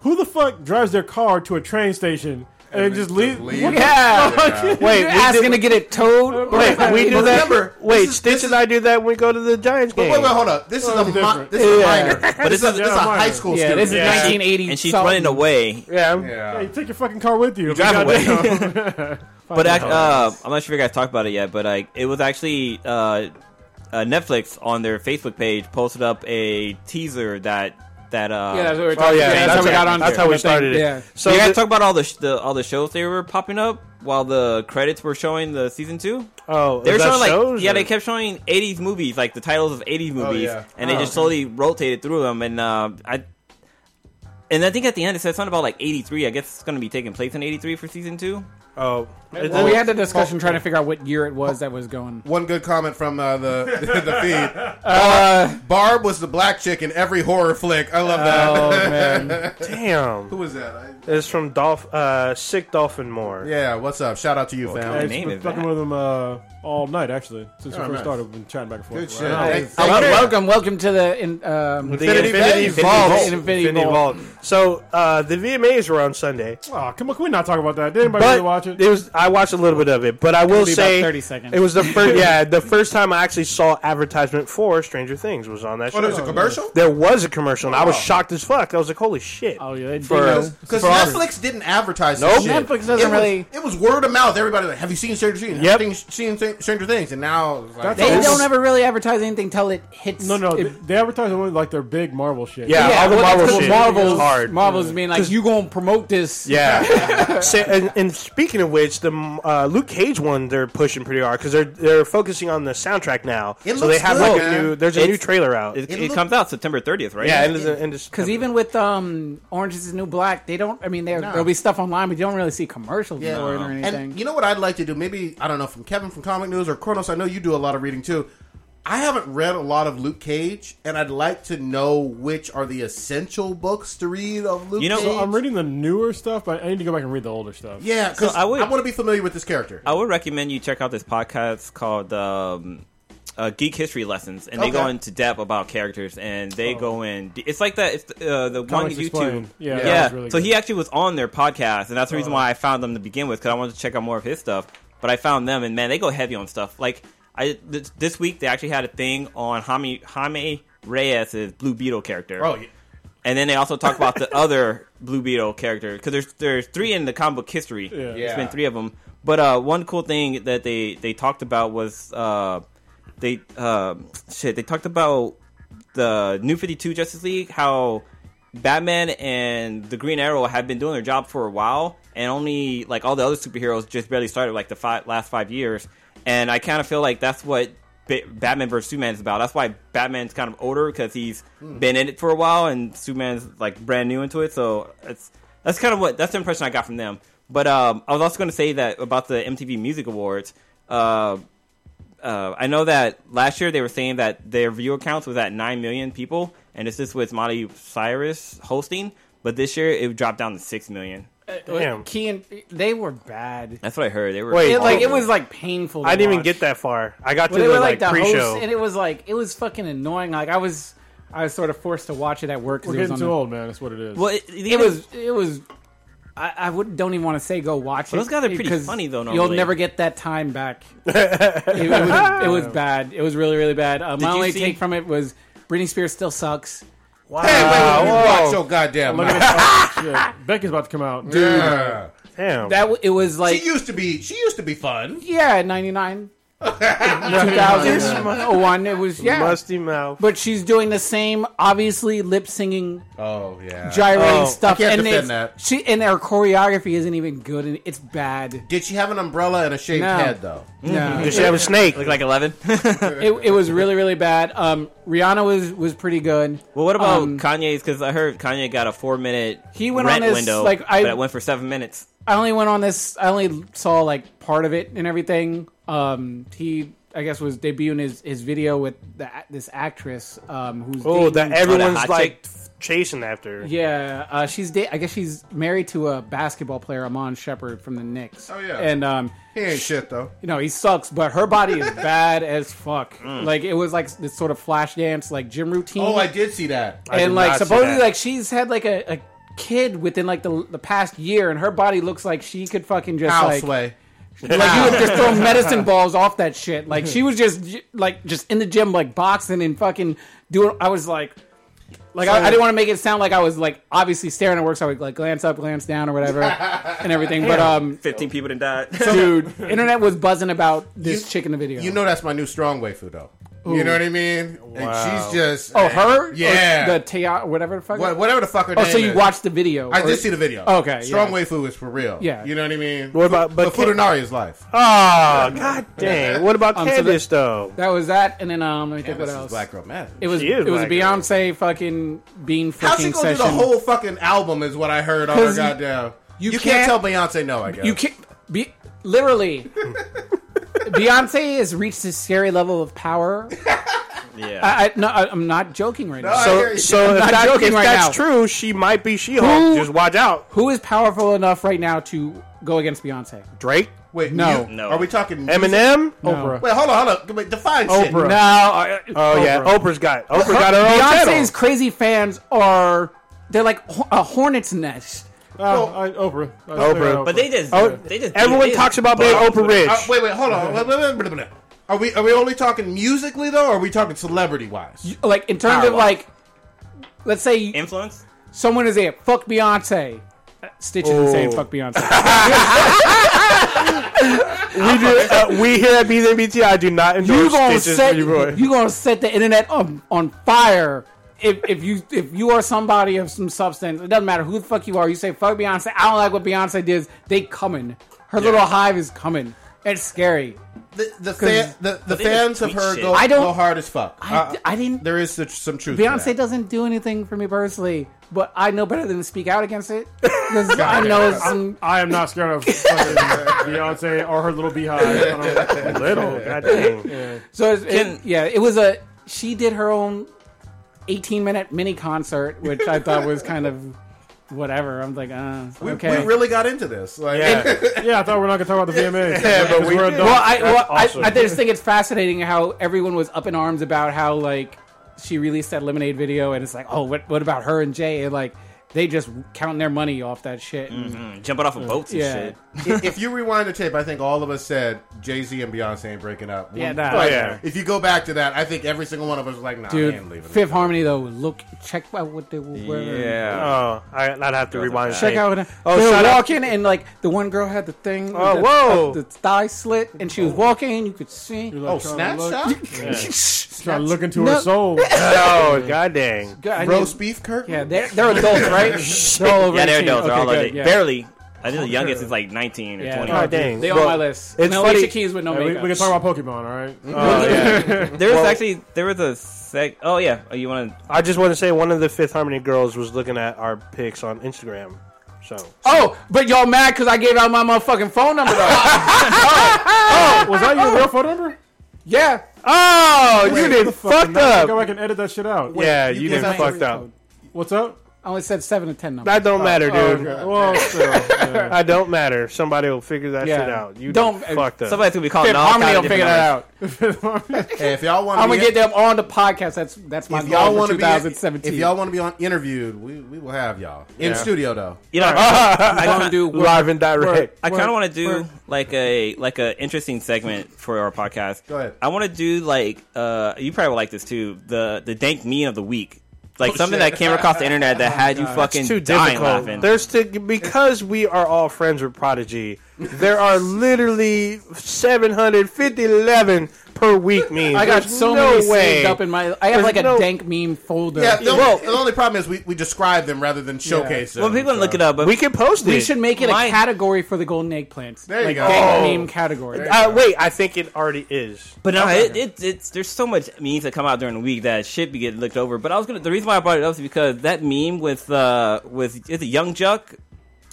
Who the fuck drives their car to a train station and,
And
just
then
leave?
just leave.
What
[LAUGHS]
the [LAUGHS]
Yeah.
fuck?
Wait,
You're
we
asking
did-
to get it towed.
Wait, we do
Remember,
that. Wait,
this is-
Stitch
this
and I do that when we go to the Giants
But
game.
wait, wait, hold up. This is a mi-
different.
this is a minor.
But
this
it's
is a, this is a
yeah,
high
minor.
school
Yeah,
student.
this is 1980.
and she's
something.
running away.
yeah, I'm-
Hey, take your fucking car with you. We
drive
got
away.
this.
But act- uh, I'm not sure if you guys talked about it yet, but like it was actually uh, uh, Netflix on their Facebook page posted up a teaser that that uh,
Yeah, that's what we were
[LAUGHS] Oh
talking
yeah,
about.
that's,
how we
how-
got on.
That's
there.
how
That
we
thing,
started it.
Yeah.
So
you guys
the-
talk about all the, sh- the all the shows they were popping up while the credits were showing the season two.
oh,
They were
is that
showing like
shows
yeah,
or- Oh,
they kept showing '80s movies, like the titles of '80s movies,
yeah.
and they just slowly rotated through them. And uh, I and I think at the end it said something about like '83. I guess it's going to be taking place in '83 for season two.
Oh, It-
Well, we had the discussion trying to figure out what year it was that was going.
[LAUGHS] One good comment from uh, the [LAUGHS] the feed. Barb was the black chick in every horror flick. I love that.
Oh [LAUGHS] man,
[LAUGHS]
damn.
Who was that? I,
It's from Dolph, uh, sick Dolphin Moore.
yeah, what's up? Shout out to you, fam.
God.
I've
name
been
is
fucking
that?
with them uh, all night actually since we
Oh,
first
nice.
started. We've been chatting back and forth.
Good shit.
Wow.
Thank- thank
welcome,
you.
welcome, welcome to the in, um,
The
Infinity
Infinity,
Infinity
Vault.
Vault. Infinity Vault.
So uh, the VMAs were on Sunday,
Aw, come on, can we not talk about that? Did anybody
but
really watch it?
it was I watched a little bit of it, but I will
be about
say
30 seconds.
it was
[LAUGHS]
the first. yeah, the first time I actually saw advertisement for Stranger Things was on that show.
Oh, there's a commercial?
There was a commercial, and I was shocked as fuck. I was like, "Holy shit!"
Oh yeah, they
For-
do.
Because Netflix didn't advertise this
Nope.
shit.
Netflix doesn't
it was,
really-
It was word of mouth. Everybody was like, have you seen Stranger Things?
Yep.
Have you seen Seen Stranger Things? And now it's like,
That's
They
This
don't
is-
ever really advertise anything until it hits.
No, no,
it-
they, they advertise only like their big Marvel shit.
Yeah, all the
well,
Marvel
that's what
shit.
Marvel's
is hard.
Marvel's being like, you gonna promote this?
Yeah. [LAUGHS] so, and, and speaking of which, the uh, Luke Cage one they're pushing pretty hard because they're they're focusing on the soundtrack now.
It
so they
looks
have
good,
like
man.
a new. There's a
It's-
new trailer out.
It,
It
it
looked-
comes out September 30th, right?
yeah, and it's, and it's
Because even with um, Orange is the New Black, they don't. I mean, there
No.
there'll be stuff online, but you don't really see commercials
Yeah.
for it or anything.
And you know what I'd like to do? Maybe I don't know from Kevin from Comic News or Kronos. I know you do a lot of reading too. I haven't read a lot of Luke Cage, and I'd like to know which are the essential books to read of Luke.
You know-
Cage.
So
I'm reading the newer stuff, but I need to go back and read the older stuff.
yeah, because
So
I,
I would-
want to be familiar with this character.
I would recommend you check out this podcast called um, uh, Geek History Lessons, and they go
Okay. Oh.
into depth about characters, and they go in. It's like that. It's uh, the
Comics
one YouTube.
Explained. Yeah, that
yeah.
was really
so
good. Oh.
he actually was on their podcast, and that's the reason why I found them to begin with because I wanted to check out more of his stuff. But I found them, and man, they go heavy on stuff. Like I th- this week, they actually had a thing on Jaime, Jaime Reyes' Blue Beetle character.
Oh, yeah.
And then they also talk about the other Blue Beetle character because there's there's three in the comic book history.
Yeah.
Yeah.
There's been three of them. But uh, one cool thing that they they talked about was uh, they uh, shit they talked about the New Fifty Two Justice League how Batman and the Green Arrow had been doing their job for a while and only like all the other superheroes just barely started like the five, last five years and I kind of feel like that's what Ba- Batman versus Superman is about. That's why Batman's kind of older because he's been in it for a while, and Superman's like brand new into it. So it's that's kind of what that's the impression I got from them. But um, I was also going to say that about the MTV Music Awards. Uh, uh, I know that last year they were saying that their viewer counts was at nine million people, and this is with Miley Cyrus hosting. But this year it dropped down to six million.
Damn.
Key and they were bad.
That's what I heard. They were
Wait,
It, like it
oh.
was like painful. To
I didn't even
watch.
get that far. I got to
Well, they
the
were
like,
like, the
pre-show.
host, and it was like it was fucking annoying. Like I was, I was sort of forced to watch it at work. 'cause
We're
it was
getting
on
too
the-
old, man. That's what it is.
Well, it,
It was, it was. I, I would don't even want to say go watch
Well,
it.
those guys are pretty
because
funny, though,
you'll
normally.
never get that time
[LAUGHS]
back. it, it was, it was bad. It was really really bad. Uh, my
you
only
see-
take from it was Britney Spears still sucks.
Hey, wait, wait, wait,
Uh, whoa.
watch your goddamn
Look
mouth.
at this. Oh, shit. Becky's about to come out. Dude.
Yeah.
Damn.
That w- it was like
[LAUGHS] She used to be. She used to be fun.
yeah, ninety
[LAUGHS]
nine. 2001 it was yeah
Musty mouth.
but she's doing the same obviously lip singing
Oh yeah.
gyrating
Oh,
stuff
I can't
and
defend
it's-
that.
she and her choreography isn't even good and it's bad Mm-hmm.
Did she have an umbrella and a shaved
No.
head though?
no
Does she have a snake?
looked like eleven. [LAUGHS]
it, it was really really bad um rihanna was was pretty good
Well, what about
Um,
Kanye's? Because I heard Kanye got a four minute
He went
rent
on this,
window,
like, I-
but it went for seven minutes.
i only went on this i only saw like part of it and everything um he i guess was debuting his his video with the, this actress um who's
Oh, that
dating-
everyone's
hot
like chasing after.
Yeah, uh, she's. Da- I guess she's married to a basketball player, Amon Shepherd from the Knicks.
Oh, yeah.
and um,
He ain't shit though.
you know he sucks, but her body
[LAUGHS]
is bad as fuck. Like it was like this sort of flash dance, like gym routine.
Mm. Oh, I did see that.
did
and like
not see
supposedly,
that.
like she's had like a, a kid within like the the past year, and her body looks like she could fucking just like
House way.
like you would just
[LAUGHS]
throw medicine balls off that shit. Like she was just like just in the gym like boxing and fucking doing. I was like, like I, I didn't want to make it sound like I was like obviously staring at work, so I would like glance up, glance down, or
[LAUGHS]
whatever, and everything. But um,
Fifteen people
[LAUGHS]
didn't die.
dude, internet was buzzing about this
You-
chick in the video.
You know that's my new strong waifu though. You know what I mean? And she's just
oh her, Or
Yeah.
the Tia, whatever the fuck.
Wha- whatever the fuck her
oh,
name
so you
is.
watched the video?
I
or-
did see the video.
Okay,
Strong
yeah.
waifu is for real.
Yeah.
You know what I mean?
What about- but
but Futanari is life.
Oh, god dang. What about
Um, so
Candace though?
That was that, and then um, let me think
This
what
is
else.
Black Girl Magic.
It was
She is
it was a
black, girl.
Beyonce fucking bean
How's
flicking
she gonna
session.
do the whole fucking album is what I heard on her
'Cause you-
goddamn. You,
you can't-
can't, tell Beyonce no, I guess.
You can't be literally.
[LAUGHS]
Beyonce has reached this scary level of power.
[LAUGHS]
yeah,
I, I no, I, I'm not joking right now.
I hear
So,
you.
so if,
not
that,
joking
if
right
that's
now.
true, she might be She-Hulk. Just watch out,
Who is powerful enough right now to go against Beyonce?
Drake,
Wait,
No.
mu-
No.
Are we talking music?
Eminem.
Oh,
Oprah.
Wait, hold on, hold on. Wait, define shit.
Oprah.
No, I-
Oh yeah, Oprah's got Oprah got her own
Beyonce's
channel.
crazy fans are they're like ho- a hornet's nest.
Oh, I, Oprah. I
Oprah.
but they just
Oh,
they just
everyone
they
talks
just-
about being
But-
Oprah rich.
Uh, wait, wait, hold on. Wait, wait, wait, wait, wait, wait. Are we are we only talking musically though, or are we talking celebrity wise?
Like in terms of
Powerwise.
like, let's say
influence.
someone is a fuck Beyonce. Stitch isn't
Oh.
saying fuck
[LAUGHS]
Beyonce.
we do. Uh, we here at BZBTI do not endorse
you gonna
Stitches
set
Pretty Boy.
you gonna set the internet on on fire if, if you if you are somebody of some substance. It doesn't matter who the fuck you are. You say fuck Beyonce. I don't like what Beyonce did. They coming. Her little hive is coming. It's scary.
The the, fan, the, the
they just
fans of
tweet
her
shit.
go,
I don't-
go hard as fuck.
I,
Uh,
I didn't.
there is such, some truth. to
Beyonce
that.
doesn't do anything for me personally, but I know better than to speak out against it. 'Cause I know some.
I am not scared of fucking Beyonce or her little beehive. I don't know.
Little, god dang.
So it's, it-
Can-
yeah, it was a. She did her own 18 minute mini concert, which I thought was kind of whatever. I'm like, uh,
We,
okay.
we really got into this. Like, [LAUGHS]
Yeah, I thought we were not going to talk about the VMAs.
Yeah, but
Because
we
we're
did.
adults.
well, I, well
awesome.
I, I just think it's fascinating how everyone was up in arms about how like she released that lemonade video, and it's like, oh, what what about her and Jay? And like they just counting their money off that shit. and-
Mm, jumping off of boats and
Yeah.
shit.
if if you rewind the tape, I think all of us said Jay Z and Beyonce ain't breaking up.
Yeah,
We-
nah.
like,
Oh, yeah.
If you go back to that, I think every single one of us was like,
Mm-hmm.
"Nah, I ain't
Dude,
leaving."
Fifth Harmony though, look, check out what they were wearing.
Yeah,
Oh, I, I'd have to rewind.
Check out. What,
Oh,
they
shout
were
out-
walking and like the one girl had the thing.
Oh,
the, uh,
whoa. Oh.
the thigh slit, and she was walking. You could see.
Oh,
[LAUGHS]
Snapchat,
Try to look into
No.
her soul.
[LAUGHS] Oh, god dang.
God, I mean-
roast beef, Kirk.
[LAUGHS]
Yeah, they're, they're adults, right? they're all over
yeah, they're
18.
adults. They're
Oh, Okay,
all
good,
like
yeah.
barely. I think the youngest is like 19 or
Yeah.
20.
Oh,
Oh, dang.
They on
Well,
my list.
It's
no,
funny.
Alicia Keys with no
Hey, we,
makeup.
we can talk about Pokemon, all right?
There was actually there was a sec. Oh yeah, oh, you want
Uh,
to?
I just want to say one of the Fifth Harmony girls was looking at our pics on Instagram. So
oh, but y'all mad because I gave out my motherfucking phone number [LAUGHS] though.
Was that your real phone number?
yeah.
oh, you did fucked
I
up.
think I can edit that shit out.
yeah, you,
can't
did
say
fucked up. Oh,
What's up?
I only said seven to ten number.
That don't matter, dude.
Well, still, yeah.
I don't matter. Somebody will figure that
Yeah.
shit out. You
Don't-
don't fucked up.
Somebody's gonna be calling
Fifth
all
Harmony
kinds
will
of
figure
different
that
numbers.
out.
Hey, if y'all want,
I'm gonna get them on the podcast. That's that's my
If y'all
goal
want
for
to be, if
2017.
y'all want to be on interviewed, we, we will have y'all in studio though.
You know, I
I want to do work.
live and direct.
[LAUGHS] I kind of want to do like a like a interesting segment for our podcast.
Go ahead.
I want to do like uh, you probably would like this too. The the dank meme of the week, like
Oh,
something
shit.
that came across the
[LAUGHS]
internet
Oh,
that had you fucking
Too
dying
difficult.
laughing.
There's to, because we are all friends with Prodigy. There are literally 751 per week memes.
I got
There's
so
no
many
way.
saved up in my. I have
There's
like a
no-
dank meme folder.
Yeah, the,
Well-
only, the only problem is we, we describe them rather than showcase them.
well, people can
so.
look it up, but
We can post it.
we should make it a
My-
category for the golden eggplants.
There you
like
go.
Dank
Oh.
meme category.
Uh, wait, I think it already is.
But no, it, it, it's there's so much memes that come out during the week that shit be getting looked over. But I was gonna the reason why I brought it up is because that meme with uh with is it Young Juck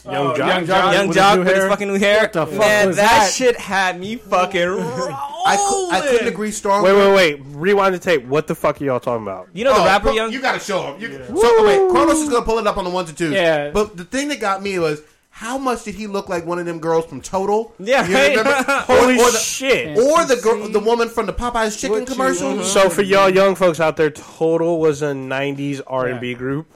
Young Jock.
Young Jock.
Young
with his
Jock
new
with his
hair?
fucking new hair.
What the fuck
Man,
was
that,
that?
shit had me fucking rolling.
[LAUGHS] I, cou- I couldn't agree stronger.
Wait, wait, wait. Rewind the tape. What the fuck are y'all talking about?
You know the
Oh,
rapper
pu-
Young.
You gotta show him. You, So wait, Carlos is gonna pull it up on the ones and twos.
Yeah.
But the thing that got me was how much did he look like one of them girls from Total?
Yeah,
You
right?
remember?
Holy
or, or the,
shit.
Or the girl, the woman from the Popeyes chicken
What you
commercial.
want.
So for y'all young folks out there, Total was a '90s R&B group.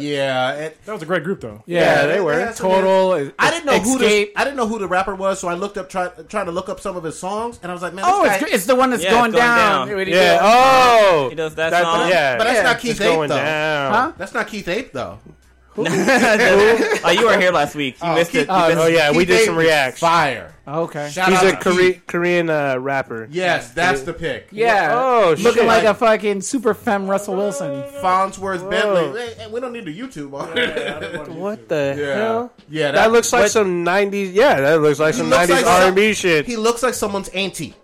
Yeah. and-
That was a great group, though.
Yeah,
they were.
total. is-
I didn't know who the,
Escape.
I didn't know who the rapper was, so I looked up try, trying to look up some of his songs, and I was like, man, this
Oh,
guy,
it's, gr- it's the one that's
Yeah, it's
going,
going
down.
down.
What do you
Yeah.
do?
Oh,
He does that
That's-
song.
Yeah,
but that's not Keith
it's
Ape
going
though.
down.
Huh?
That's not Keith Ape though.
oh, you were here last week. You missed it. You missed
Oh
it.
yeah, we
Keith
did
Ape
some
was
reacts.
Fire.
Okay.
Shout
He's
out
a
to
Kore-
Keith.
Korean uh, rapper.
Yes, that's the pick.
Yeah.
Oh,
looking
shit.
like a fucking super femme Russell Wilson.
Farnsworth Bentley. Hey, hey, we don't need the YouTube on it. [LAUGHS]
What the
Yeah.
hell?
Yeah,
That looks like
What-
some '90s. Yeah, that looks like some
looks
'90s
like some-
R&B shit.
He looks like someone's auntie.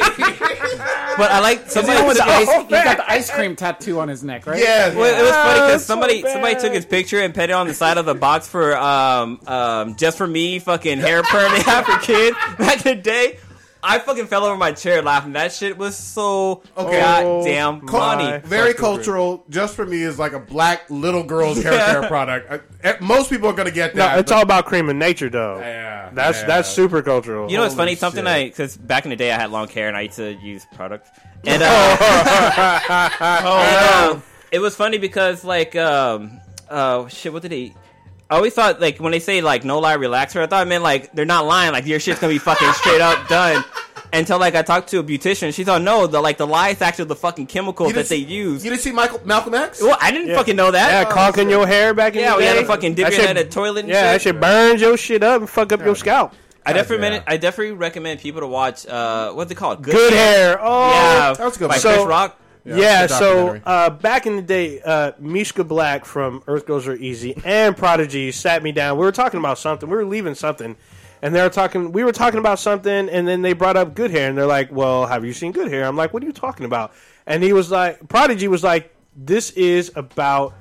But I like somebody.
He's got, the
took-
ice, he's got the ice cream tattoo on his neck, right?
Yeah,
Well, it was funny
Oh,
because
that's so
somebody somebody
bad.
took his picture and put it on the side of the box for um um just for me fucking hair perm [LAUGHS] they had for kids back in the day. I fucking fell over my chair laughing. That shit was so
Okay.
goddamn
Cul-
Oh
funny.
Very cultural. Just for me is like a black little girl's hair
Yeah.
care product. Uh, uh, most people are gonna get
No,
that.
it's
but-
all about cream and nature, though.
Yeah,
that's
yeah.
that's super cultural. Oh,
You know, it's
Holy
funny. Something
shit.
I because back in the day I had long hair and I used to use
[LAUGHS]
product. And uh,
Oh,
and, um, it was funny because like um uh shit, what did he? I always thought like when they say like no lie relaxer, I thought it meant like they're not lying. Like your shit's gonna be fucking straight
[LAUGHS]
up done. Until like I talked to a beautician, she thought no, the like the lie is actually the fucking chemicals
You didn't
that they
see-
use.
You didn't see Michael Malcolm X?
well, I didn't fucking know that.
yeah, conking your hair back in
Yeah,
the
we
day.
had a fucking dip
That
your
shit-
head in a toilet and
Yeah,
shit.
that shit burns your shit up and fuck up your scalp.
I definitely,
yeah.
I definitely recommend people to watch. uh What's it called?
Good hair. Oh,
Yeah,
that was a good
by
one.
Chris
So-
Rock.
Yeah,
it's a
so
documentary.
uh, back in the day, uh, Mishka Black from Earth Girls Are Easy and Prodigy sat me down. We were talking about something. We were leaving something, and they were talking. We were talking about something, and then they brought up Good Hair, and they're like, "Well, have you seen Good Hair?" I'm like, "What are you talking about?" And he was like, "Prodigy was like, this is about."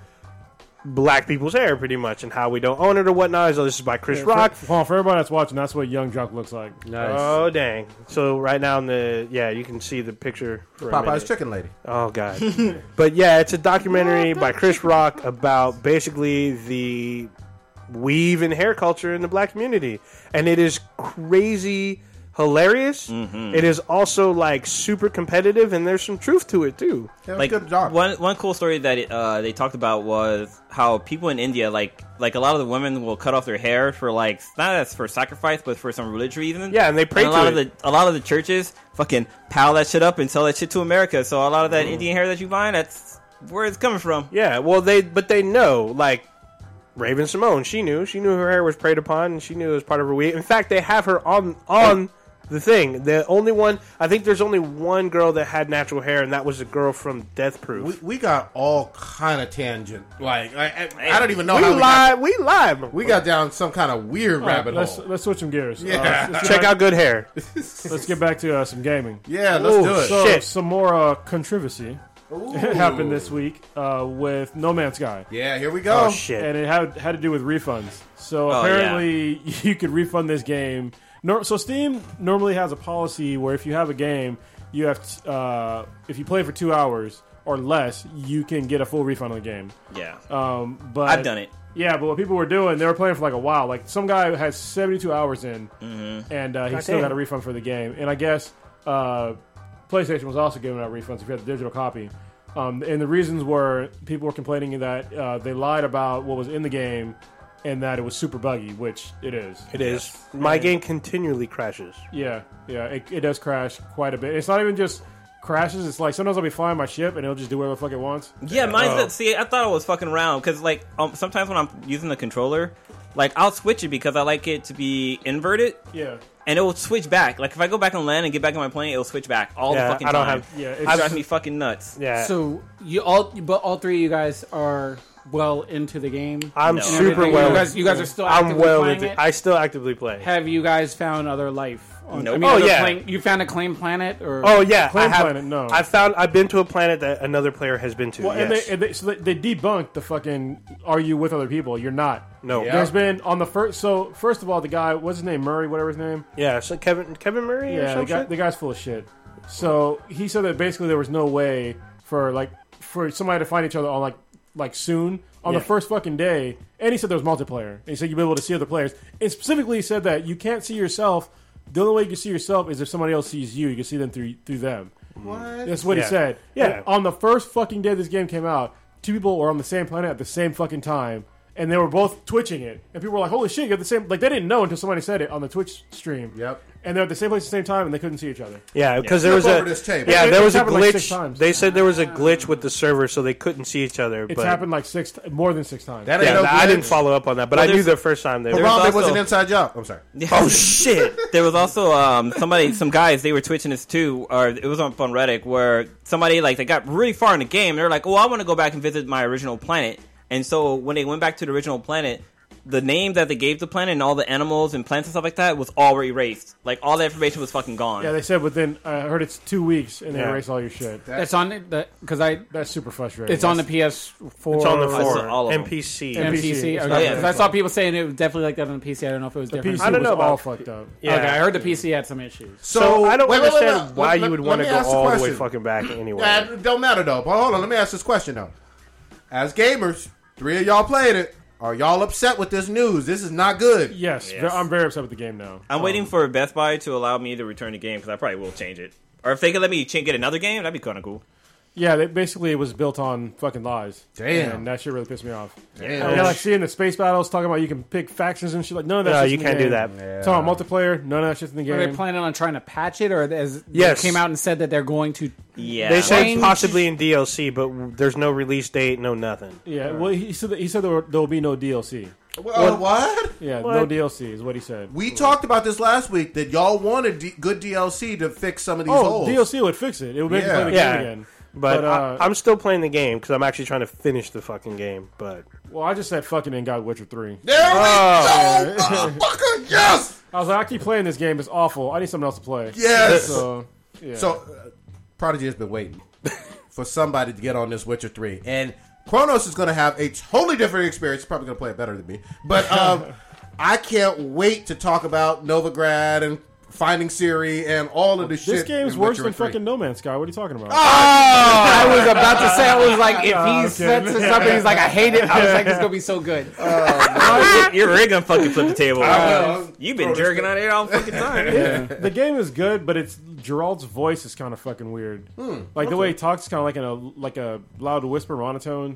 Black people's hair, pretty much, and how we don't own it or whatnot. So this is by Chris Rock.
For, hold on, for everybody that's watching, that's what Young Jock looks like. Uh,
Oh dang! So right now in the yeah, you can see the picture. For a minute.
Popeye's chicken lady.
Oh god. but yeah, it's a documentary by Chris Rock about basically the weave and hair culture in the black community. And it is crazy hilarious. It is also like super competitive and there's some truth to it too.
Yeah, it was
Like
a good job.
one one cool story that uh, they talked about was how people in India, like like a lot of the women, will cut off their hair for like not as for sacrifice, but for some religious reason.
Yeah, and they pray
a lot
to
of the a lot of the churches fucking pile that shit up and sell that shit to America. So a lot of
Mm.
that Indian hair that you find, that's where it's coming from.
Yeah, well they but they know like Raven Simone, she knew. She knew her hair was preyed upon and she knew it was part of her weave. In fact, they have her on on the thing. The only one I think there's only one girl that had natural hair, and that was the girl from Death Proof.
We, we got all kind of tangent. Like I, I, I don't even know
we
how we got,
live. We live.
we got down some kind of weird rabbit
Let's,
hole.
let's switch some gears. Uh,
Yeah.
let's,
Check out good hair.
let's get back to uh, some gaming.
Yeah, let's
Ooh,
do it.
so-
So,
Shit.
some more uh, controversy [LAUGHS] happened this week uh, with No Man's Sky.
Yeah, here we go.
Oh shit!
and it had had to do with refunds. So
Oh,
apparently, [LAUGHS] you could refund this game. Nor- So Steam normally has a policy where if you have a game, you have t- uh, if you play for two hours or less, you can get a full refund on the game.
Yeah.
Um, but
Uh,
I've done it.
Yeah, but what people were doing, they were playing for like a while. Like some guy had 72 hours in, and uh, he still
damn.
got a refund for the game. And I guess uh, PlayStation was also giving out refunds if you had the digital copy. Um, and the reasons were people were complaining that uh, they lied about what was in the game and that it was super buggy, which it is.
It is. My game continually crashes.
Yeah, yeah, it, it does crash quite a bit. It's not even just crashes. It's like sometimes I'll be flying my ship and it'll just do whatever the fuck it wants.
Yeah, mine's
Oh.
not- see. I thought I was fucking around because like um, sometimes when I'm using the controller, like I'll switch it because I like it to be inverted,
Yeah,
and it will switch back. Like if I go back on land and get back on my plane, it'll switch back all
Yeah,
the fucking
I don't
time.
have-
yeah. It's,
It drives me fucking nuts.
Yeah.
So you all, but all three of you guys are well into the game.
I'm
No.
super
Everything.
well.
You guys, you guys are still.
I'm
actively
well
playing
into.
it?
I still actively play.
Have you guys found other life? On,
Nope.
I mean,
Oh,
other
yeah.
planet- you found a claim planet or
oh yeah,
Claim
I have.
Planet, no.
I found. I've been to a planet that another player has been to.
Well, and,
yes.
they, and they, so they, they debunked the fucking "Are you with other people?" You're not.
no.
Yeah.
There's been on the first. So first of all, the guy, what's his name, Murray, whatever his name.
Yeah, so Kevin Kevin Murray or
Yeah, the,
some
guy,
shit?
the guy's full of shit. So he said that basically there was no way for like for somebody to find each other on like like soon on the
Yeah.
first fucking day. And he said there was multiplayer. And he said you'd be able to see other players. And specifically he said that you can't see yourself. The only way you can see yourself is if somebody else sees you. You can see them through through them.
What?
That's what
Yeah.
he said.
Yeah.
On the first fucking day this game came out, two people were on the same planet at the same fucking time, and they were both twitching it. And people were like, "Holy shit, you got the same!" Like they didn't know until somebody said it on the Twitch stream.
Yep.
And they're at the same place at the same time, and they couldn't see each other.
Yeah, because there
Flip
was a
over this table.
yeah,
It-
there
it's
was a
happened like six
glitch.
times.
they said there was a glitch with the server, so they couldn't see each other.
It's
but
happened like six, more than six times.
That ain't
yeah,
no
I didn't
glitch.
follow up on that, but I knew
there's-
the first time they were.
Probably
also-
was an inside job. I'm sorry.
[LAUGHS] Oh shit! There was also um somebody, some guys, they were twitching this too, or it was up on Reddit where somebody like they got really far in the game. They're like, "Oh, I want to go back and visit my original planet." And so when they went back to the original planet, the name that they gave the planet and all the animals and plants and stuff like that was all erased. Like all that information was fucking gone.
yeah, they said within. I heard it's two weeks, and they
Yeah.
erase all your shit.
that's on it because I.
That's super frustrating.
It's on the PS4.
It's on the
or
floor.
all of them.
NPC.
And-
PC.
PC.
Okay.
Oh,
yeah.
'Cause I saw people saying it was definitely like that on the PC. I don't know if it was different.
PC
I don't know
was all
about-
fucked up.
Yeah.
Okay, I heard the PC had some issues.
So, I don't
wait, wait, wait,
understand
wait.
why
Let-
you would
let
want to
me
go
ask a
all the way
question.
fucking back anyway.
Uh, it don't matter though. But hold on, let me ask this question though. As gamers, three of y'all played it. Are y'all upset with this news? This is not good.
Yes,
Yes.
I'm very upset with the game now.
I'm waiting for Best Buy to allow me to return the game because I probably will change it. Or if they could let me ch- get another game, that'd be kind of cool.
Yeah, they, basically it was built on fucking lies.
Damn.
and that shit really pissed me off.
Damn.
Oh,
Yeah, like seeing the space battles, talking about you can pick factions and shit. Like none of that.
No,
shit's
you
in
can't
the
do
game.
that.
Talking about multiplayer, none of that shit's in the game.
Are they planning on trying to patch it, or as
Yes.
they came out and said that they're going to?
Yeah,
They
[LAUGHS]
said
Change-
possibly in DLC, but there's no release date, no nothing.
yeah, well, he said that, he said there, were, there will be no DLC.
Well, uh, what?
Yeah, no
What?
DLC is what he said.
We talked about this last week that y'all wanted D- good DLC to fix some of these
oh,
holes.
DLC would fix it. It would make
Yeah.
you play the
Yeah.
game again.
But,
But, uh,
I, I'm still playing the game because I'm actually trying to finish the fucking game. But
Well, I just said fucking and got Witcher three.
There we
Oh.
go, motherfucker. Yes,
I was like, I keep playing this game. It's awful. I need something else to play.
yes.
So, yeah.
So, uh, Prodigy has been waiting for somebody to get on this Witcher 3. And Kronos is going to have a totally different experience. He's probably going to play it better than me. [LAUGHS] But um, I can't wait to talk about Novigrad and Finding Siri and all of this,
this
shit.
game's
in
worse
Witcher Ah!
than
3.
fucking No Man's Sky. What are you talking about?
I was about to say. I was like, if
I'm
he
kidding.
sets this up and he's like, I hate it. I was like, this is gonna be so good.
you're really gonna fucking flip the table.
will.
You've been jerking on it all fucking time.
[LAUGHS] the game is good, but it's Gerald's voice is kind of fucking weird.
Hmm.
like the way he talks is kind of like in a like a loud whisper monotone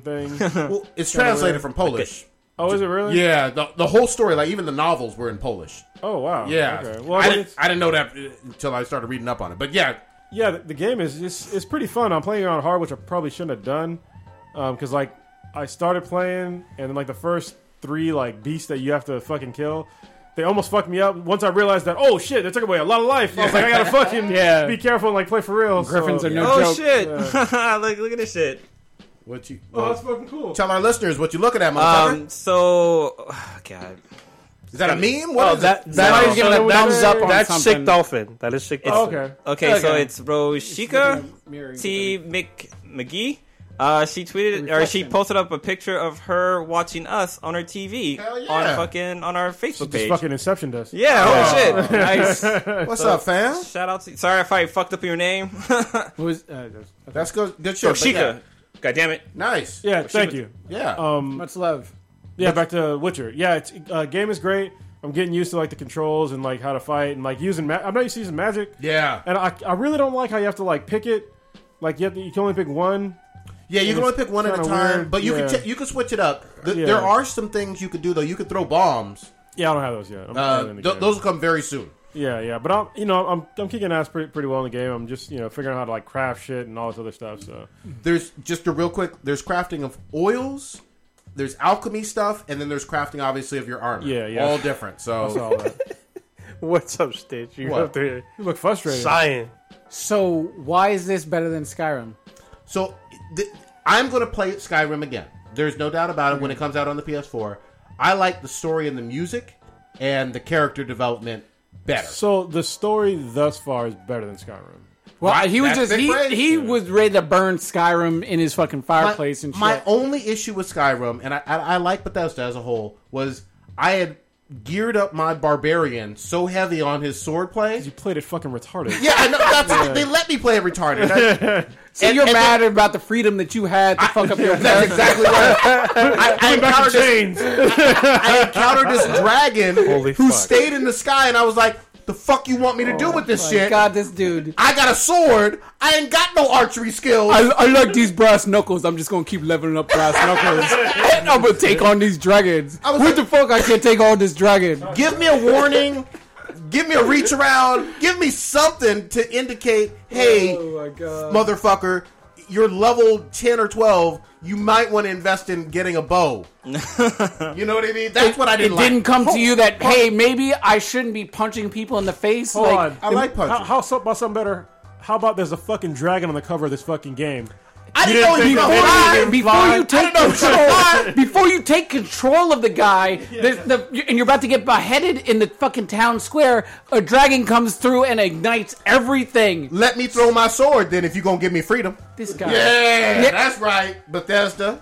[LAUGHS]
thing.
Well, it's translated from Polish.
oh, is it really?
Yeah, the, the whole story, like even the novels were in Polish.
Oh wow.
Yeah.
Okay. Well,
I,
I mean,
didn't,
it's,
I didn't know that uh, until I started reading up on it. But yeah,
yeah, the, the game is it's, it's pretty fun. I'm playing it on hard, which I probably shouldn't have done, because like I started playing and then like the first three like beasts that you have to fucking kill. They almost fucked me up. Once I realized that, oh shit, they took away a lot of life. I was like, I gotta fucking
Yeah.
be careful and like play for real.
Griffins
so,
are no
[LAUGHS] Oh
joke.
shit! [LAUGHS] look, look at this shit.
What you?
Oh, that's fucking cool.
Tell our listeners what you looking at, motherfucker.
Um, so, [SIGHS] God,
is that a meme?
Oh,
What is that,
Somebody's
giving a thumbs up on
That's
something.
sick dolphin. That is sick.
Oh,
dolphin.
okay.
okay, so
Okay.
it's Roshika
Mirroring
T. Mc McGee. Uh, she tweeted or she
Reflection.
posted up a picture of her watching us on her TV
Hell yeah.
on fucking on our Facebook
Just
page.
fucking Inception does.
yeah, holy shit! Nice.
What's up, fam?
Shout out to. Sorry if I fucked up your name.
Who is- uh, that's-
That's good. Good
[LAUGHS]
shit. but yeah.
Roshika. God damn it.
Nice.
Oh, Yeah, thank you.
Yeah.
Um,
Much love.
yeah, back to Witcher. Yeah, it's, uh, game is great. I'm getting used to like the controls and like how to fight and like using. Ma- I'm not used to using magic.
yeah.
and I, I really don't like how you have to like pick it. Like you, have to, you can only pick one.
Yeah, you
And
can only
it's
pick one at a
kinda
time,
weird.
but you
Yeah.
can ch- you can switch it up. Th-
Yeah.
There are some things you could do though. You could throw bombs.
Yeah, I don't have those yet. I'm
Uh,
early in the
th-
game.
those will come very soon.
Yeah, yeah, but I'm you know I'm I'm kicking ass pretty, pretty well in the game. I'm just you know figuring out how to like craft shit and all this other
[LAUGHS]
stuff. So
There's just a real quick. There's crafting of oils. There's alchemy stuff, and then there's crafting obviously of your armor.
Yeah, yeah.
all different.
that's
So
all that.
[LAUGHS] What's up, Stitch? You're
What?
up there
you look frustrated.
sighing.
So why is this better than Skyrim?
so th- I'm going to play Skyrim again. There's no doubt about it. When it comes out on the PS4, I like the story and the music and the character development better.
So the story thus far is better than Skyrim.
Well,
Right,
he was
that's
just
big
he,
praise.
he was ready to burn Skyrim in his fucking
my,
fireplace and shit.
my only issue with Skyrim, and I, I, I like Bethesda as a whole, was I had geared up my barbarian so heavy on his sword play.
You played it fucking retarded.
Yeah, I know. That's, They let me play it retarded. That-
so
and-
you're
and
mad about the freedom that you had to [LAUGHS] fuck up your
[LAUGHS] that's exactly what I, I, encountered this,
Chains.
[LAUGHS] I encountered this dragon
Holy
who
fuck.
stayed in the sky, and I was like, "The fuck you want me to do with this shit?
Oh God, this dude.
I got a sword. I ain't got no archery skills."
I, I like these brass knuckles. I'm just gonna keep leveling up brass knuckles, and I'm gonna take on these dragons.
I was
What
like-
the fuck? I can't take on this dragon.
give me a warning. Give me a reach around. Give me something to indicate, hey,
Oh my god.
motherfucker, you're level 10 or 12, you might want to invest in getting a bow.
[LAUGHS]
you know what I mean? That's what I
It
didn't like.
didn't come to you that hey, maybe I shouldn't be punching people in the face.
Hold
like,
on.
I like punches.
How, how so, about something better? How about there's a fucking dragon on the cover of this fucking game?
I didn't
You
know
didn't
he
think
could
that
fly.
video game-
before you take
I don't know.
control, before you take control of the guy,
[LAUGHS]
the, the, and you're about to get beheaded in the fucking town square, a dragon comes through and ignites everything.
Let me throw my sword then if you're going to give me freedom.
This guy,
Yeah,
Yeah.
that's right, Bethesda.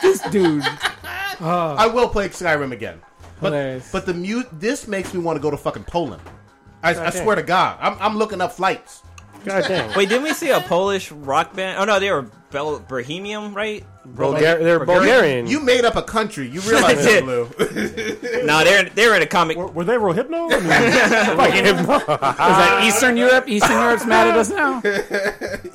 this
[LAUGHS]
dude,
I will play Skyrim again. But,
Hilarious.
but the mu- this makes me want to go to fucking Poland. I, I swear to God, I'm, I'm looking up flights.
God
[LAUGHS]
damn.
Wait, didn't we see a Polish rock band? Oh no, they were Bel- Bohemian, right?
Bulgar- they're Bulgarian.
You made up a country. You realize
[LAUGHS]
that,
did.
Blue.
No, they're they're in a comic.
Were they Rohypno?
[LAUGHS]
I mean,
is that Eastern Europe? Eastern Europe's mad at us now.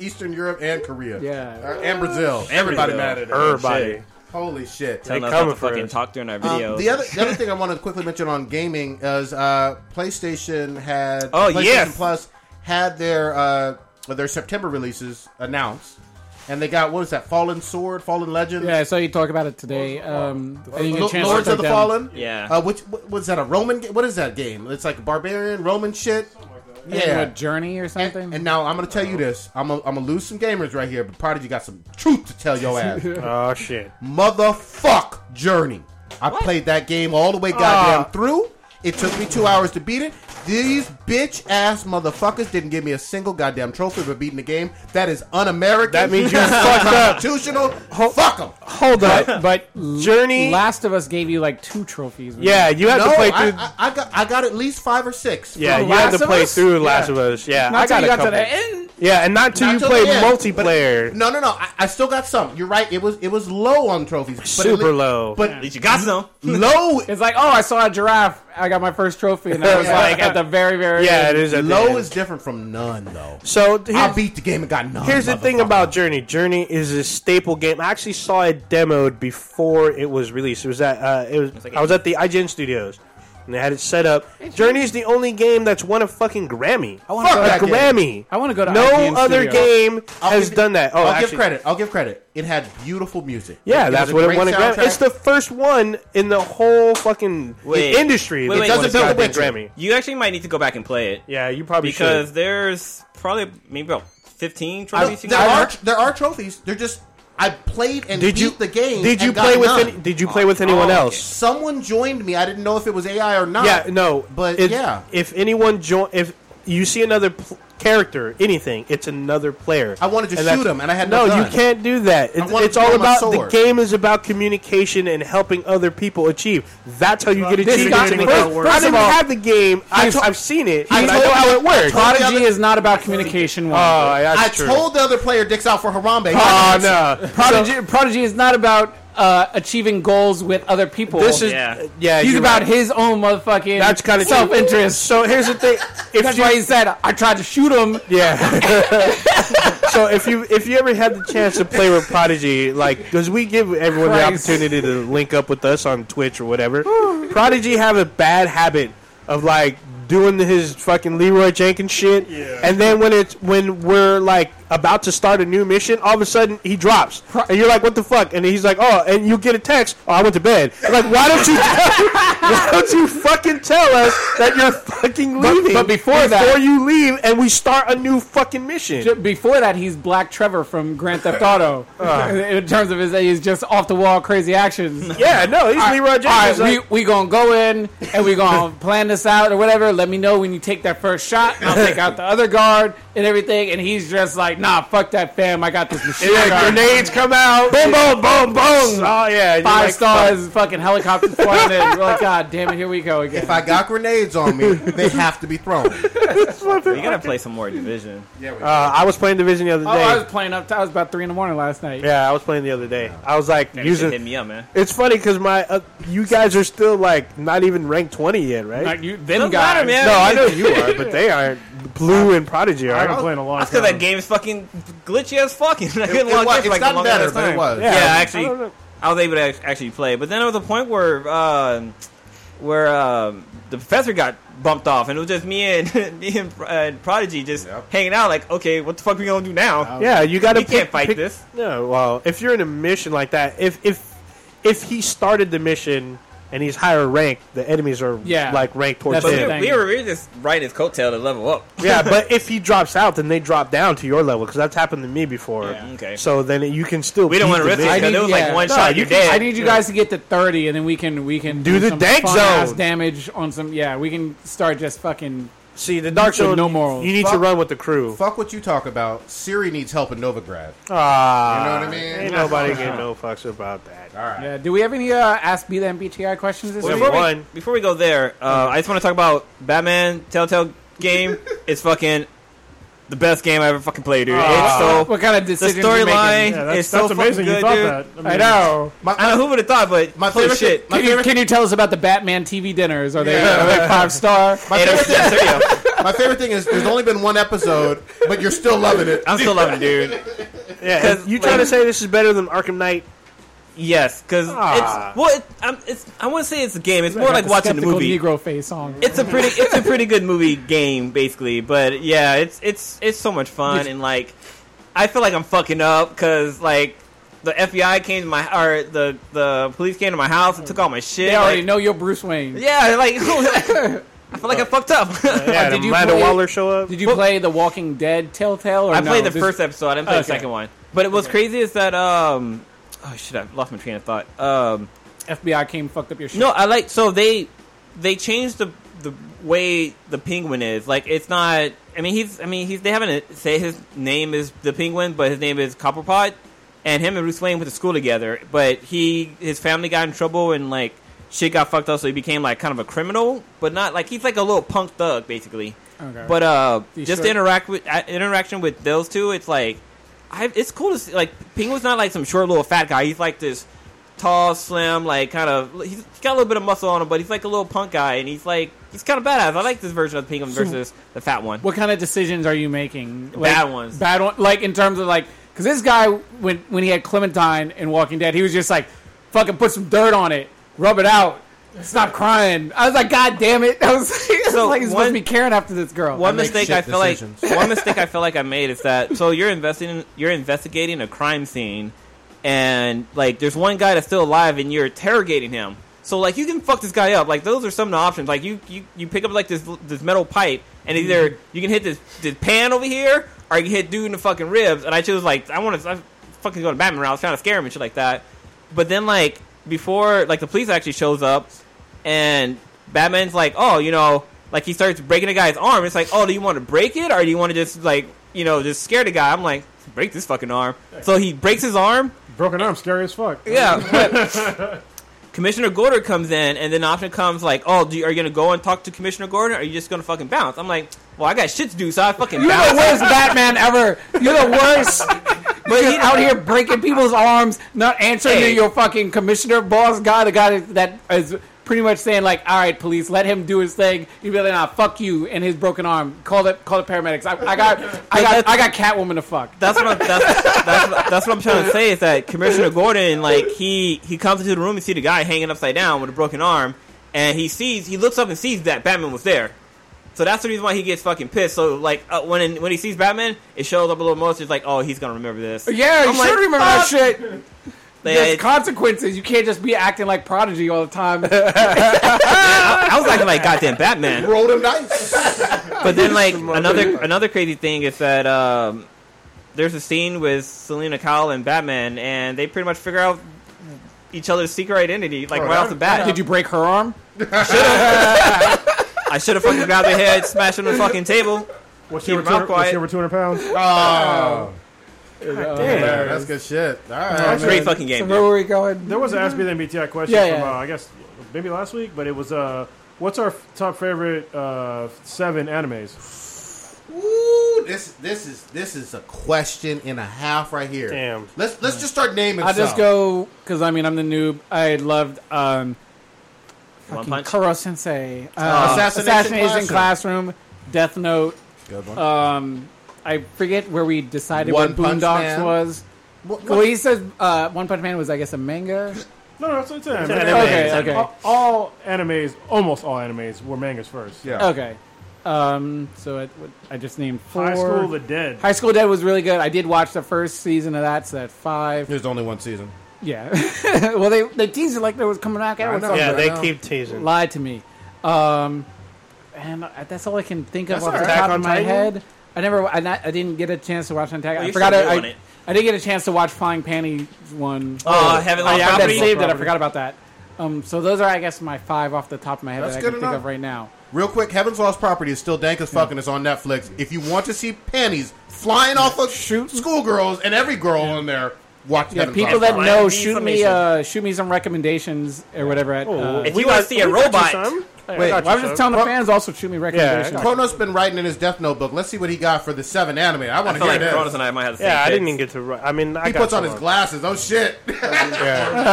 [LAUGHS] Eastern Europe and Korea.
Yeah.
Uh, and Brazil. Everybody
Brazil.
mad at us.
everybody.
Holy shit.
They
coming
come
for
fucking
us.
talk during our
Um,
videos.
the other the other thing I wanted to quickly mention on gaming is uh, PlayStation had
Oh,
PlayStation
yes.
Plus had their uh, their September releases announced, and they got what was that Fallen Sword, Fallen Legends,
Yeah, I saw you talk about it today. Um, I didn't get a
Lo-
chance
Lords
to
of the
take down-
Fallen.
Yeah.
uh, which what, was that a Roman? Ga- what is that game? It's like barbarian Roman shit.
Yeah.
Yeah.
What, Journey or something?
And now I'm gonna tell you this. I'm gonna, I'm gonna lose some gamers right here, but Prodigy got some truth to tell your ass.
Oh shit.
motherfuck journey. I played that game all the way goddamn through. It took me two hours to beat it. These bitch ass motherfuckers didn't give me a single goddamn trophy for beating the game. That is un-American.
That means
[LAUGHS]
you
fucked Constitutional. Fuck them.
hold on, but
Journey.
Last of Us gave you like two trophies. man.
yeah, you had
No,
to play
I,
through.
I, I got I got at least five or six.
yeah,
The
you had
Last
to
of
play
Us?
through Last of Us. Yeah,
Not
I got
till
a
you got
couple.
to the end.
Yeah, and not till
Not
you
till
play
the end,
multiplayer.
No, no, no. I, I still got some. You're right. It was it was low on trophies. But at
Super
lea-
low.
But
At least you got some.
[LAUGHS]
[LAUGHS]
low
It's like, oh, I saw a giraffe. I got my first trophy, and I was
Yeah.
like at the very, very
yeah,
end.
it is at the
low
end.
is different from none though.
So here's,
I beat the game and got none.
Here's the thing
motherfucker.
about Journey. Journey is a staple game. I actually saw it demoed before it was released. It was at uh, it was,
like
I was at the IGN Studios, and they had it set up. Journey's the only game that's won a fucking Grammy. I
wanna
Fuck
go
a
to that game.
Grammy.
I wanna go to
no
IGN
other
Studio.
game has
give-
done that. Oh,
I'll
actually,
give credit. I'll give credit. It had beautiful music.
Yeah,
It was
that's
a
what it
great
won a Grammy.
soundtrack.
It's the first one in the whole fucking
Wait.
industry.
Wait,
that
wait,
won
wait.
a
Doesn't Bill
goddamn
Witcher.
Grammy.
You actually might need to go back and play it
Yeah, you probably
because
should.
there's probably maybe about 15
No,
trophies. you
there
can
are
get.
there are trophies. They're just I played and
Did
beat
you
the game.
Did you
and got Oh,
play with
none.
any, Did you play with anyone
okay.
else?
Someone joined me. I didn't know if it was AI or not.
Yeah, no.
But
it's-
yeah,
if anyone join, if you see another pl- character, anything, it's another player.
I wanted to
that's-
shoot him, and I had
no.
no
you
gun.
can't do that. It's,
wanted
it's
to
all
throw my
about the
sword.
game is about communication and helping other people achieve. That's how you get
this
achievements.
got-
in the
first-
game.
first
I
of
didn't
all,
have the game. I,
he's-
I've seen it. I
he's-
know how it works. Oh,
Prodigy is not about communication. Juan.
that's
I
true.
told the other player dicks out for Harambe.
Oh no,
Prodigy, Prodigy is not about uh, achieving goals with other people.
This
oh,
is
Yeah.
yeah. yeah
he's
you're
about
right.
his own motherfucking
That's kind of
self interest.
So here's the thing. If
That's
you,
why he said, "I tried to shoot him."
yeah.
[LAUGHS]
so if you if you ever had the chance to play with Prodigy, like because we give everyone
Christ.
the opportunity to link up with us on Twitch
[SIGHS]
or whatever, Prodigy have a bad habit of like doing his fucking Leroy Jenkins shit, yeah. and then when it's when we're like about to start a new mission, all of a sudden he drops, and you're like, what the fuck? And he's like, oh, and you get a text, oh, I went to bed. Like, why don't you [LAUGHS] tell, why don't you fucking tell us that you're fucking leaving?
but before that-
before you leave, and we start a new fucking mission.
Before that, he's Black Trevor from Grand Theft Auto. [LAUGHS] in terms of his, he's just off the wall, crazy actions.
Yeah, no, he's Leroy James.
All right,
He's like,
we we gonna go in and we gonna [LAUGHS] plan this out or whatever. Let me know when you take that first shot. and I'll take out the other guard and everything. And he's just like, nah, fuck that, fam. I got this machine
yeah,
gun.
grenades come out. Boom, boom, boom, boom. Oh yeah, you're
Five
like,
stars, fucking helicopter flying in. We're like, God damn it, here we go again.
If I got grenades on me, they have to be thrown.
You gotta play some more Division.
fuck. Uh, I was playing Division the other day.
Oh, I was playing up. To, I was about three in the morning last night.
yeah, I was playing the other day. I was like
Man, you should
using.
hit me up, man.
It's funny because my uh, you guys are still like not even ranked twenty yet, right?
Like you, them
Doesn't
guys.
matter, man.
no, I know
[LAUGHS]
you are, but they aren't. Blue and Prodigy
I haven't
are.
played in a long
That's
time.
because that game is fucking glitchy as fucking. [LAUGHS] I couldn't
it
log
was-
in for like
it's
the
gotten
longest
better,
ass
but it
time.
was.
Yeah,
Yeah, I
actually,
don't know.
I, was able to act- actually play. But then there was a point where uh, where um the professor got bumped off, and it was just me and [LAUGHS] me and uh, Prodigy just
Yep.
hanging out. Like, okay, what the fuck we gonna do now?
Yeah, you got to.
We can't fight this.
No, well, if you're in a mission like that, if if if he started the mission and he's higher ranked, the enemies are
Yeah.
like ranked towards
That's
But
the
him.
thing.
we, we were really just riding his coattail to level up.
yeah, but if he drops out, then they drop down to your level because that's happened to me before.
Yeah. Okay.
So then you can still
We don't
beat
want to
the
risk it. 'cause
mission.
need-
It was
yeah.
like one
No,
shot.
you
You
can-
dead.
I need you guys to get to thirty, and then we can we can
Do the
some
dank
fun ass
zone.
damage on some. Yeah, we can start just fucking.
See the dark
With
zone.
no
No
morals.
morals. You need to
Fuck.
run with the crew.
Fuck what you talk about. Siri needs help in Novigrad.
Ah,
You know what I mean?
Ain't nobody gave no fucks about that.
All right.
Yeah. Do we have any uh, ask me the MBTI questions this
Well,
week?
before, we,
One.
before we go there, uh, I just want to talk about Batman Telltale game. it's fucking the best game I ever fucking played, dude. it's so
What kind of
the
decisions? we making?
storyline
yeah, that's,
is so
that's amazing.
fucking
you
good,
thought
dude.
that.
I
mean,
know.
My,
I know who would have thought, but
My
holy
favorite
shit.
My
Can you,
favorite-
can you tell us about the Batman TV dinners? Are they,
Yeah.
are they five star?
my,
Eight out of
favorite
ten,
thing,
there you go.
my favorite thing is there's only been one episode, but you're still loving it.
I'm still loving it, dude.
Yeah, and you trying to say this is better than Arkham Knight?
Yes, because
Ah.
it's well, it, I'm, it's I wouldn't say it's a game. It's more like
The
watching the
skeptical
movie.
Negro face song.
It's a pretty, it's a pretty good movie game, basically. But yeah, it's it's it's so much fun,
It's-
and like, I feel like I'm fucking up because like the FBI came to my or the the police came to my house and took all my shit.
they already
like-
know you're Bruce Wayne.
Yeah, like [LAUGHS] I feel like I fucked up.
Yeah,
did
did
you
Amanda
play-
Waller show up?
Did you play The Walking Dead Telltale? Or
[LAUGHS] I
no?
played the
This-
first episode. I didn't play the
Okay.
second one. But what's crazy is that um, oh shit, I lost my train of thought. Um,
FBI came fucked up your shit.
no, I like so they they changed the the way the penguin is. Like it's not. I mean, he's. I mean, he's. They haven't say his name is the penguin, but his name is Copperpot, and him and Bruce Wayne went to school together. But he his family got in trouble and like shit got fucked up, so he became like kind of a criminal, but not like he's like a little punk thug basically.
Okay.
But uh,
These
just
short-
interact with uh, interaction with those two, it's like, I it's cool to see. Like Penguin's not like some short little fat guy. He's like this tall, slim, like kind of. He's got a little bit of muscle on him, but he's like a little punk guy, and he's like he's kind of badass. I like this version of Penguin versus the fat one.
what kind of decisions are you making?
Bad ones.
Bad one. Like in terms of like, because this guy when when he had Clementine in Walking Dead, he was just like, fucking put some dirt on it, rub it out, Stop crying. I was like, God damn it. [LAUGHS] I was like, I was
So
like you're supposed
one-
to be caring after this girl.
One
make
mistake
shit
I feel like
decisions.
[LAUGHS] one mistake I feel like I made is that so you're investing you're investigating a crime scene and like there's one guy that's still alive and you're interrogating him. So like you can fuck this guy up. Like those are some of the options. Like you you, you pick up like this this metal pipe and either you can hit this this pan over here or you can hit dude in the fucking ribs. And I chose like I want to I fucking go to Batman route. I was trying to scare him and shit like that. But then like before like the police actually shows up and Batman's like, oh, you know, like he starts breaking a guy's arm. It's like, oh, do you want to break it or do you want to just like, you know, just scare the guy? I'm like, break this fucking arm. So he breaks his arm.
Broken arm, scary as fuck.
Yeah. but Commissioner Gordon comes in, and then the option comes like, oh, do you, are you gonna go and talk to Commissioner Gordon, or are you just gonna fucking bounce? I'm like, well, I got shit to do, so I fucking
You're the [LAUGHS]
bounce.
worst Batman ever. You're the worst. But he's out here breaking people's arms, not answering to
Hey.
your fucking commissioner boss guy, the guy that is pretty much saying like, "All right, police, let him do his thing." You'd be like, "Nah, fuck you," and his broken arm. Call the call the paramedics. I, I got I got I got Catwoman to fuck.
that's what I'm, that's, that's, what- that's what I'm trying to say is that Commissioner Gordon, like he he comes into the room and see the guy hanging upside down with a broken arm, and he sees he looks up and sees that Batman was there. So that's the reason why he gets fucking pissed. So like uh, when when he sees Batman, it shows up a little more. So he's like, oh, he's gonna remember this.
Yeah, you
like,
should remember that
fuck.
shit.
Like,
There's consequences. You can't just be acting like prodigy all the [LAUGHS] time.
I, I was acting like goddamn
[LAUGHS]
Batman.
Roll them dice.
But then, like another another crazy thing is that um, there's a scene with Selena Kyle and Batman, and they pretty much figure out each other's secret identity, like right off the bat.
Did you break her arm?
I should have fucking grabbed their head, smashed them on the fucking table.
What's
Keep
your
your mouth
return? What's
quiet.
your return pounds?
Yeah, that's good shit. All right.
Great fucking game.
So
dude.
where were we going?
There was an Ask Me Then BTI question
Yeah,
from,
yeah.
Uh, I guess, maybe last week, but it was, uh, what's our f- top favorite uh, seven animes?
Ooh, this this is this is a question and a half right here.
Damn.
Let's let's just start naming.
I just
some.
go because I mean I'm the noob. I loved um,
One
fucking
punch.
Kuro Sensei, uh,
Ah.
Assassination
Assassination,
Classroom.
Classroom. Death Note.
Good one.
Um, I forget where we decided
One
what
Punch
Boondocks
Man.
was.
What-
Well,
what-
he says uh, One Punch Man was, I guess, a manga.
No, no, it's, it's an anime.
an anime.
Okay, okay,
All, all animes, almost all animes, were mangas first.
yeah.
okay. Um, so I, what- I just named four.
High School of the Dead.
High School Dead was really good. I did watch the first season of that, so that's five.
There's only one season.
Yeah. [LAUGHS] well, they they teased it like there was coming back out.
I
with
know.
something.
Yeah, they
Wow.
keep teasing.
lied to me. Um, and I- that's all I can think of
That's
off the
all right.
top
Attack
of
on
my
Titan?
head. I never, I, not, I didn't get a chance to watch Attack.
Well,
I
you're
forgot.
still
It, I,
doing it.
I did get a chance to watch Flying Panty one.
Uh, Heaven
I
Lost
have that
Property.
saved that. I forgot about that. Um, so those are, I guess, my five off the top of my head
That's
that I
good
can think
enough.
of right now.
Real quick, Heaven's Lost Property is still dank as fuck and it's on Netflix. If you want to see panties flying off of schoolgirls and every girl in there, watch
Yeah,
Heaven's
people
Lost
that
Property.
know,
Need
shoot me,
summation.
uh, shoot me some recommendations or whatever. At, uh,
If you want to see a robot,
Some?
wait,
got you,
I was just
sir.
telling the fans also shoot me recommendations.
Chronos been writing in his Death Note book. Let's see what he got for the seven anime. I
I
want to
feel
hear
like
this.
Cronus and I might have the same.
Yeah, I
picks.
didn't even get to. ri- I mean, I
he
got
puts on his
someone.
glasses. Oh shit!
God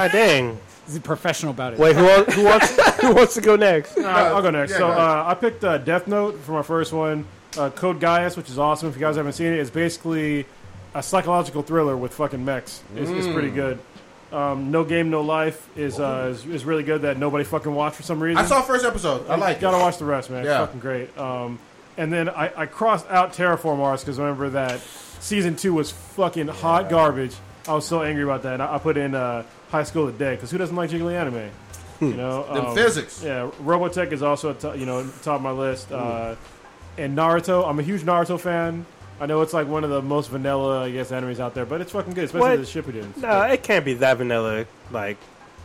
Ah, dang.
He's professional about it.
Wait, who, wa- who wants
[LAUGHS]
who wants to go next?
Uh, I'll go next.
yeah,
so
go
uh, I picked uh, Death Note for my first one. Uh, Code Gaius, which is awesome. If you guys haven't seen it, it's basically a psychological thriller with fucking mechs. It's, it's
Mm.
pretty good. Um, no Game, No Life is, uh, is is really good that nobody fucking watched for some reason.
I saw first episode. I like
Gotta
it.
watch the rest, man.
Yeah.
It's fucking great. Um, and then I, I crossed out Terraform Mars because remember that season two was fucking hot garbage. I was so angry about that. And I, I put in uh, High School of the Dead because who doesn't like jiggly anime? You know,
Hmm. Them
um,
physics.
yeah, Robotech is also at to- you know top of my list. Uh, and Naruto, I'm a huge Naruto fan. I know it's like one of the most vanilla, I guess, animes out there, but it's fucking good, especially
What?
the Shippuden.
No, it can't be that vanilla. Like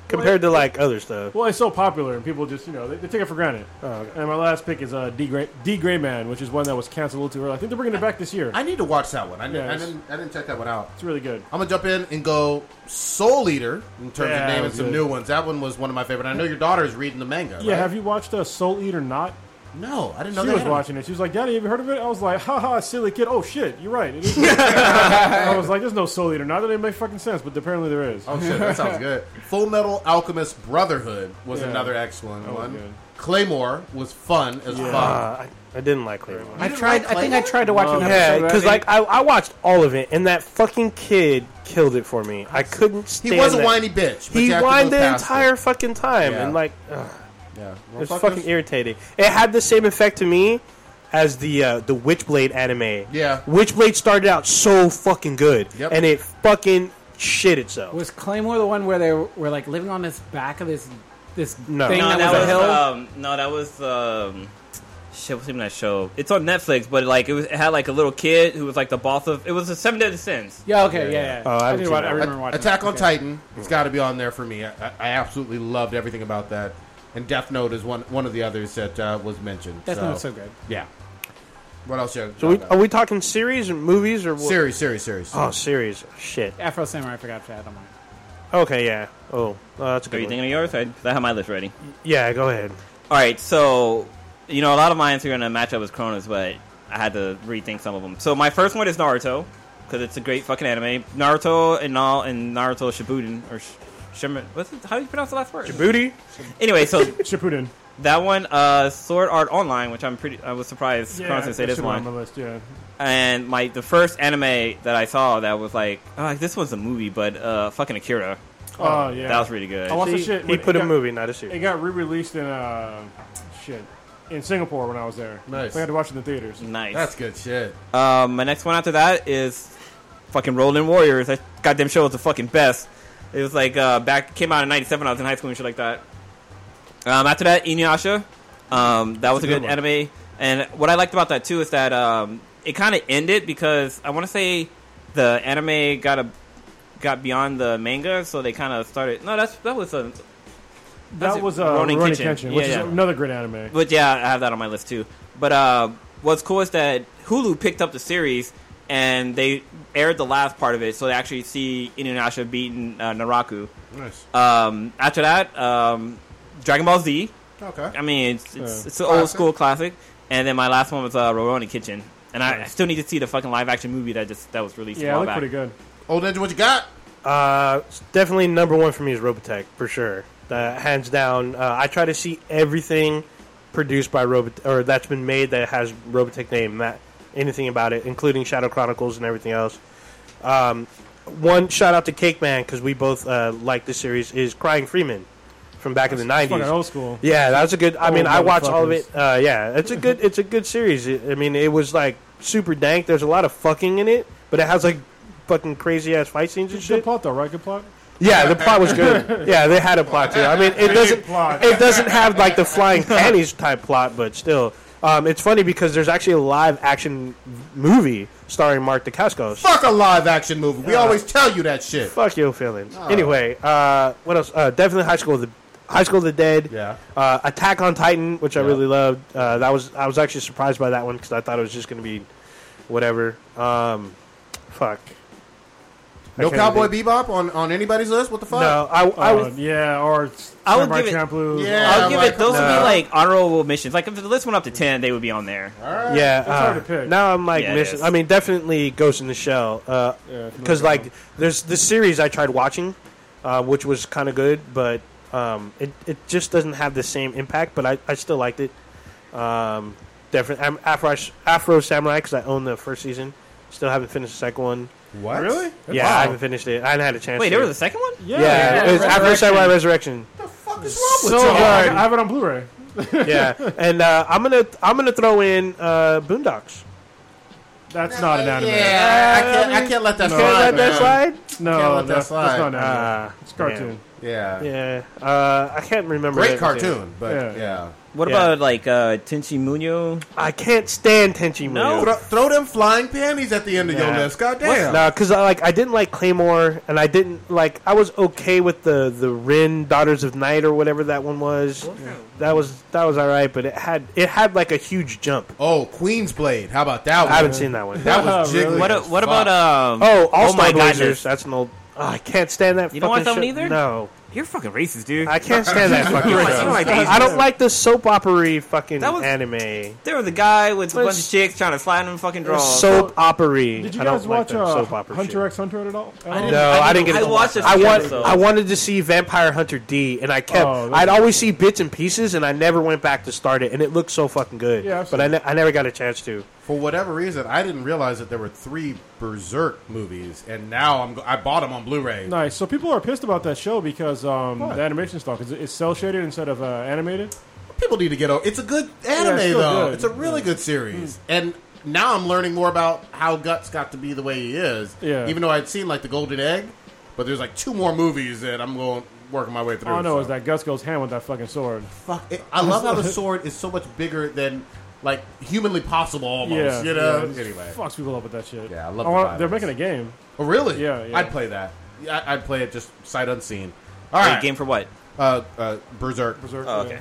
compared to like other stuff.
Well, it's so popular, and people just you know they, they take it for granted. And my last pick is uh, D Gray D Gray Man, which is one that was canceled a little too early. I think they're bringing it back this year.
I need to watch that one. I, didn't,
Yeah,
I
it's-
didn't. I didn't check that one out.
It's really good.
I'm gonna jump in and go Soul Eater in terms
Yeah,
of naming
that's
some
good.
new ones. That one was one of my favorite. I know your daughter is reading the manga.
Yeah,
right?
have you watched uh, Soul Eater? Not
No, I didn't know
She
they
was
had 'em.
watching it. She was like, "Daddy, have you heard of it?" I was like, "Ha ha, silly kid! Oh shit, you're right." [LAUGHS] It is I was like, "There's no Soul Eater. Not that it make fucking sense, but apparently there is."
Oh shit, that sounds good. Full Metal Alchemist Brotherhood was
Yeah.
another excellent
was
one.
good.
Claymore was fun as fuck.
Uh, I, I didn't like Claymore.
I tried. I think I tried to watch another.
Yeah,
episode,
because
but I
like I, I watched all of it, and that fucking kid killed it for me. I couldn't
He
stand.
was a
that.
whiny bitch. But
He
you have to
whined
look
the
past
entire
It.
fucking time,
Yeah.
and like ugh,
Yeah.
it was fucking irritating. It had the same effect to me as the uh, the Witchblade anime.
Yeah.
Witchblade started out so fucking good,
Yep.
and it fucking shit itself.
was Claymore the one where they were like living on this back of this this
No.
thing
No,
that,
that
was,
was
a hill?
um, no, that was um, shit. What's the name of that show? It's on Netflix, but like it was, it had like a little kid who was like the boss of. It was a Seven Deadly Sins.
yeah, okay, yeah, yeah.
Oh, I haven't
did
seen
watch-
that
I
one.
remember watching.
Attack
that.
on
Okay.
Titan. It's got to be on there for me. I, I I absolutely loved everything about that. And Death Note is one one of the others that uh, was mentioned.
Death
so.
Note's so good.
Yeah. What else? You
so we, are we talking series or movies or what?
series, series, series.
Oh, series. Shit.
Afro Samurai. I forgot to add them on.
Okay, yeah. Oh, uh, that's a
Are you
good. One.
thinking of yours? I, 'cause I have my list ready.
Yeah, go ahead.
All right, so you know a lot of mine are going to match up with Kronos, but I had to rethink some of them. So my first one is Naruto because it's a great fucking anime. Naruto and all and Naruto Shippuden or Sh- Shimmer. What's it, how do you pronounce the last word?
Booty.
Anyway, so
Shippuden.
that one, uh, Sword Art Online, which I'm pretty, I was surprised Kronos didn't say
that
this
should be on
one.
my list. Yeah,
and my the first anime that I saw that was like, oh, this was a movie, but uh, fucking Akira.
Oh, yeah.
that was really good.
I watched the
He,
shit.
he
when it
put a
got-
movie, not a
It
series.
got re-released in uh, shit in Singapore when I was there.
Nice.
So I had to watch it in the theaters.
nice.
That's good shit.
Um, my next one after that is fucking Rolling Warriors. That goddamn show was the fucking best. It was like uh, back came out in '97. I was in high school and shit like that. Um, after that, Inuyasha. Um, that was a good,
good one.
anime. And what I liked about that too is that um, it kind of ended because I want to say the anime got a got beyond the manga, so they kind of started. No, that's that was a That's
That
it.
was uh,
Ronin
Ronin,
Kenshin.
Kenshin,
Yeah,
which
yeah.
is another great anime.
But yeah, I have that on my list too. But uh, what's cool is that Hulu picked up the series and they aired the last part of it, so they actually see Inuyasha beating uh, Naraku.
Nice.
Uh,
Um, after that, um, Dragon Ball Z.
Okay.
I mean, it's it's,
Yeah.
it's an
Classic.
old school classic. And then my last one was uh, Rurouni Kitchen, and I, I still need to see the fucking live action movie that just that was released. a
yeah, it
while
looked
back.
pretty good.
Old Ninja, what you got?
Uh, it's definitely number one for me is Robotech for sure. Uh, hands down. Uh, I try to see everything produced by Robot or that's been made that has Robotech name. That anything about it, including Shadow Chronicles and everything else. Um, one shout out to Cake Man because we both uh, like this series is Crying Freeman from back in the
It's fucking
nineties.
old school.
Yeah, that was a good. I mean,
Old
I watched all of
motherfuckers.
it. Uh, yeah, it's a good. It's a good series. It- I mean, it was like super dank. There's a lot of fucking in it, but it has like fucking crazy ass fight scenes and
Good
shit.
plot though, right? Good plot.
Yeah, the plot was good. Yeah, they had a plot too. I mean, it doesn't.
plot.
It doesn't have like the flying panties type plot, but still, um, it's funny because there's actually a live action movie starring Mark Dacascos. Fuck,
Fuck a live action movie. We always tell you that shit.
your feelings. Anyway, uh, what else? Uh, definitely High School of the High School of the Dead.
Yeah.
Uh, Attack on Titan, which I
Yeah.
really loved. Uh, that was I was actually surprised by that one because I thought it was just going to be whatever. Um, fuck.
No
Okay,
Cowboy
they-
Bebop on, on anybody's list? What the fuck?
No, I, [LAUGHS] I
Uh,
was,
yeah, or
I would
Samurai
give it-
Champloo.
Yeah.
I'll give
like,
it. Those would
uh,
no.
be like honorable missions. Like if the list went up to ten, they would be on there.
yeah.
It's hard
uh,
to pick.
Now I'm like
Yeah, it
missing.
is.
I mean, definitely Ghost in the Shell. Because
Yeah,
because like there's the series I tried watching, uh, which was kind of good, but um, it it just doesn't have the same impact. But I, I still liked it. Um, definitely I'm Afro Afro Samurai because I own the first season. Still haven't finished the second one.
What?
Really?
Yeah, I
Wow.
haven't finished it. I haven't had a chance.
Wait,
to.
there was a second one.
Yeah.
yeah, it was Afro Samurai Resurrection.
What the fuck is wrong with
So
y'all?
hard. [LAUGHS]
I I have it on Blu-ray.
yeah, and uh, I'm gonna I'm gonna throw in uh, Boondocks.
That's not an anime.
Yeah, I can't, I can't let that
Can
slide.
I let that
man.
slide?
No,
Can't let that
no, that's
slide.
not an anime.
Uh,
it's a cartoon.
Yeah.
Yeah, uh, I can't remember.
Great
it.
cartoon, but yeah.
Yeah.
What
Yeah.
about like uh, Tenchi Muyo?
I can't stand Tenchi
No. uh,
Muyo.
Throw, throw them flying panties at the end of your
Yeah.
list. God damn.
No, because I like I didn't like Claymore, and I didn't like I was okay with the the Rin Daughters of Night or whatever that one was. That was that was all right, but it had it had like a huge jump.
Oh, Queensblade. How about that one?
I haven't seen that
[LAUGHS]
one.
That was
Really?
jiggly.
What
as
what
fuck.
about um?
Oh, All Star
my
Blazers.
goodness.
That's an old. Oh, I can't stand that.
You don't watch
fucking
that one
shit.
either?
No,
You're fucking racist, dude.
I can't stand that
[LAUGHS]
fucking.
You like-
show.
you like these-
I don't like the soap opery fucking
That was-
anime.
there was a guy with a
But
bunch of chicks trying to slide him fucking draw.
Soap opery.
Did you
I
guys
don't like
watch
that
uh,
soap opera
Hunter
shit.
x Hunter at all? I
didn't-
No, I didn't get.
I watched a
I
few
want.
episodes.
I wanted to see Vampire Hunter D, and I kept.
Oh, that's-
I'd always see bits and pieces, and I never went back to start it. And it looked so fucking good.
Yeah, I've
but
seen
I, ne- I never got a chance to.
For whatever reason, I didn't realize that there were three Berserk movies, and now I'm go- I bought them on Blu-ray.
Nice. So people are pissed about that show because um, the animation style because it's cell shaded instead of uh, animated.
People need to get over. It's a good anime
it's still
though.
good.
It's a really good series, and now I'm learning more about how Guts got to be the way he is.
Yeah.
Even though I'd seen like the Golden Egg, but there's like two more movies that I'm going working my way through.
All I know
so.
is that Gus goes hand with that fucking sword.
fuck. It, I love
[LAUGHS]
how the sword is so much bigger than like humanly possible almost.
yeah,
you know.
yeah,
anyway.
fucks people up with that shit.
Yeah, I love the
wanna- They're
violence.
making a game.
Oh really?
Yeah, yeah.
I'd play that. Yeah, I- I'd play it just sight unseen. All
Wait,
right.
game for what?
uh, uh, Berserk.
Berserk,
Oh,
yeah.
okay.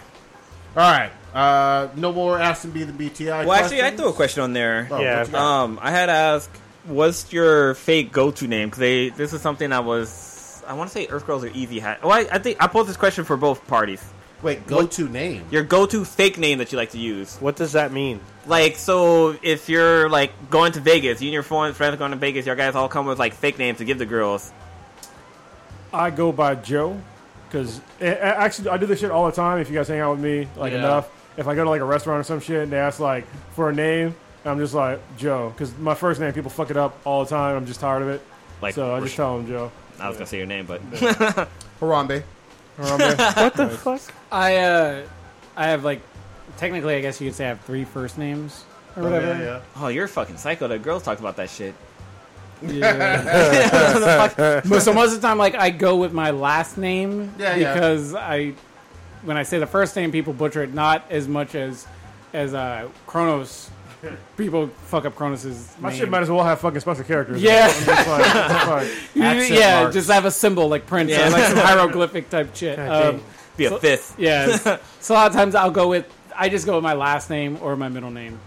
All right. Uh, no more Aston B the BTI.
Well, actually, I
questions?
threw a question on there.
Oh,
Yeah.
what you got?
Um, I had to ask, what's your fake go-to name? Because this is something I was, I want to say Earth Girls are easy hat. Well, I, I think I posed this question for both parties.
Wait, go to name.
Your go-to fake name that you like to use,
What does that mean?
like so, if you're like going to Vegas, you and your friends, friends going to Vegas, your guys all come with like fake names to give the girls.
I go by Joe because actually I do this shit all the time. If you guys hang out with me like
Yeah.
enough, if I go to like a restaurant or some shit and they ask like for a name, I'm just like Joe because my first name people fuck it up all the time. I'm just tired of it.
Like,
so I just tell them Joe.
I was gonna say your name, but
Harambe.
Harambe.
What the fuck?
I uh, I have like, technically, I guess you could say I have three first names or whatever.
oh, you're a fucking psycho. The girls talk about that shit.
But so most of the time, like I go with my last name
Yeah, yeah.
because I, when I say the first name, people butcher it not as much as as uh Kronos. People fuck up Kronos's
my
name.
shit might as well have fucking special characters.
yeah,
It's like- it's like-
Accent
yeah.
marks.
Just have a symbol like Prince, or,
Yeah.
like some hieroglyphic type shit.
God
Um,
Be a
So-
fifth.
yeah, so- so a lot of times I'll go with I just go with my last name or my middle name.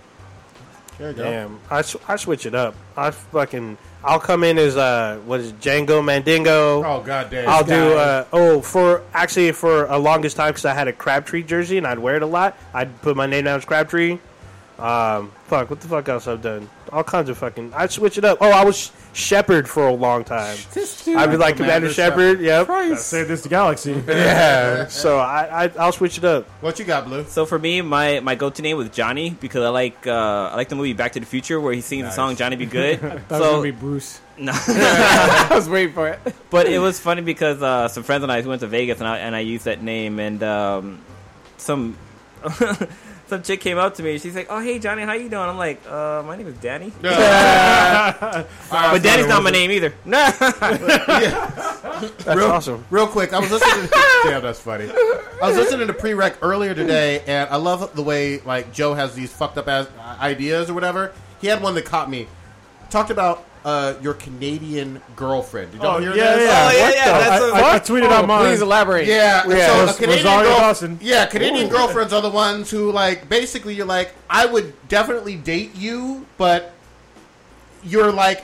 There you go.
Damn, I, sw- I switch it up. I fucking I'll come in as uh what is it, Django Mandingo.
Oh god damn.
I'll
guy.
do uh oh for actually for a longest time because I had a Crabtree jersey and I'd wear it a lot. I'd put my name down as Crabtree. Um, fuck, what the fuck else I've done? All kinds of fucking. I'd switch it up. Oh, I was Shepherd for a long time.
This dude,
I'd be like
Commander
Commander, Shepherd. Yep.
Christ.
Save this galaxy.
[LAUGHS] Yeah. So I, I I'll switch it up.
what you got, Blue?
So for me, my, my go to name was Johnny because I like uh, I like the movie Back to the Future where he sings the song Johnny Be [LAUGHS] Good.
That was
so
gonna be Bruce.
no.
I was waiting for it.
but it was funny because uh, some friends and I went to Vegas and I and I used that name and um, some [LAUGHS] some chick came up to me. She's like, "Oh hey Johnny, how you doing?" I'm like, uh, "My name is Danny." But Danny's not my name either. No.
That's
real,
awesome.
Real quick, I was listening. To, damn, that's funny. I was listening to pre-rec earlier today, and I love the way like Joe has these fucked up ass ideas or whatever. He had one that caught me. Talked about uh, your Canadian girlfriend. Did y'all
Oh,
hear
yeah,
this?
yeah.
Oh, yeah,
what
yeah,
the-
that's
I,
a-
I- I tweeted out mine.
Oh, Please elaborate.
Yeah,
Yeah,
so
Ros-
a Canadian
Rosario
girl-
Dawson.
Yeah, Canadian girlfriends are the ones who like basically you're like, I would definitely date you, but you're like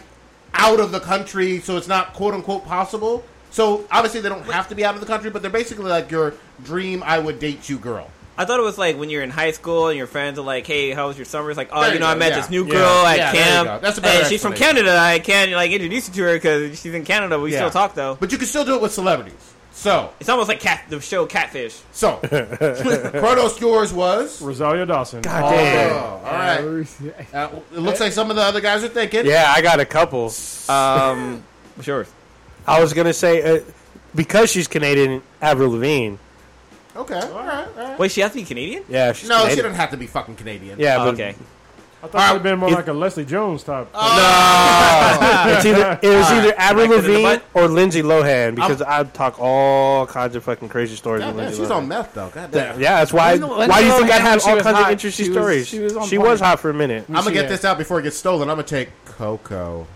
out of the country, so it's not quote unquote possible. So obviously they don't have to be out of the country, but they're basically like your dream I would date you girl.
I thought it was like when you're in high school and your friends are like, "Hey, how was your summer?" It's like, "Oh,
There
you
you
know, I
go,
met
yeah.
this new
Yeah.
girl at
Yeah, there you go.
camp,
That's a better
and she's from
explanation.
Canada. I can't like introduce you to her because she's in Canada. We
Yeah.
still talk though.
But you can still do it with celebrities. So
It's almost like cat the show Catfish.
so Kronos yours was
Rosario Dawson.
God damn.
Oh, all right. Uh, it looks like some of the other guys are thinking.
Yeah, I got a couple.
Um, [LAUGHS] what's yours?
I was gonna say uh, because she's Canadian, Avril Lavigne.
Okay. All right. All right.
Wait, she has to be Canadian?
Yeah, she's
No,
Canadian.
she doesn't have to be fucking Canadian.
Yeah,
Oh,
but
okay.
I thought it would have been more like a Leslie Jones type.
It's either it was either Avril
Back to the
Lavigne
butt.
or Lindsay Lohan because I talk all kinds of fucking crazy stories.
Oh,
God
with
damn,
Lindsay
she's
Lohan.
on meth though. God damn.
Yeah, that's why.
Lindsay- Lindsay
why do you think I
Lohan,
have
she
all
was
kinds of
hot.
interesting
She was-
stories?
she was on
she
point.
was hot for a minute.
I'm gonna
see
get
that.
this out before it gets stolen. I'm gonna take Coco.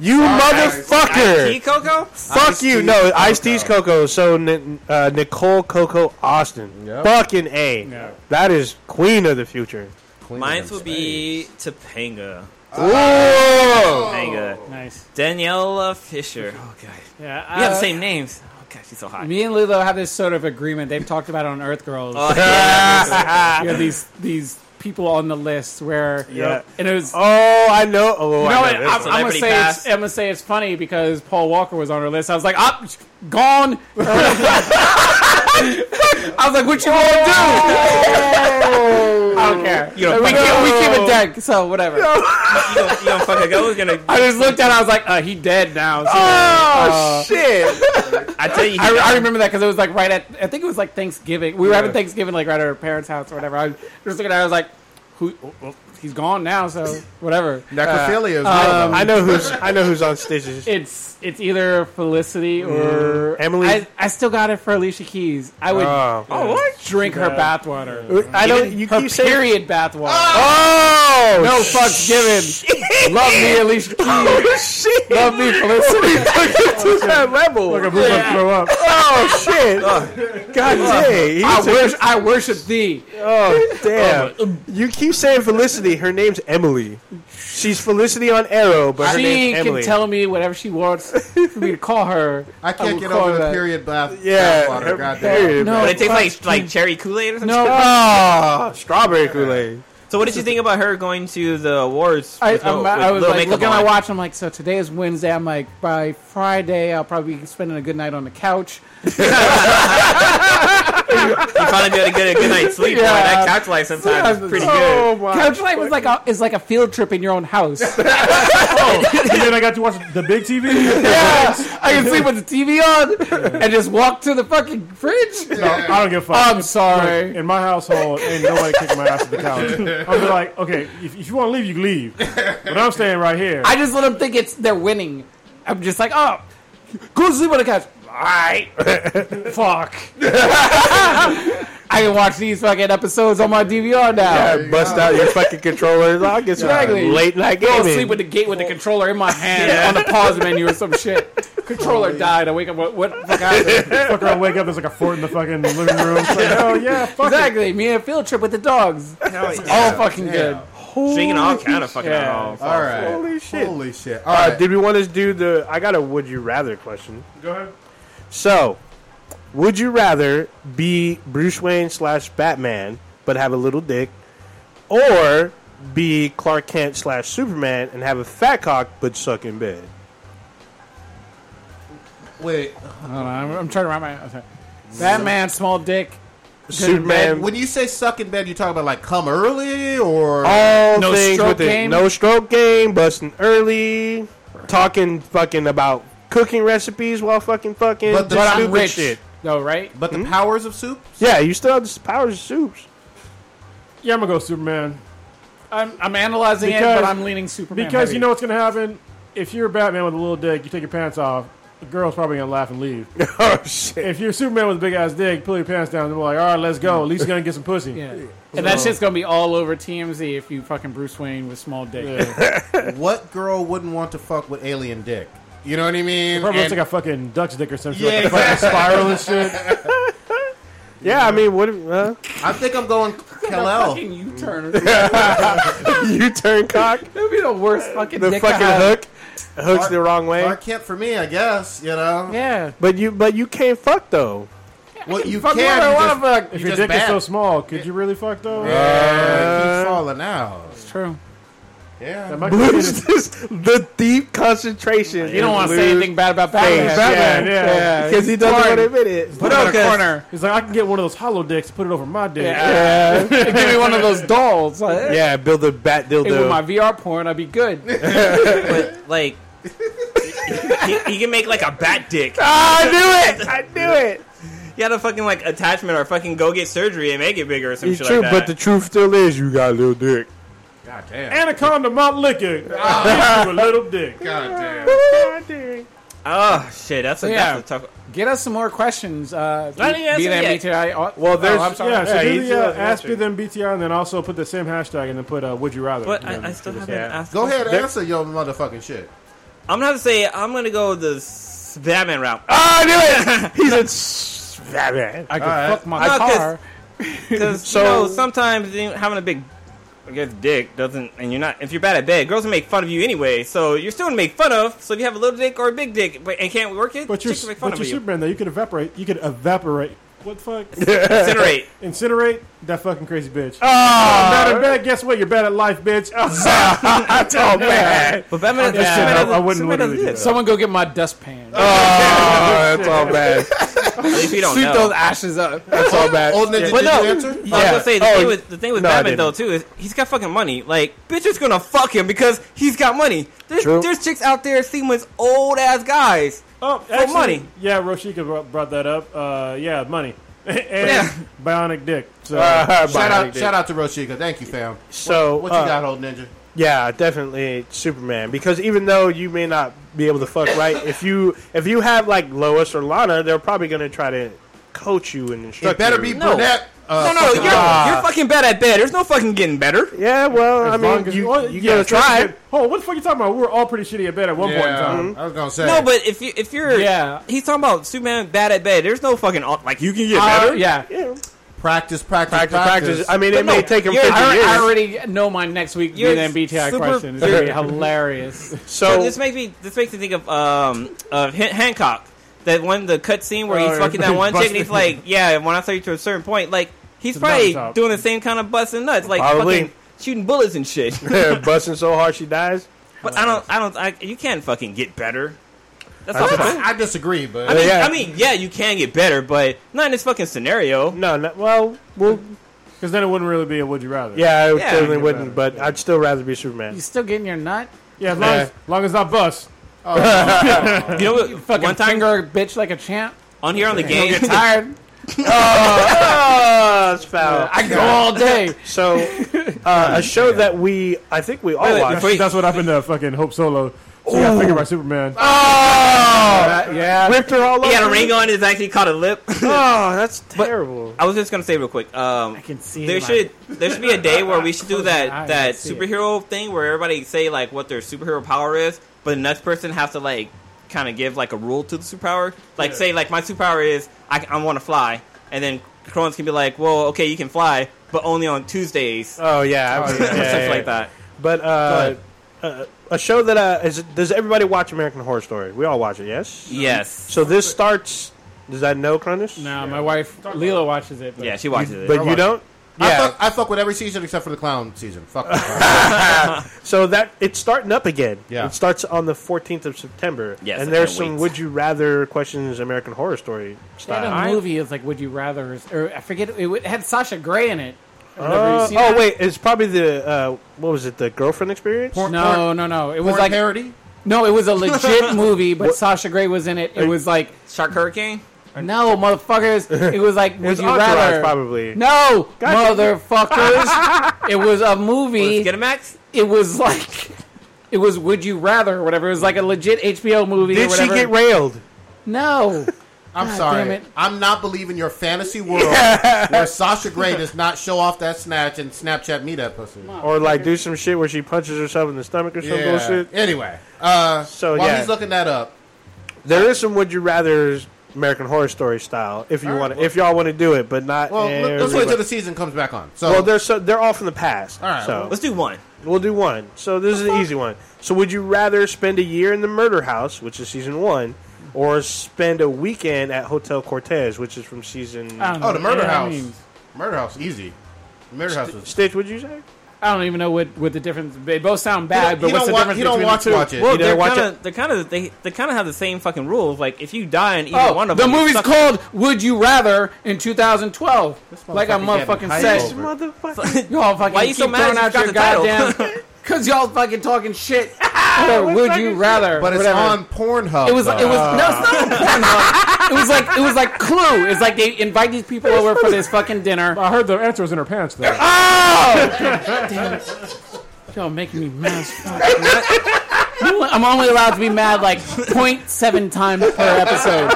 You
Tea
motherfucker!
Coco?
Fuck
Ice-T
you! No,
Coco.
Ice T's Coco. So Ni- uh, Nicole Coco Austin,
Yep.
fucking a.
Yeah.
That is queen of the future.
Queen
Mine
of
would
Spain.
be Topanga.
Whoa!
Topanga.
Nice.
Daniela Fisher. Oh god.
Yeah.
We have the
uh,
same names. Oh God, she's so hot.
Me and Lilo have this sort of agreement. They've talked about it on Earth Girls.
Oh, yeah.
you know, these these people on the list where
Yeah.
and it was.
Oh, I know. Oh,
no,
I
I'm, I'm
know this.
gonna
Celebrity
say it's,
cast.
I'm gonna say it's funny because Paul Walker was on her list. I was like, ah, gone. [LAUGHS] I was like, what you gonna do? I don't care.
You don't
we,
fuck-
keep, we keep it dead, so whatever.
you gonna, you gonna fuck a girl who's gonna?
I just looked at. it, I was like, uh, he dead now. So
oh shit!
I tell you, he,
I, I remember that because it was like right at. I think it was like Thanksgiving. We were having Thanksgiving like right at our parents' house or whatever. I was just looking at. it, I was like, who? oh, well, he's gone now, so whatever.
Necrophilia is
Um,
I know who's. I know who's on stages.
It's it's either Felicity or
Mm. Emily?
I, I still got it for Alicia Keys. I would
Oh,
drink her bathwater.
I don't. You, Ah!
Her
you say.
period bathwater.
Oh
no fucks given. Love
[LAUGHS]
me, Alicia Keys.
Oh, shit!
Love me, Oh, Felicity.
to that level.
Throw up.
Oh shit! God dang! He
Oh. I
took-
wish um. I worship thee.
oh damn! you keep saying Felicity. Her name's Emily. She's Felicity on Arrow, but her
She
name's
can
Emily.
tell me whatever she wants for me to call
[LAUGHS]
her.
I can't
will
get
call
over
her
the
that.
period bath.
yeah,
bathwater,
her
goddamn.
period.
No.
but it tastes like like cherry Kool Aid or something.
No,
Oh, strawberry Kool Aid.
So what did you think about her going to the awards?
I,
with no-
I'm, I
with
was
little
like
makeup
looking at
on?
my watch. I'm like, so today is Wednesday. I'm like, by Friday, I'll probably be spending a good night on the couch.
You finally be able to get a
[LAUGHS]
good night's sleep.
Yeah.
yeah. That couch life sometimes is pretty good.
Oh my!
Couch life is like a, is like a field trip in your own house.
And then I got to watch the big TV.
yeah, I can sleep with the TV on and just walk to the fucking fridge.
No, I don't give a fuck.
I'm sorry.
Look, in my household, ain't nobody kicking my ass to the couch. I'll be like, okay, if, if you want to leave, you can leave. But I'm staying right here.
I just let them think it's they're winning. I'm just like, oh, go to sleep on the couch. Alright. Fuck. I can watch these fucking episodes on my DVR now.
Bust out your fucking controllers. I'll get some
Exactly.
late night
I'll
gaming.
sleep with the gate with the controller in my [LAUGHS] hand on the pause menu or some shit. Controller died. I wake up. What? what the fuck happened?
Fuck around, wake up. There's like a fort in the fucking living room. It's like, oh yeah, fuck it.
exactly. Me and a field trip with the dogs. All fucking good.
Drinking all kind of fucking
shit.
alcohol.
All right.
Holy shit.
Holy shit. All
Uh,
right.
did we want to do the? I got a would you rather question.
Go ahead.
So, would you rather be Bruce Wayne slash Batman but have a little dick, or be Clark Kent slash Superman and have a fat cock but suck in bed?
Wait.
Hold on, I'm, I'm trying to wrap my. Okay. Batman, small dick.
Superman,
When you say suck in bed, you talking about like come early or
all
No
things
stroke
with it.
game?
No stroke game, busting early, talking fucking about cooking recipes while fucking fucking.
But the-
just
But I'm
stupid
rich.
shit.
No, right?
but the powers of soup?
Yeah, you still have the powers of soups.
Yeah, I'm gonna go Superman
I'm, I'm analyzing it,
Because-
but I'm leaning Superman.
because
heavy.
you know what's gonna happen. If you're Batman with a little dick, you take your pants off. The girl's probably gonna laugh and leave.
oh shit!
If you're Superman with a big ass dick, pull your pants down. They're like, all right, let's go. At least you're gonna get some pussy.
Yeah. And that shit's gonna be all over TMZ if you fucking Bruce Wayne with small dick.
What girl wouldn't want to fuck with alien dick? You know what I mean?
Probably looks
And-
like a fucking duck's dick or some shit.
Yeah,
like a fucking spiral and shit.
Yeah, I mean, what? if- Huh?
I think I'm going
[LAUGHS]
Kal-El.
Fucking U-turn. That'd
[LAUGHS] you turn cock.
be the worst fucking
the
dick I
fucking
have.
hook hooks the wrong way.
Clark Kent for me, I guess. You know.
Yeah.
But you but you can't fuck though. [LAUGHS]
Well, you
Fuck
can.
whatever I
You
wanna
just,
fuck.
If
you
your
just
dick is
bad.
so small, could you really fuck though?
Yeah, keep falling out.
True.
Yeah.
That might be
Lose [LAUGHS] this, the deep concentration.
You don't want to say anything bad about Batman.
Face.
Batman, yeah.
[LAUGHS] because he doesn't want to admit it.
Put him in a corner.
He's like, I can get one of those hollow dicks, put it over my dick.
Yeah.
Yeah,
Give me one of those dolls. Like, eh,
yeah. Build a bat
With my
dildo.
VR porn, I'd be good.
But like, he, he can make [LAUGHS] like a bat dick.
[LAUGHS] Ah, I knew it. I knew it.
You got a fucking like attachment or fucking go get surgery and make it bigger or some
It's
shit
true,
like
but
that.
the truth still is you got a little [LAUGHS] dick.
God damn.
Anaconda Mount Liquor. I'll give you a little dick.
God damn.
oh shit, that's a,
Yeah.
that's a tough.
Get us some more questions. Uh,
I didn't
be
answer
that
yet.
BTI. oh,
Well, there's-
oh, I'm sorry.
Yeah, so
Yeah,
do
he's
the
the
uh,
one
ask me
answering.
then BTR, and then also put the same hashtag, and then put uh, would you rather.
But
Yeah.
I, I still haven't
yeah.
asked.
Go ahead, answer your motherfucking shit.
I'm gonna have to say I'm gonna go the s- Batman route.
Ah, I knew it. He's a s- [LAUGHS] Batman.
I could
Alright.
fuck my
No, 'cause-
car.
Because
So-
you know, sometimes you know, having a big against dick doesn't, and you're not. If you're bad at bed, girls will make fun of you anyway. So you're still gonna make fun of. So if you have a little dick or a big dick, but and can't work it,
But you're,
chicks will make fun
but
of you.
you're Superman, though. You could evaporate. You could evaporate. What the
[LAUGHS]
fuck?
Incinerate.
Incinerate that fucking crazy bitch. Oh, bad at bad. Guess what? You're bad at life, bitch.
oh man,
But Batman,
That's
Batman
shit, I-
doesn't-
I
Superman
wouldn't
doesn't
literally do
this.
Someone go get my dustpan.
[LAUGHS] oh, that's all bad.
At least we don't
Sweep
know.
those ashes [LAUGHS] up.
That's all bad.
Old Ninja,
Well,
did
no.
you answer?
I was
Yeah.
gonna say the
Oh,
thing with the thing with
no, I
Batman
didn't.
though too is he's got fucking money. Like bitches gonna fuck him because he's got money. There's
True.
there's chicks out there seeing with old ass guys.
Oh,
For
actually,
money.
Yeah, Roshika brought- brought that up. Uh, yeah, money. [LAUGHS] and
Yeah.
bionic dick.
Uh, [LAUGHS]
So
Shout out, shout out to Roshika. Thank you, fam.
So
What you
uh,
got, old Ninja?
Yeah, definitely Superman. Because even though you may not be able to fuck right, if you if you have like Lois or Lana, they're probably gonna try to coach you and instruct
It better be
you.
No.
brunette. Uh,
no, no,
fucking
you're, you're fucking bad at bed. There's no fucking getting better.
Yeah, well,
as
I
long
mean,
as-
you,
well,
you gotta
yeah, as long as
try.
you- [LAUGHS] Hold on, what the fuck you talking about? We We're all pretty shitty at bed at one point in
Yeah, Mm-hmm.
time.
I was gonna say.
No, but if you if you're
Yeah.
he's talking about Superman bad at bed. There's no fucking au- like you can get
Uh,
better.
yeah.
Yeah.
practice, practice,
Practice, practice. I mean, it
no,
may take them
you're-
fifty
I
I,
years.
I already know my next week
You're
being an MBTI
super-
question. It's gonna be hilarious.
So
so [LAUGHS]
this makes me this makes me think of um of Han- Hancock that one the cut scene where he's
Oh,
[LAUGHS]
fucking that
he's
one chick and
busting.
he's like yeah when I saw you to a certain point like he's
the
probably
mountaintop.
doing the same kind of busting nuts like
Probably.
fucking shooting bullets
[LAUGHS]
and shit
busting so hard she dies.
but I don't I don't I, you can't fucking get better that's
That's
all
fine.
I disagree, but
I mean,
Yeah.
I mean yeah you can get better but not in this fucking scenario
No, no well, well,
Because then it wouldn't really be a would you rather.
yeah, I
Yeah.
definitely
Yeah.
wouldn't, but I'd still rather be
You
Superman.
still getting your nut?
Yeah, as long,
Yeah.
As, as long as I bust.
you know what
Fucking
one time
finger a bitch like a champ.
on here on the game
Get
[LAUGHS]
tired.
Oh, it's foul.
I go all day.
[LAUGHS]
So, uh, a show that we, I think we all
Wait, wait,
watched.
before you-
That's what happened to fucking Hope Solo. She got fingered by Superman.
Ah.
[LAUGHS]
Oh,
Yeah.
ripped her all over.
he had a
[LAUGHS]
ring on it's actually caught a lip
Oh, that's terrible.
I was just gonna say real quick. Um, I
can see
there
my-
should there should be a day where we should do
Close my
that
eyes, [LAUGHS]
that
I see it.
superhero thing where everybody say like what their superhero power is, but the next person has to like kind of give like a rule to the superpower. Like say like my superpower is I, I want to fly, and then Crohn's can be like, well, okay, you can fly, but only on Tuesdays,
Oh yeah, I was- [LAUGHS] yeah,
stuff
yeah, yeah.
like that.
But uh, uh, a show that uh, is, does everybody watch American Horror Story? We all watch it, yes.
Yes,
So this starts. Does that no, Cronus?
No, my wife Lila watches it. But
yeah, she watches it.
But you don't.
I,
Yeah.
fuck, I fuck with every season except for the clown season. Fuck.
So that it's starting up again.
Yeah.
It starts on the 14th of September.
Yes, I
And there's
can't
some
wait.
would you rather questions American Horror Story
They had
style.
a movie. It's like Would You Rather, or I forget. It w- it had Sasha Grey in it. Have you
Uh,
seen
oh
that?
wait, it's probably the uh, what was it? The girlfriend experience.
Porn-
No,
porn-
no, no. It was
porn
like
parody.
no. It was a legit movie, but Sasha Grey was in it. It was like
Shark Hurricane.
no, motherfuckers. It was like Would
was
You
Entourage,
Rather?
probably.
No,
God damn
motherfuckers. it was a
Let's
movie.
get a max.
it was like it was Would You Rather or whatever. It was like a legit HBO movie. or
Did she
whatever.
get railed?
No.
I'm
God
sorry.
damn it.
I'm not believing your fantasy world where Sasha Grey does not show off that snatch and Snapchat me that pussy.
Or like do some shit where she punches herself in the stomach or some
Yeah.
bullshit.
Anyway, uh,
So,
while
yeah.
he's looking that up,
There is some would you rather American Horror Story style if you
All right,
want to if y'all want to do it, but not.
well, let- let's wait
everybody.
until the season comes back on. So,
well, they're so, they're all from the past.
All right,
so
Let's do one.
we'll do one. So this is an easy one. So would you rather spend a year in the murder house, which is season one, or spend a weekend at Hotel Cortez, which is from season?
I don't know.
oh, the murder
Yeah, I
house.
mean,
murder house, easy. Murder house was.
Stitch, would you say?
I don't even know what, what the difference. They both sound bad,
he
but what's
don't
the
watch.
difference
He don't
between
watch.
the two?
Watch it.
Well,
didn't
they're
watch
kind of they're kind of they they kind of have the same fucking rules. Like if you die in either
Oh,
one of
the
them, you
movie's
suck.
called "Would You Rather" in 2012. Like I
motherfucker getting
motherfucking
hype
said,
over.
Motherfucker.
y'all fucking
Why [LAUGHS] you
keep
so mad
throwing
you
out
got
your
the title?
goddamn
[LAUGHS]
because y'all fucking talking shit.
[LAUGHS]
or would you rather?
But it's
whatever.
on Pornhub.
It was. It was.
though.
No, it's
[LAUGHS]
not on Pornhub. It was like. It was like Clue. It's like they invite these people over for this fucking dinner.
I heard the answer was in her pants, though.
Y'all making me mad. as fuck. I'm only allowed to be mad like 0.7 times per episode,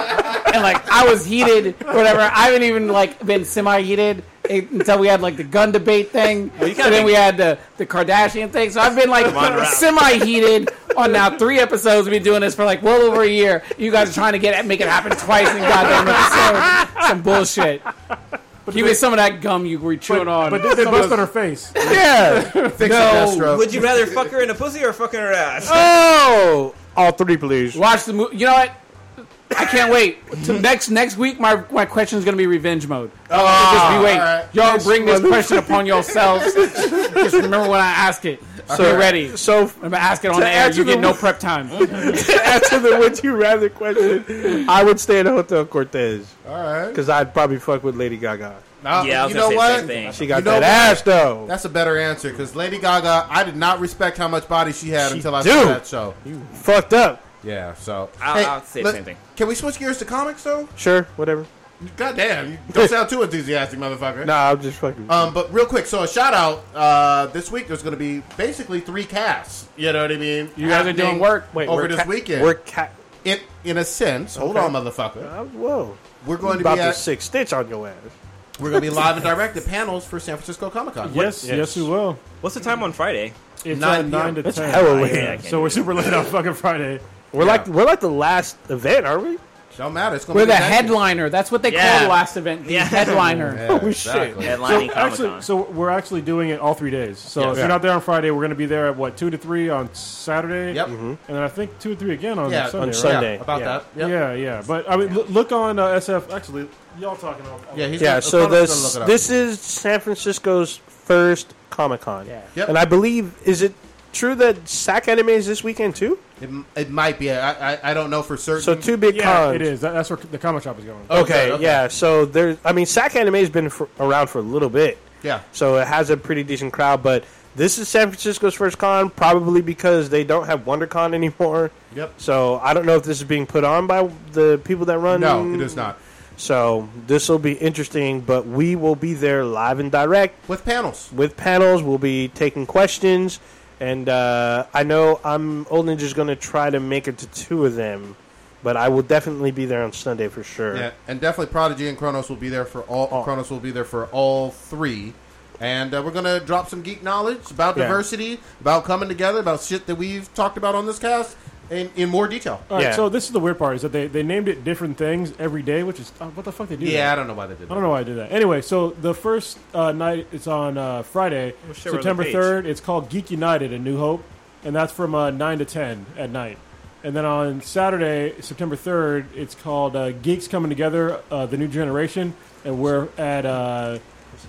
and like I was heated, or whatever. I haven't even like been semi-heated it- until we had like the gun debate thing,
you
and
gotta
then
be-
we had the the Kardashian thing. So I've been like
around.
semi-heated on now three episodes. We've been doing this for like well over a year. You guys are trying to get make it happen twice in goddamn episode. Some bullshit.
But
Give me some of that gum you were chewing on.
But they, they
Some
bust
of-
on her face.
Yeah.
Fix it, Destro.
Would you rather fuck her in a pussy or fuck her in her ass?
oh, all three, please.
Watch the movie. You know what? I can't wait. To next next week, my my question is going to be revenge mode. just be wait.
alright.
Y'all bring this question upon yourselves. just remember when I ask it. Be ready.
So
I'm gonna ask it on the air.
answer
You get
the-
no prep time.
[LAUGHS] to answer the would you rather question, I would stay in a Hotel Cortez
All right.
because I'd probably fuck with Lady Gaga.
Nah,
Yeah, I was
you
gonna
know
say the
what?
same thing.
She got
You know
that
what?
ass though.
That's a better answer because Lady Gaga, I did not respect how much body she had until I
do.
saw that show.
Fucked up.
Yeah, so
I'll- I'll say the same thing.
Can we switch gears to comics though?
Sure, whatever.
God damn, you don't sound too enthusiastic, motherfucker.
Nah, I'm just fucking.
Um, but real quick, so a shout out uh, this week. There's going to be basically three casts. You know what I mean?
You guys are
Happening
doing work.
Wait,
over
we're
this
ca-
weekend.
We're cat.
in, in a sense. Hold on, motherfucker.
Uh, whoa.
We're going to
about
be
to
at-
six stitch on your ass.
We're going to be live and direct the panels for San Francisco Comic Con.
Yes, yes,
Yes.
we will.
What's the time on Friday?
9
It's nine, uh, nine to
That's
ten.
hella
Yeah, I
late.
can't
So we're super late on fucking Friday.
We're like we're like the last event, aren't we?
Don't matter. It's going to
We're
be
the
next year.
headliner. That's what they
Yeah.
call the last event. The
Yeah.
headliner.
Yeah,
Holy
exactly.
Oh, shit.
Headlining Comic
actually,
Con.
so we're actually doing it all three days. So
Yeah.
if you're not there on Friday, we're going to be there at what two to three on Saturday.
Yep.
And then I think two to three again on
Yeah,
Sunday.
on
right?
Sunday.
Yeah, about
Yeah.
that. Yep.
Yeah, yeah. But I mean, loo- look on uh, SF. Actually, y'all talking about?
Yeah, he's
Yeah.
gonna-
So
O'Connor's gonna
this
look it up.
this is San Francisco's first Comic Con. Yeah.
Yep.
And I believe is it true that SAC Anime is this weekend too?
it, it might be. I, I I don't know for certain.
So two big
yeah,
cons.
it is. That, that's where the comic shop is going.
Okay,
Okay, okay.
yeah. So there, I mean, SAC Anime has been for, around for a little bit,
Yeah.
so it has a pretty decent crowd. But this is San Francisco's first con, probably because they don't have WonderCon anymore.
Yep.
So I don't know if this is being put on by the people that run.
No, it is not.
So this will be interesting, but we will be there live and direct
With panels.
with panels. We'll be taking questions, and uh, I know I'm old ninja's going to try to make it to two of them, but I will definitely be there on Sunday for sure.
Yeah, and definitely Prodigy and Kronos will be there for all.
Oh.
Kronos will be there for all three, and uh, we're gonna drop some geek knowledge about
Yeah.
diversity, about coming together, about shit that we've talked about on this cast in, in more detail.
All right,
Yeah.
So this is the weird part is that they, they named it different things every day, which is uh, what the fuck they do.
yeah,
that?
I don't know why they did.
I
That.
don't know why I did that. Anyway, so the first uh, night it's on uh, Friday,
shit, we're on the
September
page.
third. It's called Geek United in New Hope, and that's from uh, nine to ten at night. And then on Saturday, September third, it's called uh, Geeks Coming Together: uh, The New Generation, and we're at uh,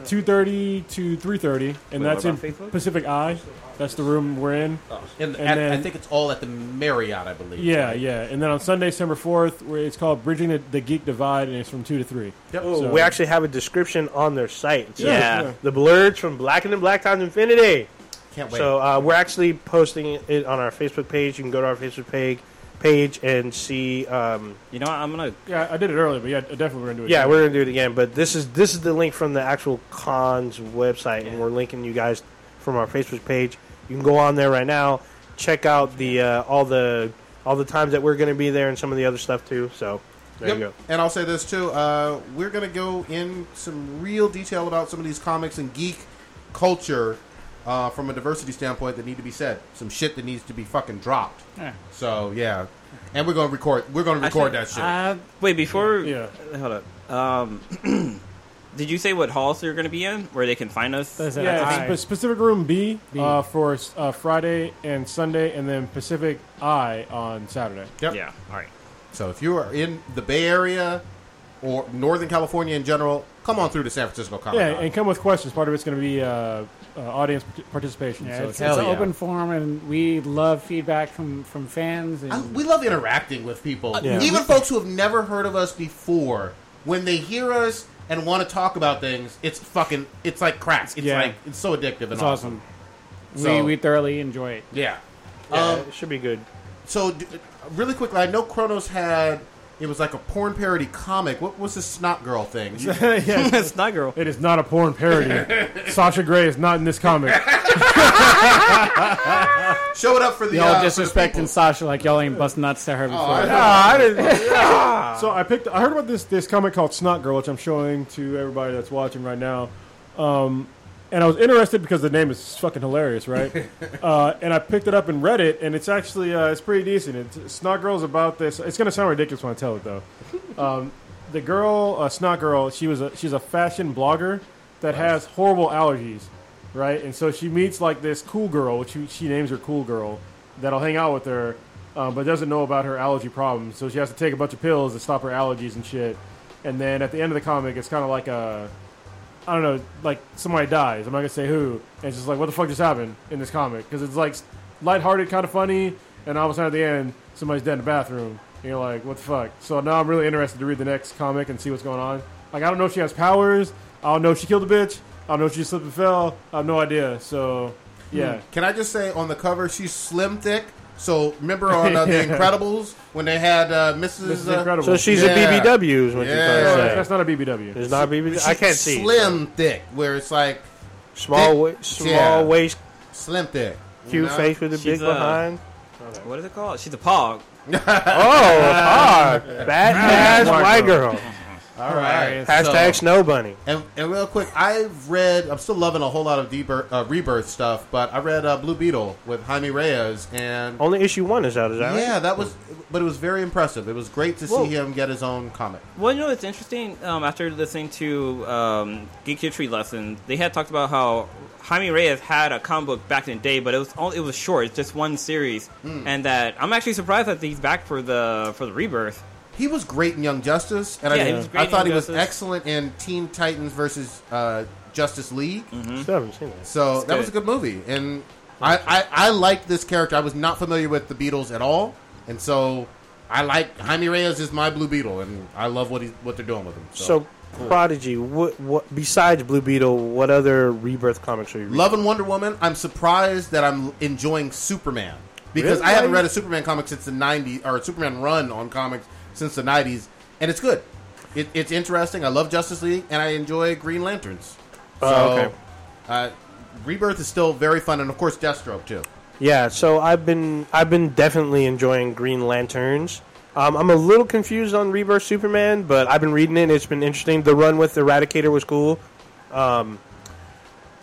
two thirty to three thirty, and that's in
about Facebook? Oh,
Pacific Eye. That's the room we're in.
And,
And
at- I
then-
think it's all at the Marriott, I believe.
Yeah, yeah. And then on Sunday, December fourth, where it's called Bridging the, the Geek Divide, and it's from two to three.
Yep.
Oh, we actually have a description on their site. It says,
Yeah.
yeah.
The blurs from Black and Black Times Infinity.
Can't wait.
So uh, we're actually posting it on our Facebook page. You can go to our Facebook page page and see. Um,
You know what? I'm gonna.
Yeah, I did it earlier, but yeah, definitely we're gonna do it.
yeah, we're gonna do it again. But this is this is the link from the actual cons website, and we're linking you guys from our Facebook page. You can go on there right now. Check out the uh, all the all the times that we're gonna be there and some of the other stuff too. So there
Yep.
you go.
And I'll say this too: uh, we're going to go in some real detail about some of these comics and geek culture uh, from a diversity standpoint that need to be said. Some shit that needs to be fucking dropped.
Yeah.
So yeah, and we're going to record. We're going to record that shit.
Uh, wait, before.
Yeah.
Hold up. Um, [CLEARS THROAT] did you say what halls you're gonna be in, where they can find us?
That's it.
Yeah,
I-
it's spe- specific room B, Uh, for uh, Friday and Sunday, and then Pacific I on Saturday.
Yep.
Yeah. All right. [LAUGHS]
So if you are in the Bay Area or Northern California in general, come on through to San Francisco Comic Con.
Yeah, and come with questions. Part of it's going to be uh, uh, audience parti- participation.
Yeah,
so
it's,
it's,
it's
Hell
an
yeah.
open forum, and we love feedback from, from fans. And
I- we love interacting with people,
Yeah.
even folks who have never heard of us before. When they hear us and want to talk about things, it's fucking, it's like crack. It's
Yeah.
like it's so addictive and
it's
awesome.
awesome.
So-
we, we thoroughly enjoy it.
Yeah.
Yeah,
Um,
it should be good.
so d- really quickly, I know Kronos had it was like a porn parody comic. What was the snot girl thing? You-
[LAUGHS]
That's not girl.
it is not a porn
[LAUGHS]
parody. Sasha Grey is not in this comic.
Show it up for the
Y'all
uh, for the people.
disrespecting Sasha like y'all ain't busting nuts to her before.
so I picked. I heard about this this comic called Snot Girl, which I'm showing to everybody that's watching right now. Um, and I was interested because the name is fucking hilarious, right? uh, and I picked it up and read it, and it's actually uh, it's pretty decent. It's, Snot Girl's about this. It's gonna sound ridiculous when I tell it though. Um, the girl, uh, snot girl, she was a, she's a fashion blogger that has horrible allergies, right? And so she meets like this cool girl, which she, she names her cool girl, that'll hang out with her, uh, but doesn't know about her allergy problems. So she has to take a bunch of pills to stop her allergies and shit. And then at the end of the comic, it's kind of like a I don't know, like somebody dies. I'm not gonna say who. And it's just like, what the fuck just happened in this comic? Because it's like lighthearted, kind of funny, and all of a sudden at the end, somebody's dead in the bathroom. And you're like, what the fuck? So now I'm really interested to read the next comic and see what's going on. Like, I don't know if she has powers. I don't know if she killed a bitch. I don't know if she slipped and fell. I have no idea. So, yeah.
Can I just say on the cover she's slim thick? So remember on uh, The Incredibles when they had uh, Mrs.
This is
uh,
incredible.
So she's
Yeah.
a BBW is what
Yeah.
you're
No,
trying to say.
that's not a BBW.
There's not BBW. I
she's
can't see.
slim thick, where it's like
Small,
thick.
wa- small
Yeah.
waist,
slim thick.
cute
No.
face with a
She's,
big
[LAUGHS]
uh,
behind.
What is it called? She's a pog.
Oh, hard. Badass white girl.
All right.
Hashtag
So-
snow bunny.
and, and real quick, I've read. I'm still loving a whole lot of Debir- uh, rebirth stuff, but I read uh, Blue Beetle with Jaime Reyes, and
Oh,
Only issue one is out, is that
yeah,
right?
that was. But it was very impressive. It was great to see
Whoa.
him get his own comic.
Well, you know, it's interesting. Um, after listening to um, Geek History Lesson, they had talked about how Jaime Reyes had a comic book back in the day, but it was only, it was short. It's just one series, and that I'm actually surprised that he's back for the for the rebirth.
He was great in Young Justice, and
Yeah,
I,
he was great
I
in
thought
Young
he was
Justice.
excellent in Teen Titans versus uh, Justice League.
Still haven't seen that.
So that
good.
was a good movie, and I, I I liked this character. I was not familiar with the Beatles at all, and so I like Jaime Reyes is my Blue Beetle, and I love what he's what they're doing with him. So,
So, Prodigy, what, what besides Blue Beetle, what other Rebirth comics are you reading?
Love and Wonder Woman. I'm surprised that I'm enjoying Superman because I
Really?
haven't read a Superman comic since the '90s or a Superman run on comics since the '90s, and it's good. It, it's interesting. I love Justice League, and I enjoy Green Lanterns. So,
Oh, okay.
uh, Rebirth is still very fun, and of course Deathstroke too.
Yeah, so I've been I've been definitely enjoying Green Lanterns. Um, I'm a little confused on Rebirth Superman, but I've been reading it. It's been interesting. The run with Eradicator was cool. Um,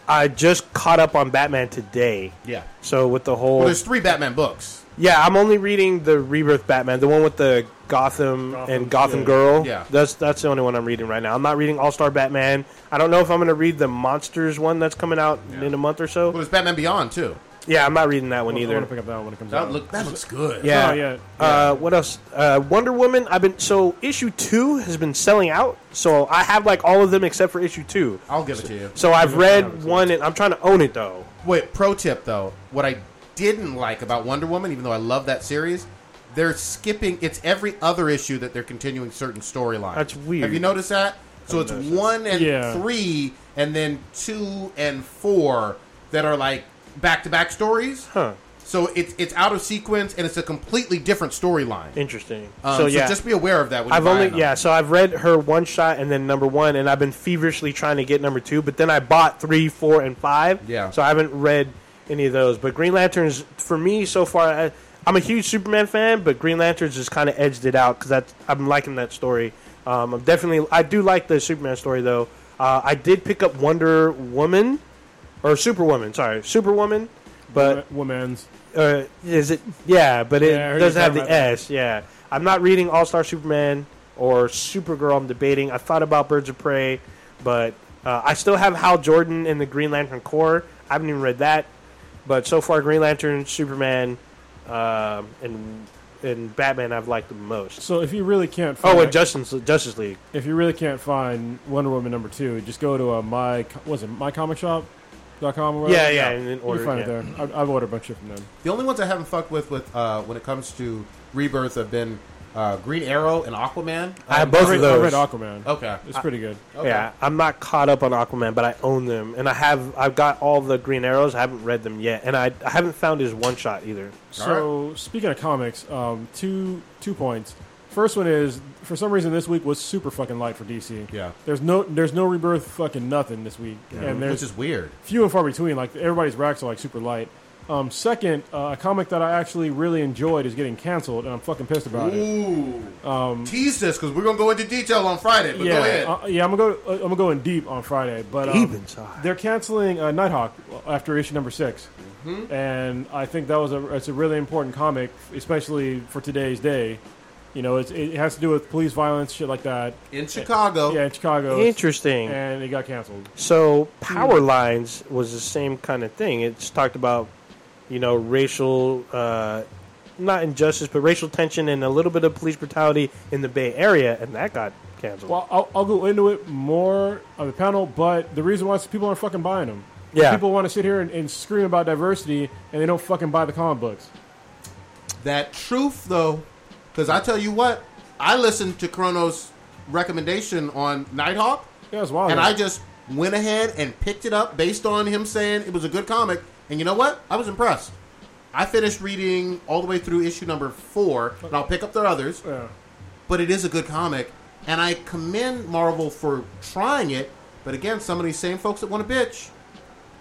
I just caught up on Batman today.
Yeah.
So with the whole
Well, there's three Batman books.
yeah, I'm only reading the Rebirth Batman, the one with the Gotham, and Gotham
yeah.
Girl.
Yeah.
that's that's the only one I'm reading right now. I'm not reading All Star Batman. I don't know if I'm going to read the Monsters one that's coming out in a month or
Well,
so.
there's Batman Beyond too.
Yeah, I'm not reading that one
I
either.
want to pick up that one when it comes
That
out.
look that looks good.
Yeah.
Oh, yeah.
Uh, what else? Uh, Wonder Woman. I've been so issue two has been selling out, so I have like all of them except for issue two.
I'll give it to you.
So I've read one, and I'm trying to own it though.
Wait, pro tip though. What I didn't like about Wonder Woman, even though I love that series, they're skipping. It's every other issue that they're continuing certain storylines.
That's weird.
Have you noticed that? So it's one and
Yeah.
three, and then two and four that are like back to back stories.
Huh?
So it's it's out of sequence and it's a completely different storyline.
Interesting.
Um,
so yeah,
just be aware of that. When
I've
you're buying
only
them.
yeah. So I've read her one shot and then number one, and I've been feverishly trying to get number two. But then I bought three, four, and five.
Yeah.
So I haven't read any of those. But Green Lanterns for me so far. I, I'm a huge Superman fan, but Green Lanterns just kind of edged it out because I'm liking that story. Um, I'm definitely I do like the Superman story though. Uh, I did pick up Wonder Woman or Superwoman. Sorry, Superwoman. But
Woman's.
uh, is it? Yeah, but it
Yeah, I heard you
doesn't have the
talking about that.
S. Yeah, I'm not reading All Star Superman or Supergirl. I'm debating. I thought about Birds of Prey, but uh, I still have Hal Jordan and the Green Lantern Corps. I haven't even read that, but so far Green Lantern, Superman, um, and and Batman I've liked the most.
So if you really can't find
Oh, and Justice Justice League.
if you really can't find Wonder Woman number two, just go to uh my was it mycomicshop.com or whatever.
Yeah, yeah, and then
You
order.
can find
yeah.
it there. I, I've ordered a bunch of shit from them.
The only ones I haven't fucked with with uh, when it comes to rebirth have been uh, Green Arrow and Aquaman.
I have
Um,
both
I
of
read, I
those. Oh,
read Aquaman.
Okay.
It's pretty good.
okay.
Yeah, I'm not caught up on Aquaman, but I own them, and I have I've got all the Green Arrows. I haven't read them yet, and I, I haven't found his one shot either.
So speaking of comics, um, two two points. First one is for some reason this week was super fucking light for DC.
Yeah.
There's no there's no rebirth fucking nothing this week, and
Which
there's
is weird.
few and far between. Like everybody's racks are like super light. Um, second, uh, a comic that I actually really enjoyed is getting canceled, and I'm fucking pissed about it.
Ooh. Tease this because we're gonna go into detail on Friday. But go ahead.
uh, Mm. yeah, I'm gonna go. uh, I'm gonna go in deep on Friday, but um,
Deep inside.
they're canceling uh, Nighthawk after issue number 6
Mm-hmm.
and I think that was a it's a really important comic, especially for today's day. You know, it's, it has to do with police violence, shit like that.
in Chicago.
Yeah, in Chicago.
Interesting.
And it got canceled.
So power lines was the same kind of thing. It's talked about, you know, racial, uh, not injustice, but racial tension and a little bit of police brutality in the Bay Area, and that got canceled.
Well, I'll, I'll go into it more on the panel, but the reason why is people aren't fucking buying them.
Yeah.
People want to sit here and, and scream about diversity, and they don't fucking buy the comic books.
That truth, though, because I tell you what, I listened to Chrono's recommendation on Nighthawk,
Oh, Yeah, it's wild.
and I just went ahead and picked it up based on him saying it was a good comic. And you know what? I was impressed. I finished reading all the way through issue number four, and I'll pick up the others.
Yeah.
But it is a good comic, and I commend Marvel for trying it. But again, some of these same folks that want to bitch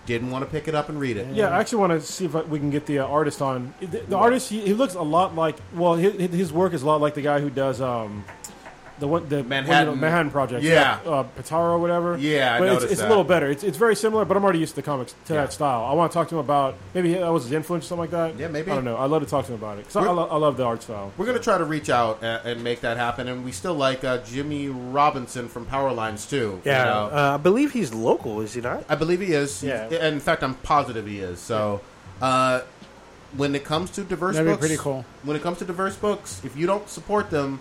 didn't want to pick it up and read it.
Yeah, I actually want to see if I, we can get the uh, artist on. The, the artist, he, he looks a lot like. Well, his, his work is a lot like the guy who does um, the one, the
Manhattan-
one, Manhattan Project.
Yeah.
uh, Pitaro or whatever.
Yeah, I
but it's,
noticed
it's a
that.
little better. It's, it's very similar, but I'm already used to the comics to
Yeah.
that style. I want to talk to him about maybe that was his influence, or something like that.
Yeah, maybe.
I don't know. I'd love to talk to him about it 'cause I,
We're-
lo- I love the art style.
We're going to try to reach out and, and make that happen. And we still like uh, Jimmy Robinson from Power Lines, too. you
yeah,
know.
uh, I believe he's local, is he not?
I believe he is.
Yeah.
In fact, I'm positive he is. So uh, when it comes to diverse
That'd be
books.
pretty cool.
When it comes to diverse books, if you don't support them,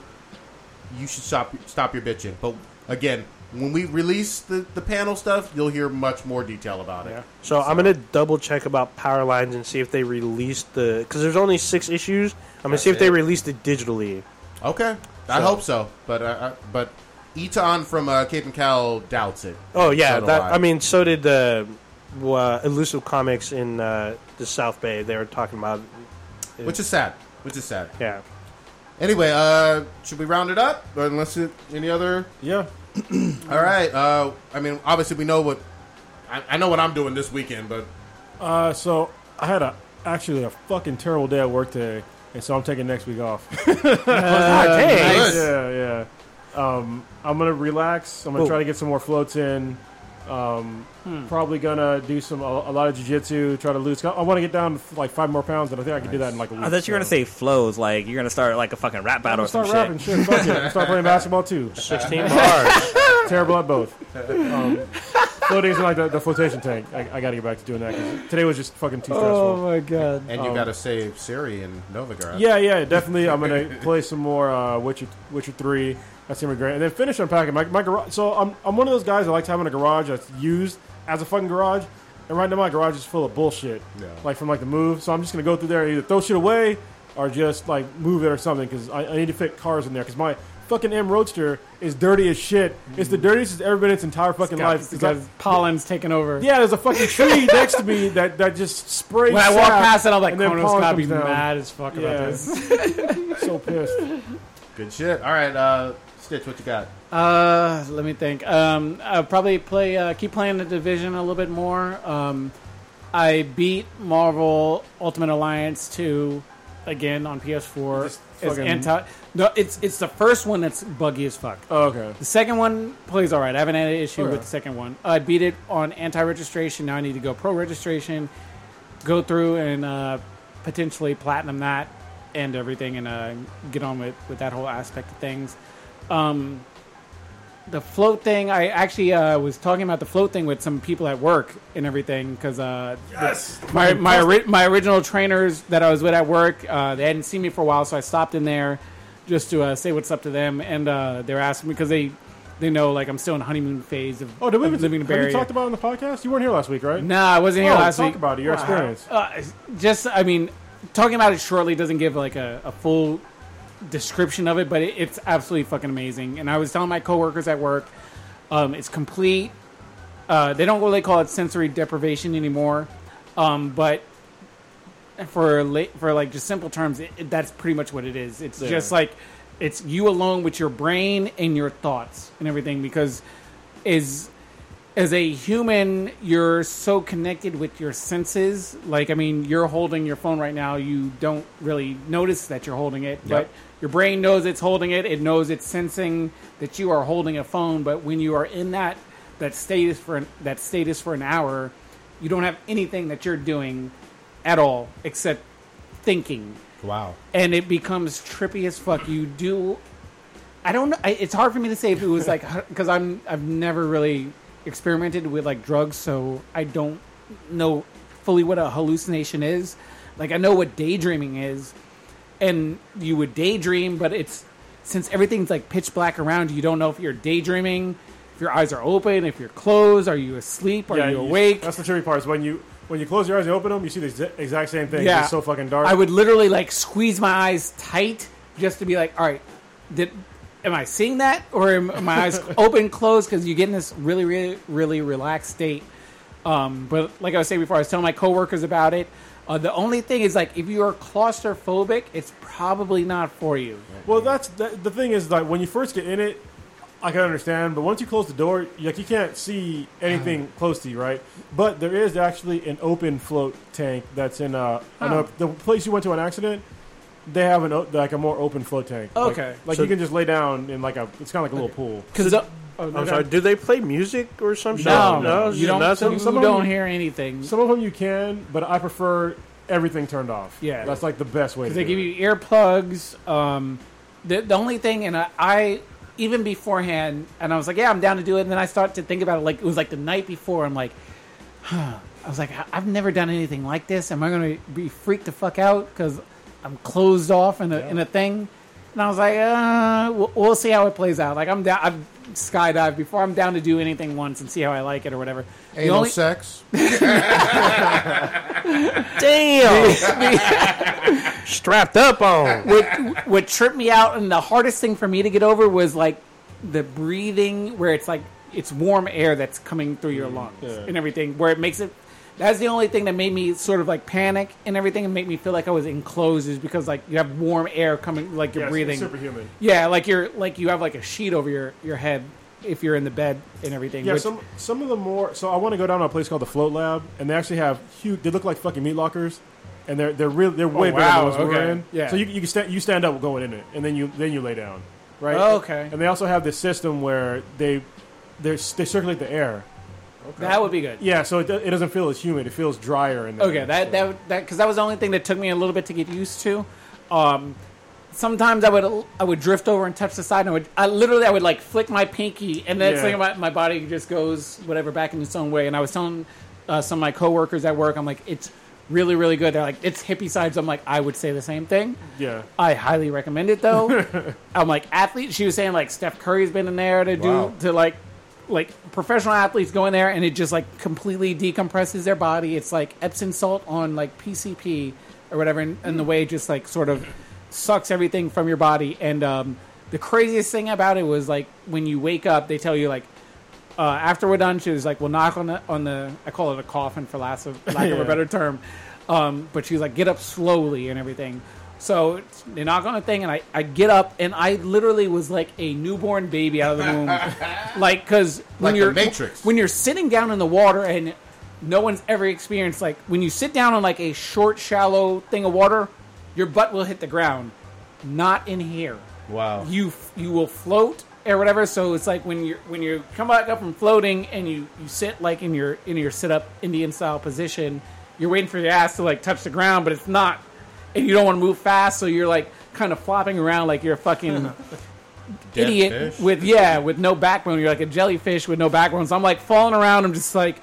you should stop, stop your bitching. But again, when we release the, the panel stuff, you'll hear much more detail about it.
So I'm gonna double check about power lines and see if they released the because there's only six issues. I'm gonna see if
That's
they
it.
released it digitally.
Okay. I
So-
hope so. But uh, I, but Eton from uh, Cape and Cal doubts it.
Oh yeah,
So do
that
I.
I. mean, so did the uh, elusive comics in uh, the South Bay. They were talking about
Which is sad. Which is sad.
yeah.
Anyway, uh, should we round it up? Or Unless it, any other.
Yeah,
All right. Uh, I mean, obviously, we know what. I, I know what I'm doing this weekend, but
Uh, so I had a actually a fucking terrible day at work today, and so I'm taking next week off.
hey.
nice.
Yeah, yeah. Um, I'm gonna relax. I'm gonna
Cool.
try to get some more floats in. Um, Probably gonna do some a, a lot of jujitsu. Try to lose. I want to get down to like five more pounds, and I think I can do that in like a week.
I thought you were gonna
so.
say flows, like you're gonna start like a fucking rap
I'm
battle
gonna
or some
start
shit.
rapping. Shit, fuck it. Start playing basketball too.
[LAUGHS]
16 bars.
Terrible at both. Um, floating is like the, the flotation tank. I, I got to get back to doing that. 'cause today was just fucking too stressful.
Oh
Oh,
my god.
and you got to save Siri and Novigrad.
Yeah, yeah, definitely. I'm gonna play some more uh, Witcher, Witcher Three. That's gonna be great, and then finish unpacking my, my garage. So I'm, I'm one of those guys that likes having a garage that's used as a fucking garage, and right now my garage is full of bullshit,
Yeah.
like from like the move. So I'm just gonna go through there, and either throw shit away or just like move it or something because I, I need to fit cars in there because my fucking M Roadster is dirty as shit. It's the dirtiest it's ever been in its entire fucking
Got-
life. It's like-
because pollen's taken over.
yeah, there's a fucking tree next to me that, that just sprays.
When I walk
sap,
past it, I'm like,
and then
Kono's
pollen
gotta be
comes down.
mad as fuck
Yeah.
about this.
So pissed.
Good shit. All right, uh, Stitch, what you got?
[LAUGHS] Uh, let me think. Um, I'll probably play, uh, keep playing the division a little bit more. Um, I beat Marvel Ultimate Alliance 2 again on PS4.
Just
It's
fucking-
anti. No, it's it's the first one that's buggy as fuck.
Oh, okay.
The second one plays all right. I haven't had an issue
Okay.
with the second one. I beat it on anti-registration. Now I need to go pro-registration, go through and uh, potentially platinum that and everything, and uh, get on with with that whole aspect of things. Um, the float thing. I actually uh, was talking about the float thing with some people at work and everything because uh,
Yes.
my my, ori- my original trainers that I was with at work, uh, they hadn't seen me for a while, so I stopped in there just to uh, say what's up to them, and uh, they were asking me because they they know like I'm still in honeymoon phase of
Oh, did we
of
even
living in
have
the Bay
you
Area.
talked about it on the podcast? You weren't here last week, right?
no, I wasn't here
Oh,
last
talk
week.
about it, your experience.
Uh, just I mean, talking about it shortly doesn't give like a, a full description of it, but it, it's absolutely fucking amazing. And I was telling my coworkers at work, um, it's complete. Uh, they don't really call it sensory deprivation anymore, um, but for la- for like just simple terms, it, it- that's pretty much what it is. It's just like it's you alone with your brain and your thoughts and everything because is as a human, you're so connected with your senses. Like, I mean, you're holding your phone right now. You don't really notice that you're holding it, but your brain knows it's holding it. It knows it's sensing that you are holding a phone. But when you are in that that status for an, that status for an hour, you don't have anything that you're doing at all except thinking.
Wow.
and it becomes trippy as fuck. You do, I don't. know. I- It's hard for me to say if it was like because I'm I've never really experimented with like drugs, so I don't know fully what a hallucination is. Like I know what daydreaming is, and you would daydream, but it's since everything's like pitch black around, you don't know if you're daydreaming, if your eyes are open, if you're closed, are you asleep, are you awake?
That's the tricky part. Is when you when you close your eyes and open them, you see the exa- exact same thing.
Yeah.
It's so fucking dark.
I would literally like squeeze my eyes tight just to be like, all right, did am I seeing that or am, am my eyes [LAUGHS] open closed? Because you get in this really really really relaxed state. Um, but like I was saying before, I was telling my coworkers about it. Uh, the only thing is like if you are claustrophobic, it's probably not for you.
Well, that's that, the thing is like when you first get in it, I can understand, but once you close the door, you- like you can't see anything
Uh.
close to you, right? But there is actually an open float tank that's in uh, an
Oh.
op- the place you went to an accident. They have an o- like a more open float tank. Like-
Okay.
like, you can just lay down in like a it's kind of like a little pool.
Because
I'm sorry. Do they play music or some shit?
no,
it's
you
just
don't.
nothing?
you
Some of
don't
them-
hear anything.
Some of them you can, but I prefer everything turned off.
Yeah.
that's like the best way. To
They
do
give
it.
you earplugs. Um, the, the only thing, and I, I even beforehand, and I was like, yeah, I'm down to do it. And then I start to think about it, like it was like the night before. I'm like, [SIGHS] huh. I was like, I- I've never done anything like this. Am I going to be freaked the fuck out because I'm closed off in a in a thing? And I was like, uh, we'll, we'll see how it plays out. Like I'm down, I've skydived before. I'm down to do anything once and see how I like it or whatever. The
Anal
only-
sex.
Damn. Strapped up on.
what what tripped me out and the hardest thing for me to get over was like the breathing where it's like it's warm air that's coming through
Mm,
your lungs and everything where it makes it that's the only thing that made me sort of like panic and everything and make me feel like I was enclosed is because like you have warm air coming like you're
Yeah, it's
breathing
superhuman.
yeah like you're like you have like a sheet over your your head if you're in the bed and everything
Yeah,
which-
some some of the more. So I want to go down to a place called the Float Lab, and they actually have huge. They look like fucking meat lockers, and they're they're really they're way
Oh, wow,
bigger than those
okay.
we're in.
Yeah.
So you you can stand you stand up going in it, and then you then you lay down, right?
Oh, okay.
And they also have this system where they they they circulate the air.
that would be good
Yeah, so it, do- it doesn't feel as humid. It feels drier in there.
Okay, that that that because that was the only thing that took me a little bit to get used to. Um, sometimes I would I would drift over and touch the side, and I would I literally I would like flick my pinky, and that's
Yeah.
thing about my body just goes whatever back in its own way. And I was telling uh, some of my coworkers at work, I'm like, it's really really good. They're like, it's hippie sides. I'm like, I would say the same thing.
yeah.
I highly recommend it though. I'm like athlete. She was saying like Steph Curry's been in there to do
Wow.
to like like professional athletes go in there and it just like completely decompresses their body. It's like Epsom salt on like PCP or whatever, and, and the way it just like sort of sucks everything from your body. And um, the craziest thing about it was like when you wake up, they tell you like uh, after we're done, she was like, "We'll knock on the on the I call it a coffin for last of lack
[LAUGHS]
of a better term," um, but she was like, "Get up slowly and everything." So they knock on the thing, and I, I get up, and I literally was like a newborn baby out of the
[LAUGHS]
womb, like because when
Like the
you're
Matrix.
when you're sitting down in the water and no one's ever experienced like when you sit down on like a short shallow thing of water, your butt will hit the ground, not in here
Wow.
you you will float or whatever. So it's like when you when you come back up from floating and you you sit like in your in your sit up Indian style position, you're waiting for your ass to like touch the ground, but it's not, and you don't want to move fast, so you're like kind of flopping around like you're
[LAUGHS]
a fucking
Dead
[LAUGHS] idiot
fish.
with yeah with no backbone. You're like a jellyfish with no backbone. So I'm like falling around. I'm just like,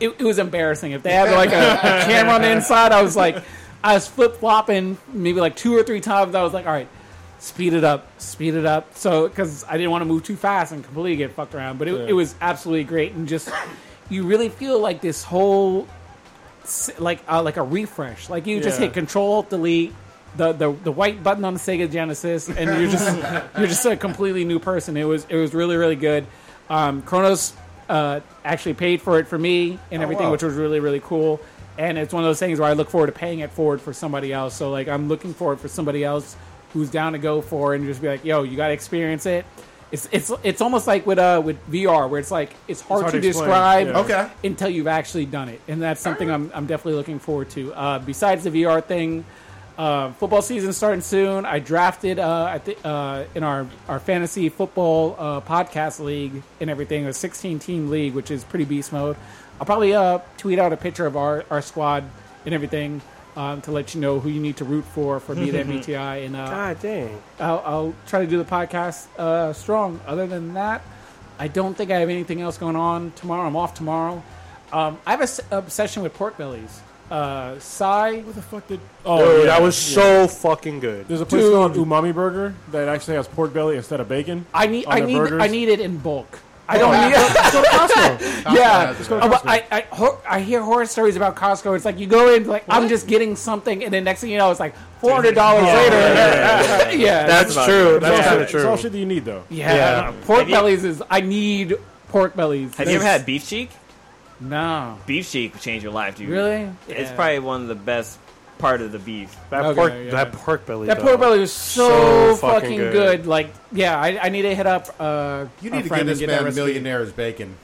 it, it was embarrassing. If they had like a,
[LAUGHS]
a camera on the inside, I was like, I was flip flopping maybe like two or three times. I was like, all right, speed it up, speed it up. So because I didn't want to move too fast and completely get fucked around. But it, it was absolutely great and just you really feel like this whole s- like uh, like a refresh. Like you just
Yeah.
hit Control Delete. The, the, the white button on the Sega Genesis, and you're just [LAUGHS] you're just a completely new person. It was it was really really good. Um, Kronos uh, actually paid for it for me and everything,
wow.
which was really really cool. And it's one of those things where I look forward to paying it forward for somebody else. So like I'm looking forward for somebody else who's down to go for it and just be like, yo, you got to experience it. It's it's it's almost like with uh with VR where it's like it's hard,
hard
to,
to explain.
describe
Yeah.
Okay.
until you've actually done it, and that's something I'm, I'm definitely looking forward to. Uh, besides the VR thing, uh, football season starting soon. I drafted uh, I thi- uh, in our our fantasy football uh, podcast league and everything, a 16 team league, which is pretty beast mode. I'll probably uh, tweet out a picture of our, our squad and everything. um, to let you know who you need to root for for Beat MBTI. And uh,
God dang.
I'll, I'll try to do the podcast uh, strong. Other than that, I don't think I have anything else going on tomorrow. I'm off tomorrow. Um, I have an obsession with pork bellies. Uh, Sai,
What the fuck did?
Dude,
Oh, yeah.
that was so fucking good.
There's a place
Dude.
called Umami Burger that actually has pork belly instead of bacon.
I need,
on
I
their
need,
burgers. Oh,
I need it in bulk. I don't need it.
Let's go
[LAUGHS]
to Costco.
yeah.
Let's go to
Oh, but I, I, ho- I hear horror stories about Costco. It's like you go in, like I'm just getting something, and then next thing you know, it's like four hundred dollars later. [LAUGHS] Yeah,
That's about true. it.
That's
It's all
kinda
shit- It's all shit that you need though.
yeah.
Yeah.
Pork
Have you-
bellies is I need pork bellies.
Have you ever had beef cheek?
No,
Beef cheek would change your life, dude.
really.
It's
Yeah.
probably one of the best part of the beef.
That
Okay,
pork,
yeah.
that pork belly.
That
though.
pork belly was so,
So fucking
fucking good.
good.
Like, yeah, I, I need to hit up. Uh,
You
a
need
friend
to give
and
this
get that
man
recipe.
millionaire's bacon.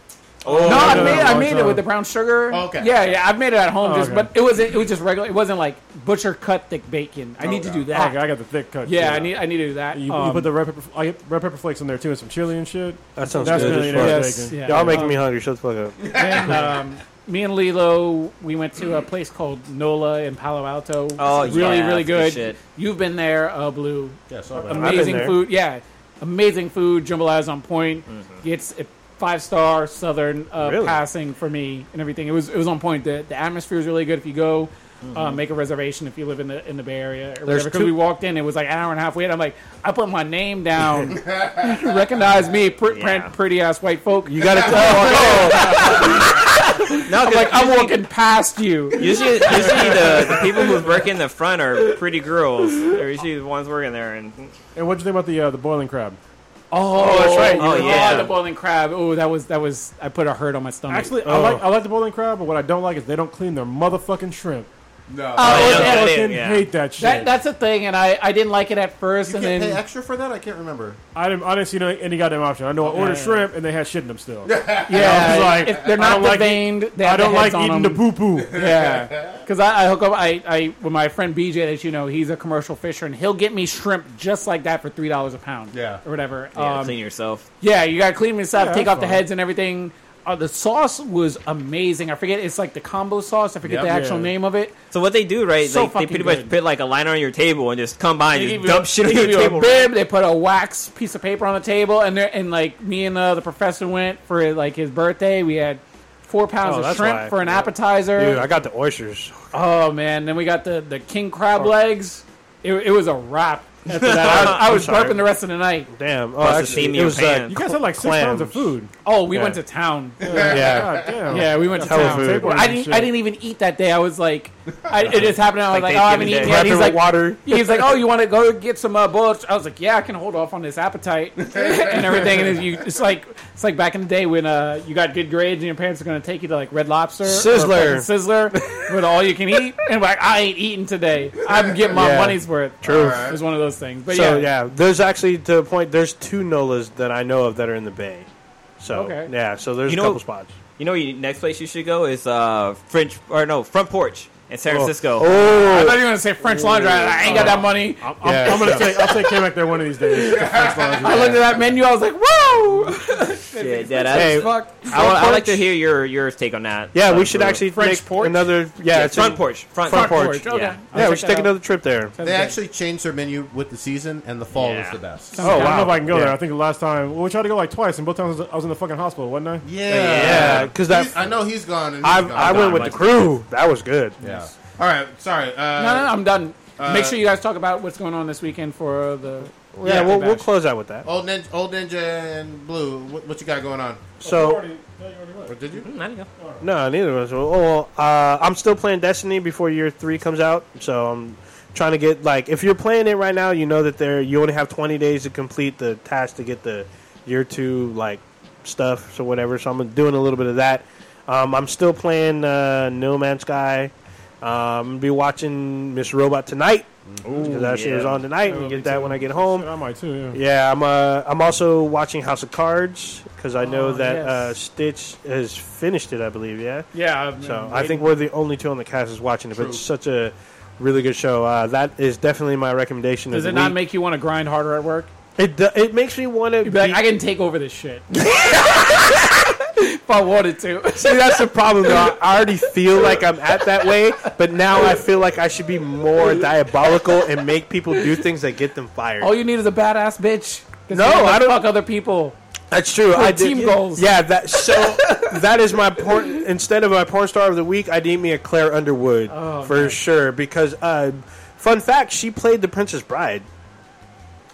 Oh,
No, I
no,
made,
no,
I
long
made it
time.
with the brown sugar.
Oh, okay.
Yeah, yeah, I made it at home,
Oh,
just
okay.
but it was it was just regular. It wasn't like butcher cut thick bacon. I need to
Okay.
do that.
Oh, Okay, I got the thick cut.
yeah,
too.
I need I need to do that.
You, you
Um,
put the red pepper, I get red pepper flakes in there too, and some chili and shit.
That sounds
That's
good.
really
as fuck.
Yes,
nice.
yeah.
Y'all making
Um,
me hungry. Shut the fuck up.
and, um, me and Lilo, we went to a place called Nola in Palo Alto.
Oh,
It's really
yeah,
really
that's
good.
good shit.
You've been there, uh, Blue.
Yeah, sorry. about that.
been
Amazing
there.
food. Yeah, amazing food. Jambalaya is on point. It's a five star Southern uh,
Mm-hmm. Really?
passing for me and everything. It was it was on point. The the atmosphere is really good if you go.
Mm-hmm.
Uh, make a reservation if you live in the in the Bay Area. Or whatever. 'Cause
two-
we walked in, it was like an hour and a half wait. I'm like, I put my name down. [LAUGHS] Recognize me, pr-
Yeah.
pretty ass white folk.
You gotta
[LAUGHS]
tell
No,
I'm like, I'm walking past you.
Usually, usually the, the people who work in the front are pretty girls. They're usually the ones working there, and
And what'd you think about the uh, the boiling crab?
Oh, that's right.
[LAUGHS] Oh, yeah.
the boiling crab. Oh, that was that was. I put a hurt on my stomach.
Actually, I
Oh.
like I like the boiling crab, but what I don't like is they don't clean their motherfucking shrimp.
No.
Oh,
yeah,
yeah,
that is,
Fucking
yeah.
hate that shit.
that, that's a thing, and I, I didn't like it at first,
you
and
can't
then
pay extra for that? I can't remember.
I didn't, I didn't see no, any goddamn option. I know I ordered
yeah.
shrimp and they had shit in
[LAUGHS]
them still.
yeah,
I was like,
if they're
I
not
don't like
deveined, they have
I don't
the
like
heads
eating
on
the
them.
poo poo.
[LAUGHS] Yeah, because I, I hook up. I, I with my friend BJ, as you know, he's a commercial fisher, and he'll get me shrimp just like that for three dollars a pound.
Yeah.
or whatever.
yeah,
um,
clean yourself.
Yeah, you gotta clean yourself,
Yeah,
take
that's
off the
fine.
heads and everything. Uh, the sauce was amazing. I forget it's like the combo sauce. I forget
Yep.
the actual
Yeah.
name of it.
So what they do, right?
So
like, they
fucking
pretty much
good.
put like a liner on your table and just come by and just dump shit on
they
your
give you
table.
a bib. They put a wax piece of paper on the table, and there and like me and uh, the professor went for like his birthday. We had four pounds
Oh,
of
that's
shrimp
why.
for an
Yeah.
appetizer.
Dude, I got the oysters.
oh man, then we got the the king
Oh.
crab legs. It, it was a
[LAUGHS]
wrap. After that, I was, I was
sorry.
burping the rest of the night.
Damn. Oh,
Plus the
actually,
steam in
it
your
was
pan.
like
You guys had like six
Clams.
pounds of food.
Oh, we
Yeah.
went to town.
yeah.
God damn.
Yeah, we went to
Hell
town.
food.
Well, I didn't. I didn't even eat that day. I was like, I, it just happened. I was like,
Like
oh, I haven't eaten
Thanksgiving Day.
yet. And
Wrapped
He's
in
like,
water.
he's like, oh, you want to go get some uh, bullets? I was like, yeah, I can hold off on this appetite [LAUGHS] and everything. And then you, it's like, it's like back in the day when uh, you got good grades and your parents are going to take you to like Red Lobster, or
Sizzler.
fucking Sizzler, with all you can eat. And like, I ain't eating today. I'm getting my
Yeah.
money's worth.
True.
It was one of those things. But
So
yeah,
yeah. there's actually to the point. There's two Nolas that I know of that are in the Bay. So
Okay.
yeah, so there's
You
a
know-
couple spots.
You know, you, next place you should go is uh French or no front porch in San Francisco.
I
Oh,
thought you were going to say French Laundry. I I ain't got that money.
I'm,
Yeah.
I'm gonna take. I'll take K-Mac there one of these days.
I looked at that menu. I was like, whoa,
shit, yeah, that's,
Hey,
fuck.
I would I'd like to hear your your take on that.
yeah, we
Sounds
should
good.
actually
French
make
porch?
another. Yeah,
yeah,
it's
front
in-
porch, front,
Front porch.
Porch, okay.
Yeah.
Yeah,
I'll
we
check
should
that
take
out.
another trip there.
They actually changed their menu with the season, and the fall
Yeah.
is the best.
Oh,
I don't know
wow.
if I can go
Yeah.
there. I think the last time well, we tried to go like twice, and both times I was in the fucking hospital, wasn't I?
Yeah, because that
He's- I know he's gone. And he's
I
gone.
I went with the crew. That was good.
Yeah. All right. Sorry. Uh,
No, no, no, I'm done. Make sure you guys talk about what's going on this weekend for the.
Yeah, we'll, we'll
Bash.
close out with that.
Old ninja, old ninja, and blue. What, what you got going on?
So
Or did you?
Mm, There you go.
no, neither of us. will. Oh, well, uh, I'm still playing Destiny before Year Three comes out, so I'm trying to get like if you're playing it right now, you know that there you only have 20 days to complete the task to get the Year Two like stuff, so whatever. So I'm doing a little bit of that. Um, I'm still playing uh, No Man's Sky. Um, be watching Miss Robot tonight because that shit
yeah.
is on tonight.
Oh,
and
me
get that
too.
when I get home.
I might too. Yeah.
Yeah, I'm. Uh, I'm also watching House of Cards because I know
Oh,
that
yes.
uh, Stitch has finished it. I believe. Yeah.
Yeah, I've-
So
I'm
I
waiting.
think we're the only two on the cast is watching it. But it's such a really good show. Uh, that is definitely my recommendation.
Does
of
it
the
not
week.
make you want to grind harder at work?
It do- it makes me want to.
You'd be like, I can take over this shit. [LAUGHS] if I wanted to.
See, that's the problem.
[LAUGHS]
Though. I- I already feel like I'm at that way, but now I feel like I should be more diabolical and make people do things that get them fired.
All you need is a badass bitch.
No, I don't-
fuck other people.
That's true. I did,
team goals.
Yeah, that so that is my porn. Instead of my porn star of the week, I need me a Claire Underwood
Oh,
for sure. Because uh, fun fact, she played the Princess Bride.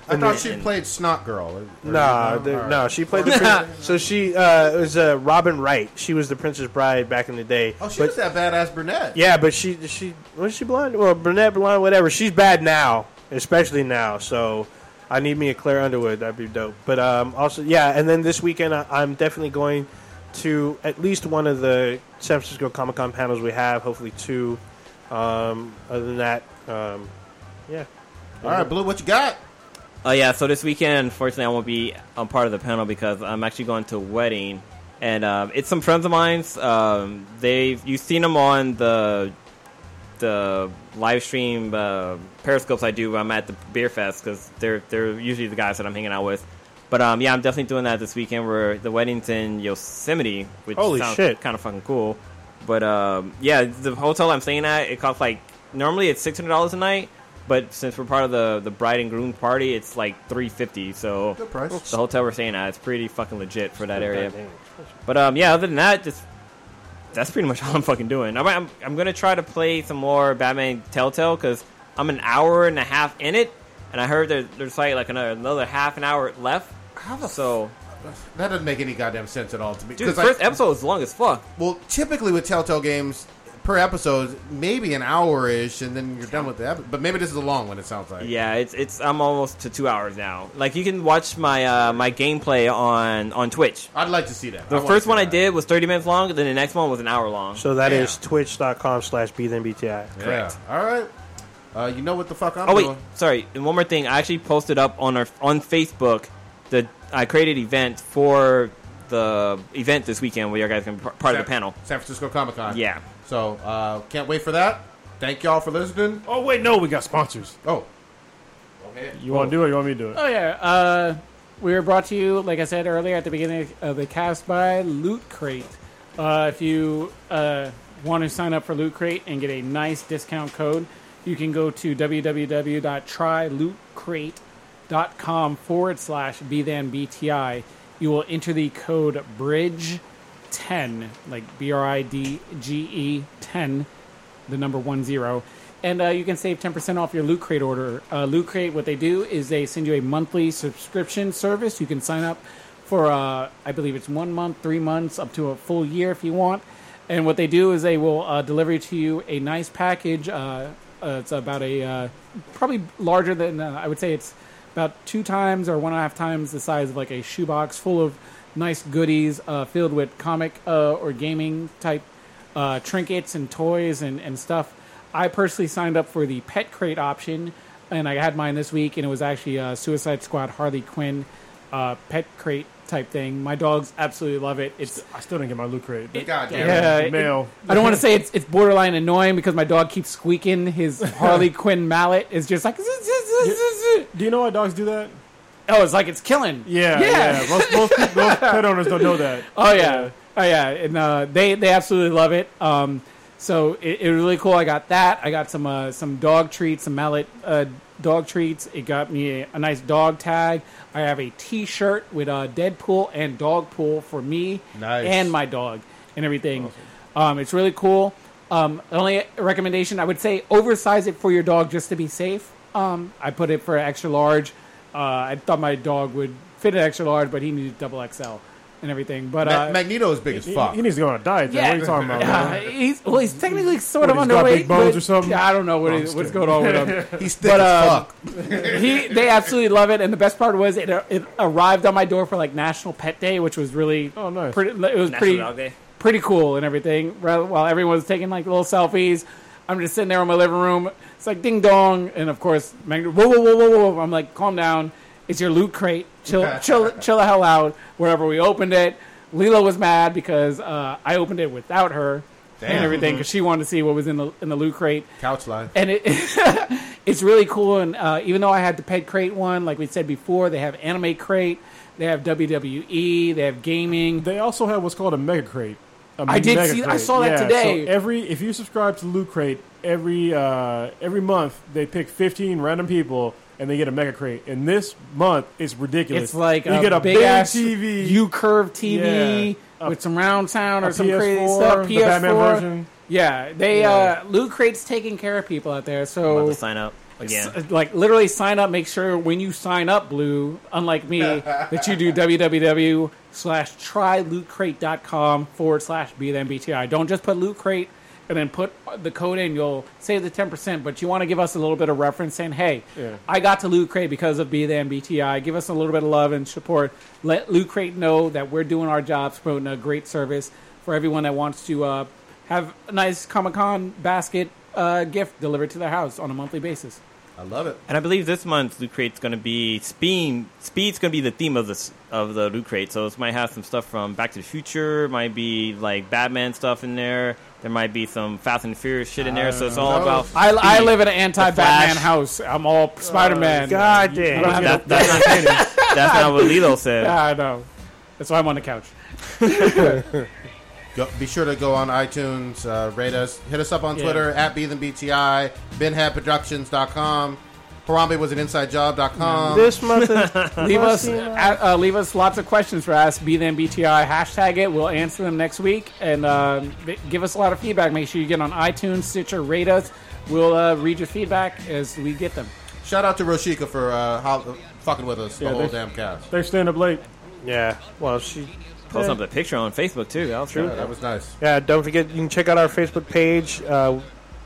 I thought she played Snot Girl. or- or-
No, the-
or-
no, she played the. Prin- so she uh, it was uh, Robin Wright. She was the Princess Bride back in the day.
Oh, she
But-
was that badass brunette.
Yeah, but she she was she blonde? Well, brunette, blonde, whatever. She's bad now, especially now. So I need me a Claire Underwood. That'd be dope. But um, also, yeah. And then this weekend, I, I'm definitely going to at least one of the San Francisco Comic Con panels we have. Hopefully two. Um, other than that, um, yeah.
All right, Blue, what you got?
Oh yeah, so this weekend, unfortunately, I won't be a part of the panel because I'm actually going to a wedding, and um, it's some friends of mine's. Um, they've you've seen them on the the live stream uh, periscopes I do when I'm at the beer fest because they're they're usually the guys that I'm hanging out with. But um, yeah, I'm definitely doing that this weekend. Where the wedding's in Yosemite, which
Holy
sounds
shit.
kind of fucking cool. But um, yeah, the hotel I'm staying at it costs like normally it's six hundred dollars a night, but since we're part of the the bride and groom party, it's like three fifty. So
Good price.
the hotel we're staying at, it's pretty fucking legit for that area.
Goddamn.
But um, yeah, other than that, just that's pretty much [LAUGHS] all I'm fucking doing. I'm I'm, I'm gonna try to play some more Batman Telltale because I'm an hour and a half in it, and I heard there, there's like like another, another half an hour left.
How the
so,
That doesn't make any goddamn sense at all to me.
dude,
'Cause,
the
like,
first episode is long as fuck.
Well, typically with Telltale games, per episode, maybe an hour ish, and then you're done with the episode. But maybe this is a long one. It sounds like.
Yeah, it's it's I'm almost to two hours now. Like you can watch my uh, my gameplay on on Twitch.
I'd like to see that.
The
wanna
first
see
one I
that.
did was 30 minutes long, then the next one was an hour long.
So that
Yeah.
is twitch.com slash bthenbti.
Yeah. All right. Uh, you know what the fuck I'm
Oh wait,
doing?
sorry. And one more thing, I actually posted up on our on Facebook the I created event for the event this weekend where you guys can be par- part of the panel.
San Francisco Comic Con.
Yeah.
So uh, can't wait for that. Thank y'all for listening.
Oh wait, no, we got sponsors.
Oh. Okay.
You want to do it? You want me to do it?
Oh yeah. Uh, we were brought to you, like I said earlier at the beginning of the cast, by Loot Crate. Uh, if you uh, want to sign up for Loot Crate and get a nice discount code, you can go to www.trylootcrate.com forward slash bthanbti. You will enter the code BRIDGE. 10 like b-r-i-d-g-e 10 the number one zero. And uh, you can save 10% off your Loot Crate order. Uh, Loot Crate, what they do is they send you a monthly subscription service. You can sign up for, uh, I believe it's one month, three months, up to a full year if you want. And what they do is they will uh, deliver to you a nice package. Uh, uh, it's about a, uh, probably larger than, uh, I would say it's about two times or one and a half times the size of like a shoebox full of nice goodies uh, filled with comic uh, or gaming type uh, trinkets and toys and, and stuff. I personally signed up for the pet crate option, and I had mine this week, and it was actually a Suicide Squad Harley Quinn uh, pet crate type thing. My dogs absolutely love it. It's
I still didn't get my loot crate. but
God damn. it.
yeah, it-
mail.
I don't want to say it's it's borderline annoying because my dog keeps squeaking. His Harley Quinn mallet is just like, [LAUGHS] "Zzz, zzz, zzz, zzz, zzz."
Do you know why dogs do that?
oh, it's like it's killing.
Yeah, yeah.
Yeah.
Most, most, people- [LAUGHS] most pet owners don't know that.
Oh yeah, oh yeah, and uh, they they absolutely love it. Um, so it, it was really cool. I got that. I got some uh, some dog treats, some mallet uh, dog treats. It got me a, a nice dog tag. I have a T-shirt with uh, Deadpool and Dogpool for me
Nice.
and my dog and everything. Um, it's really cool. Um, the only recommendation I would say oversize it for your dog just to be safe. Um, I put it for extra large. Uh, I thought my dog would fit an extra large, but he needed double XL and everything. But
Ma-
uh,
Magneto is big as
He,
fuck.
he needs to go on a diet. then.
Yeah.
What are you talking about? man?
yeah, he's well, he's technically sort
What,
of
he's got
underweight.
big bones
but-
or something?
Yeah, I don't know what
No,
it-
I'm
what's
just
going on with him.
[LAUGHS]
He's thick
But,
as
um,
fuck.
he they absolutely love it, and the best part was it it arrived on my door for like National Pet Day, which was really
Oh, nice.
pretty, it was
National
pretty
Dog Day.
pretty cool and everything. Rather- While everyone's taking like little selfies, I'm just sitting there in my living room. It's like ding dong, and of course, Magneto, whoa, whoa, whoa, whoa, whoa! I'm like, calm down. It's your loot crate. Chill, chill, chill the hell out. Wherever we opened it, Lila was mad because uh, I opened it without her
Damn.
and everything because she wanted to see what was in the in the loot crate
Couch line.
and it, [LAUGHS] it's really cool. And uh, even though I had the pet crate one, like we said before, they have anime crate. They have WWE. They have gaming.
They also have what's called a mega crate. A
I did
Mega
see- I
Crate.
saw that
Yeah, so
today.
every if you subscribe to Loot Crate every uh, every month, they pick fifteen random people and they get a mega crate. And this month it's ridiculous.
It's like
you
a
get a
big,
big
ass
TV,
U curve TV
Yeah. A-
with some round sound or
a
some
PS4,
crazy stuff.
the
PS4.
Batman version.
Yeah, they uh, loot crates taking care of people out there.
I'm about
So
to sign up again.
s- like literally sign up. Make sure when you sign up, Blue, unlike me, that you do www slash trylootcrate.com forward slash BTI. Don't just put loot crate and then put the code in. You'll save the 10%, but you want to give us a little bit of reference saying, hey, I got to loot crate because of Be the MBTI. Give us a little bit of love and support. Let loot crate know that we're doing our jobs, promoting a great service for everyone that wants to uh, have a nice Comic Con basket uh, gift delivered to their house on a monthly basis.
I love it.
And I believe this month Loot Crate's going to be speed. Speed's going to be the theme of this of the Loot Crate. So it might have some stuff from Back to the Future. Might be like Batman stuff in there. There might be some Fast and Furious shit in there. So it's
Uh,
all
know.
about.
I, I
speed.
live in an anti-Batman
Flash.
house. I'm all Spider-Man.
God damn. [LAUGHS]
I don't have
That, that's, not, that's not what
[LAUGHS]
Lilo said.
no, I know. That's why I'm on the couch.
Go, be sure to go on iTunes, uh, rate us, hit us up on
Yeah.
Twitter at BeathenBTI, BenHadProductions.com, Harambe was an insidejob.com.
This month, is- [LAUGHS]
Leave us uh, uh, leave us lots of questions for us. Be them BTI. Hashtag it. We'll answer them next week. And uh, b- give us a lot of feedback. Make sure you get on iTunes, Stitcher, rate us. We'll uh, read your feedback as we get them.
Shout out to Roshika for uh, ho- fucking with us
Yeah,
the whole
they-
damn cast.
They're staying up late.
yeah. Well, she.
Post up the picture on Facebook too. That was
True.
Yeah, that was nice.
Yeah, don't forget you can check out our Facebook page. Uh,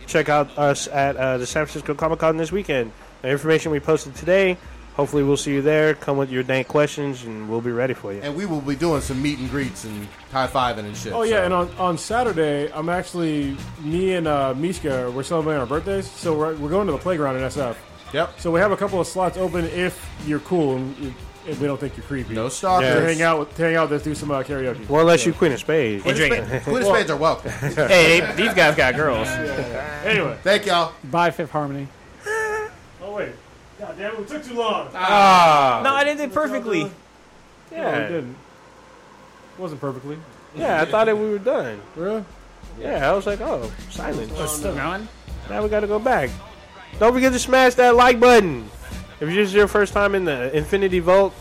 check out us at uh, the San Francisco Comic Con this weekend. The information we posted today. Hopefully, we'll see you there. Come with your dank questions, and we'll be ready for you.
And we will be doing some meet and greets and high fiving and shit.
Oh yeah,
so-
and on, on Saturday, I'm actually me and uh, Mishka. We're celebrating our birthdays, so we're, we're going to the playground in SF.
yep.
So we have a couple of slots open if you're cool and, you- and we don't think you're creepy.
No
So
stalkers.
hang out, with, hang out. Let's do some uh, karaoke.
well, unless you Queen of Spades.
Hey, drink. it.
Quidditch fans are welcome.
hey, they- these guys got girls.
Anyway.
Thank y'all.
Bye, Fifth Harmony.
Oh wait. God damn it, we took too long.
No, I didn't do it perfectly.
No, we
yeah,
didn't. Wasn't perfectly.
yeah. I thought that we were done.
Really?
Yeah, I was like, oh, silence.
Still going?
Now we got to go back. Don't forget to smash that like button. If this is your first time in the Infinity Vault,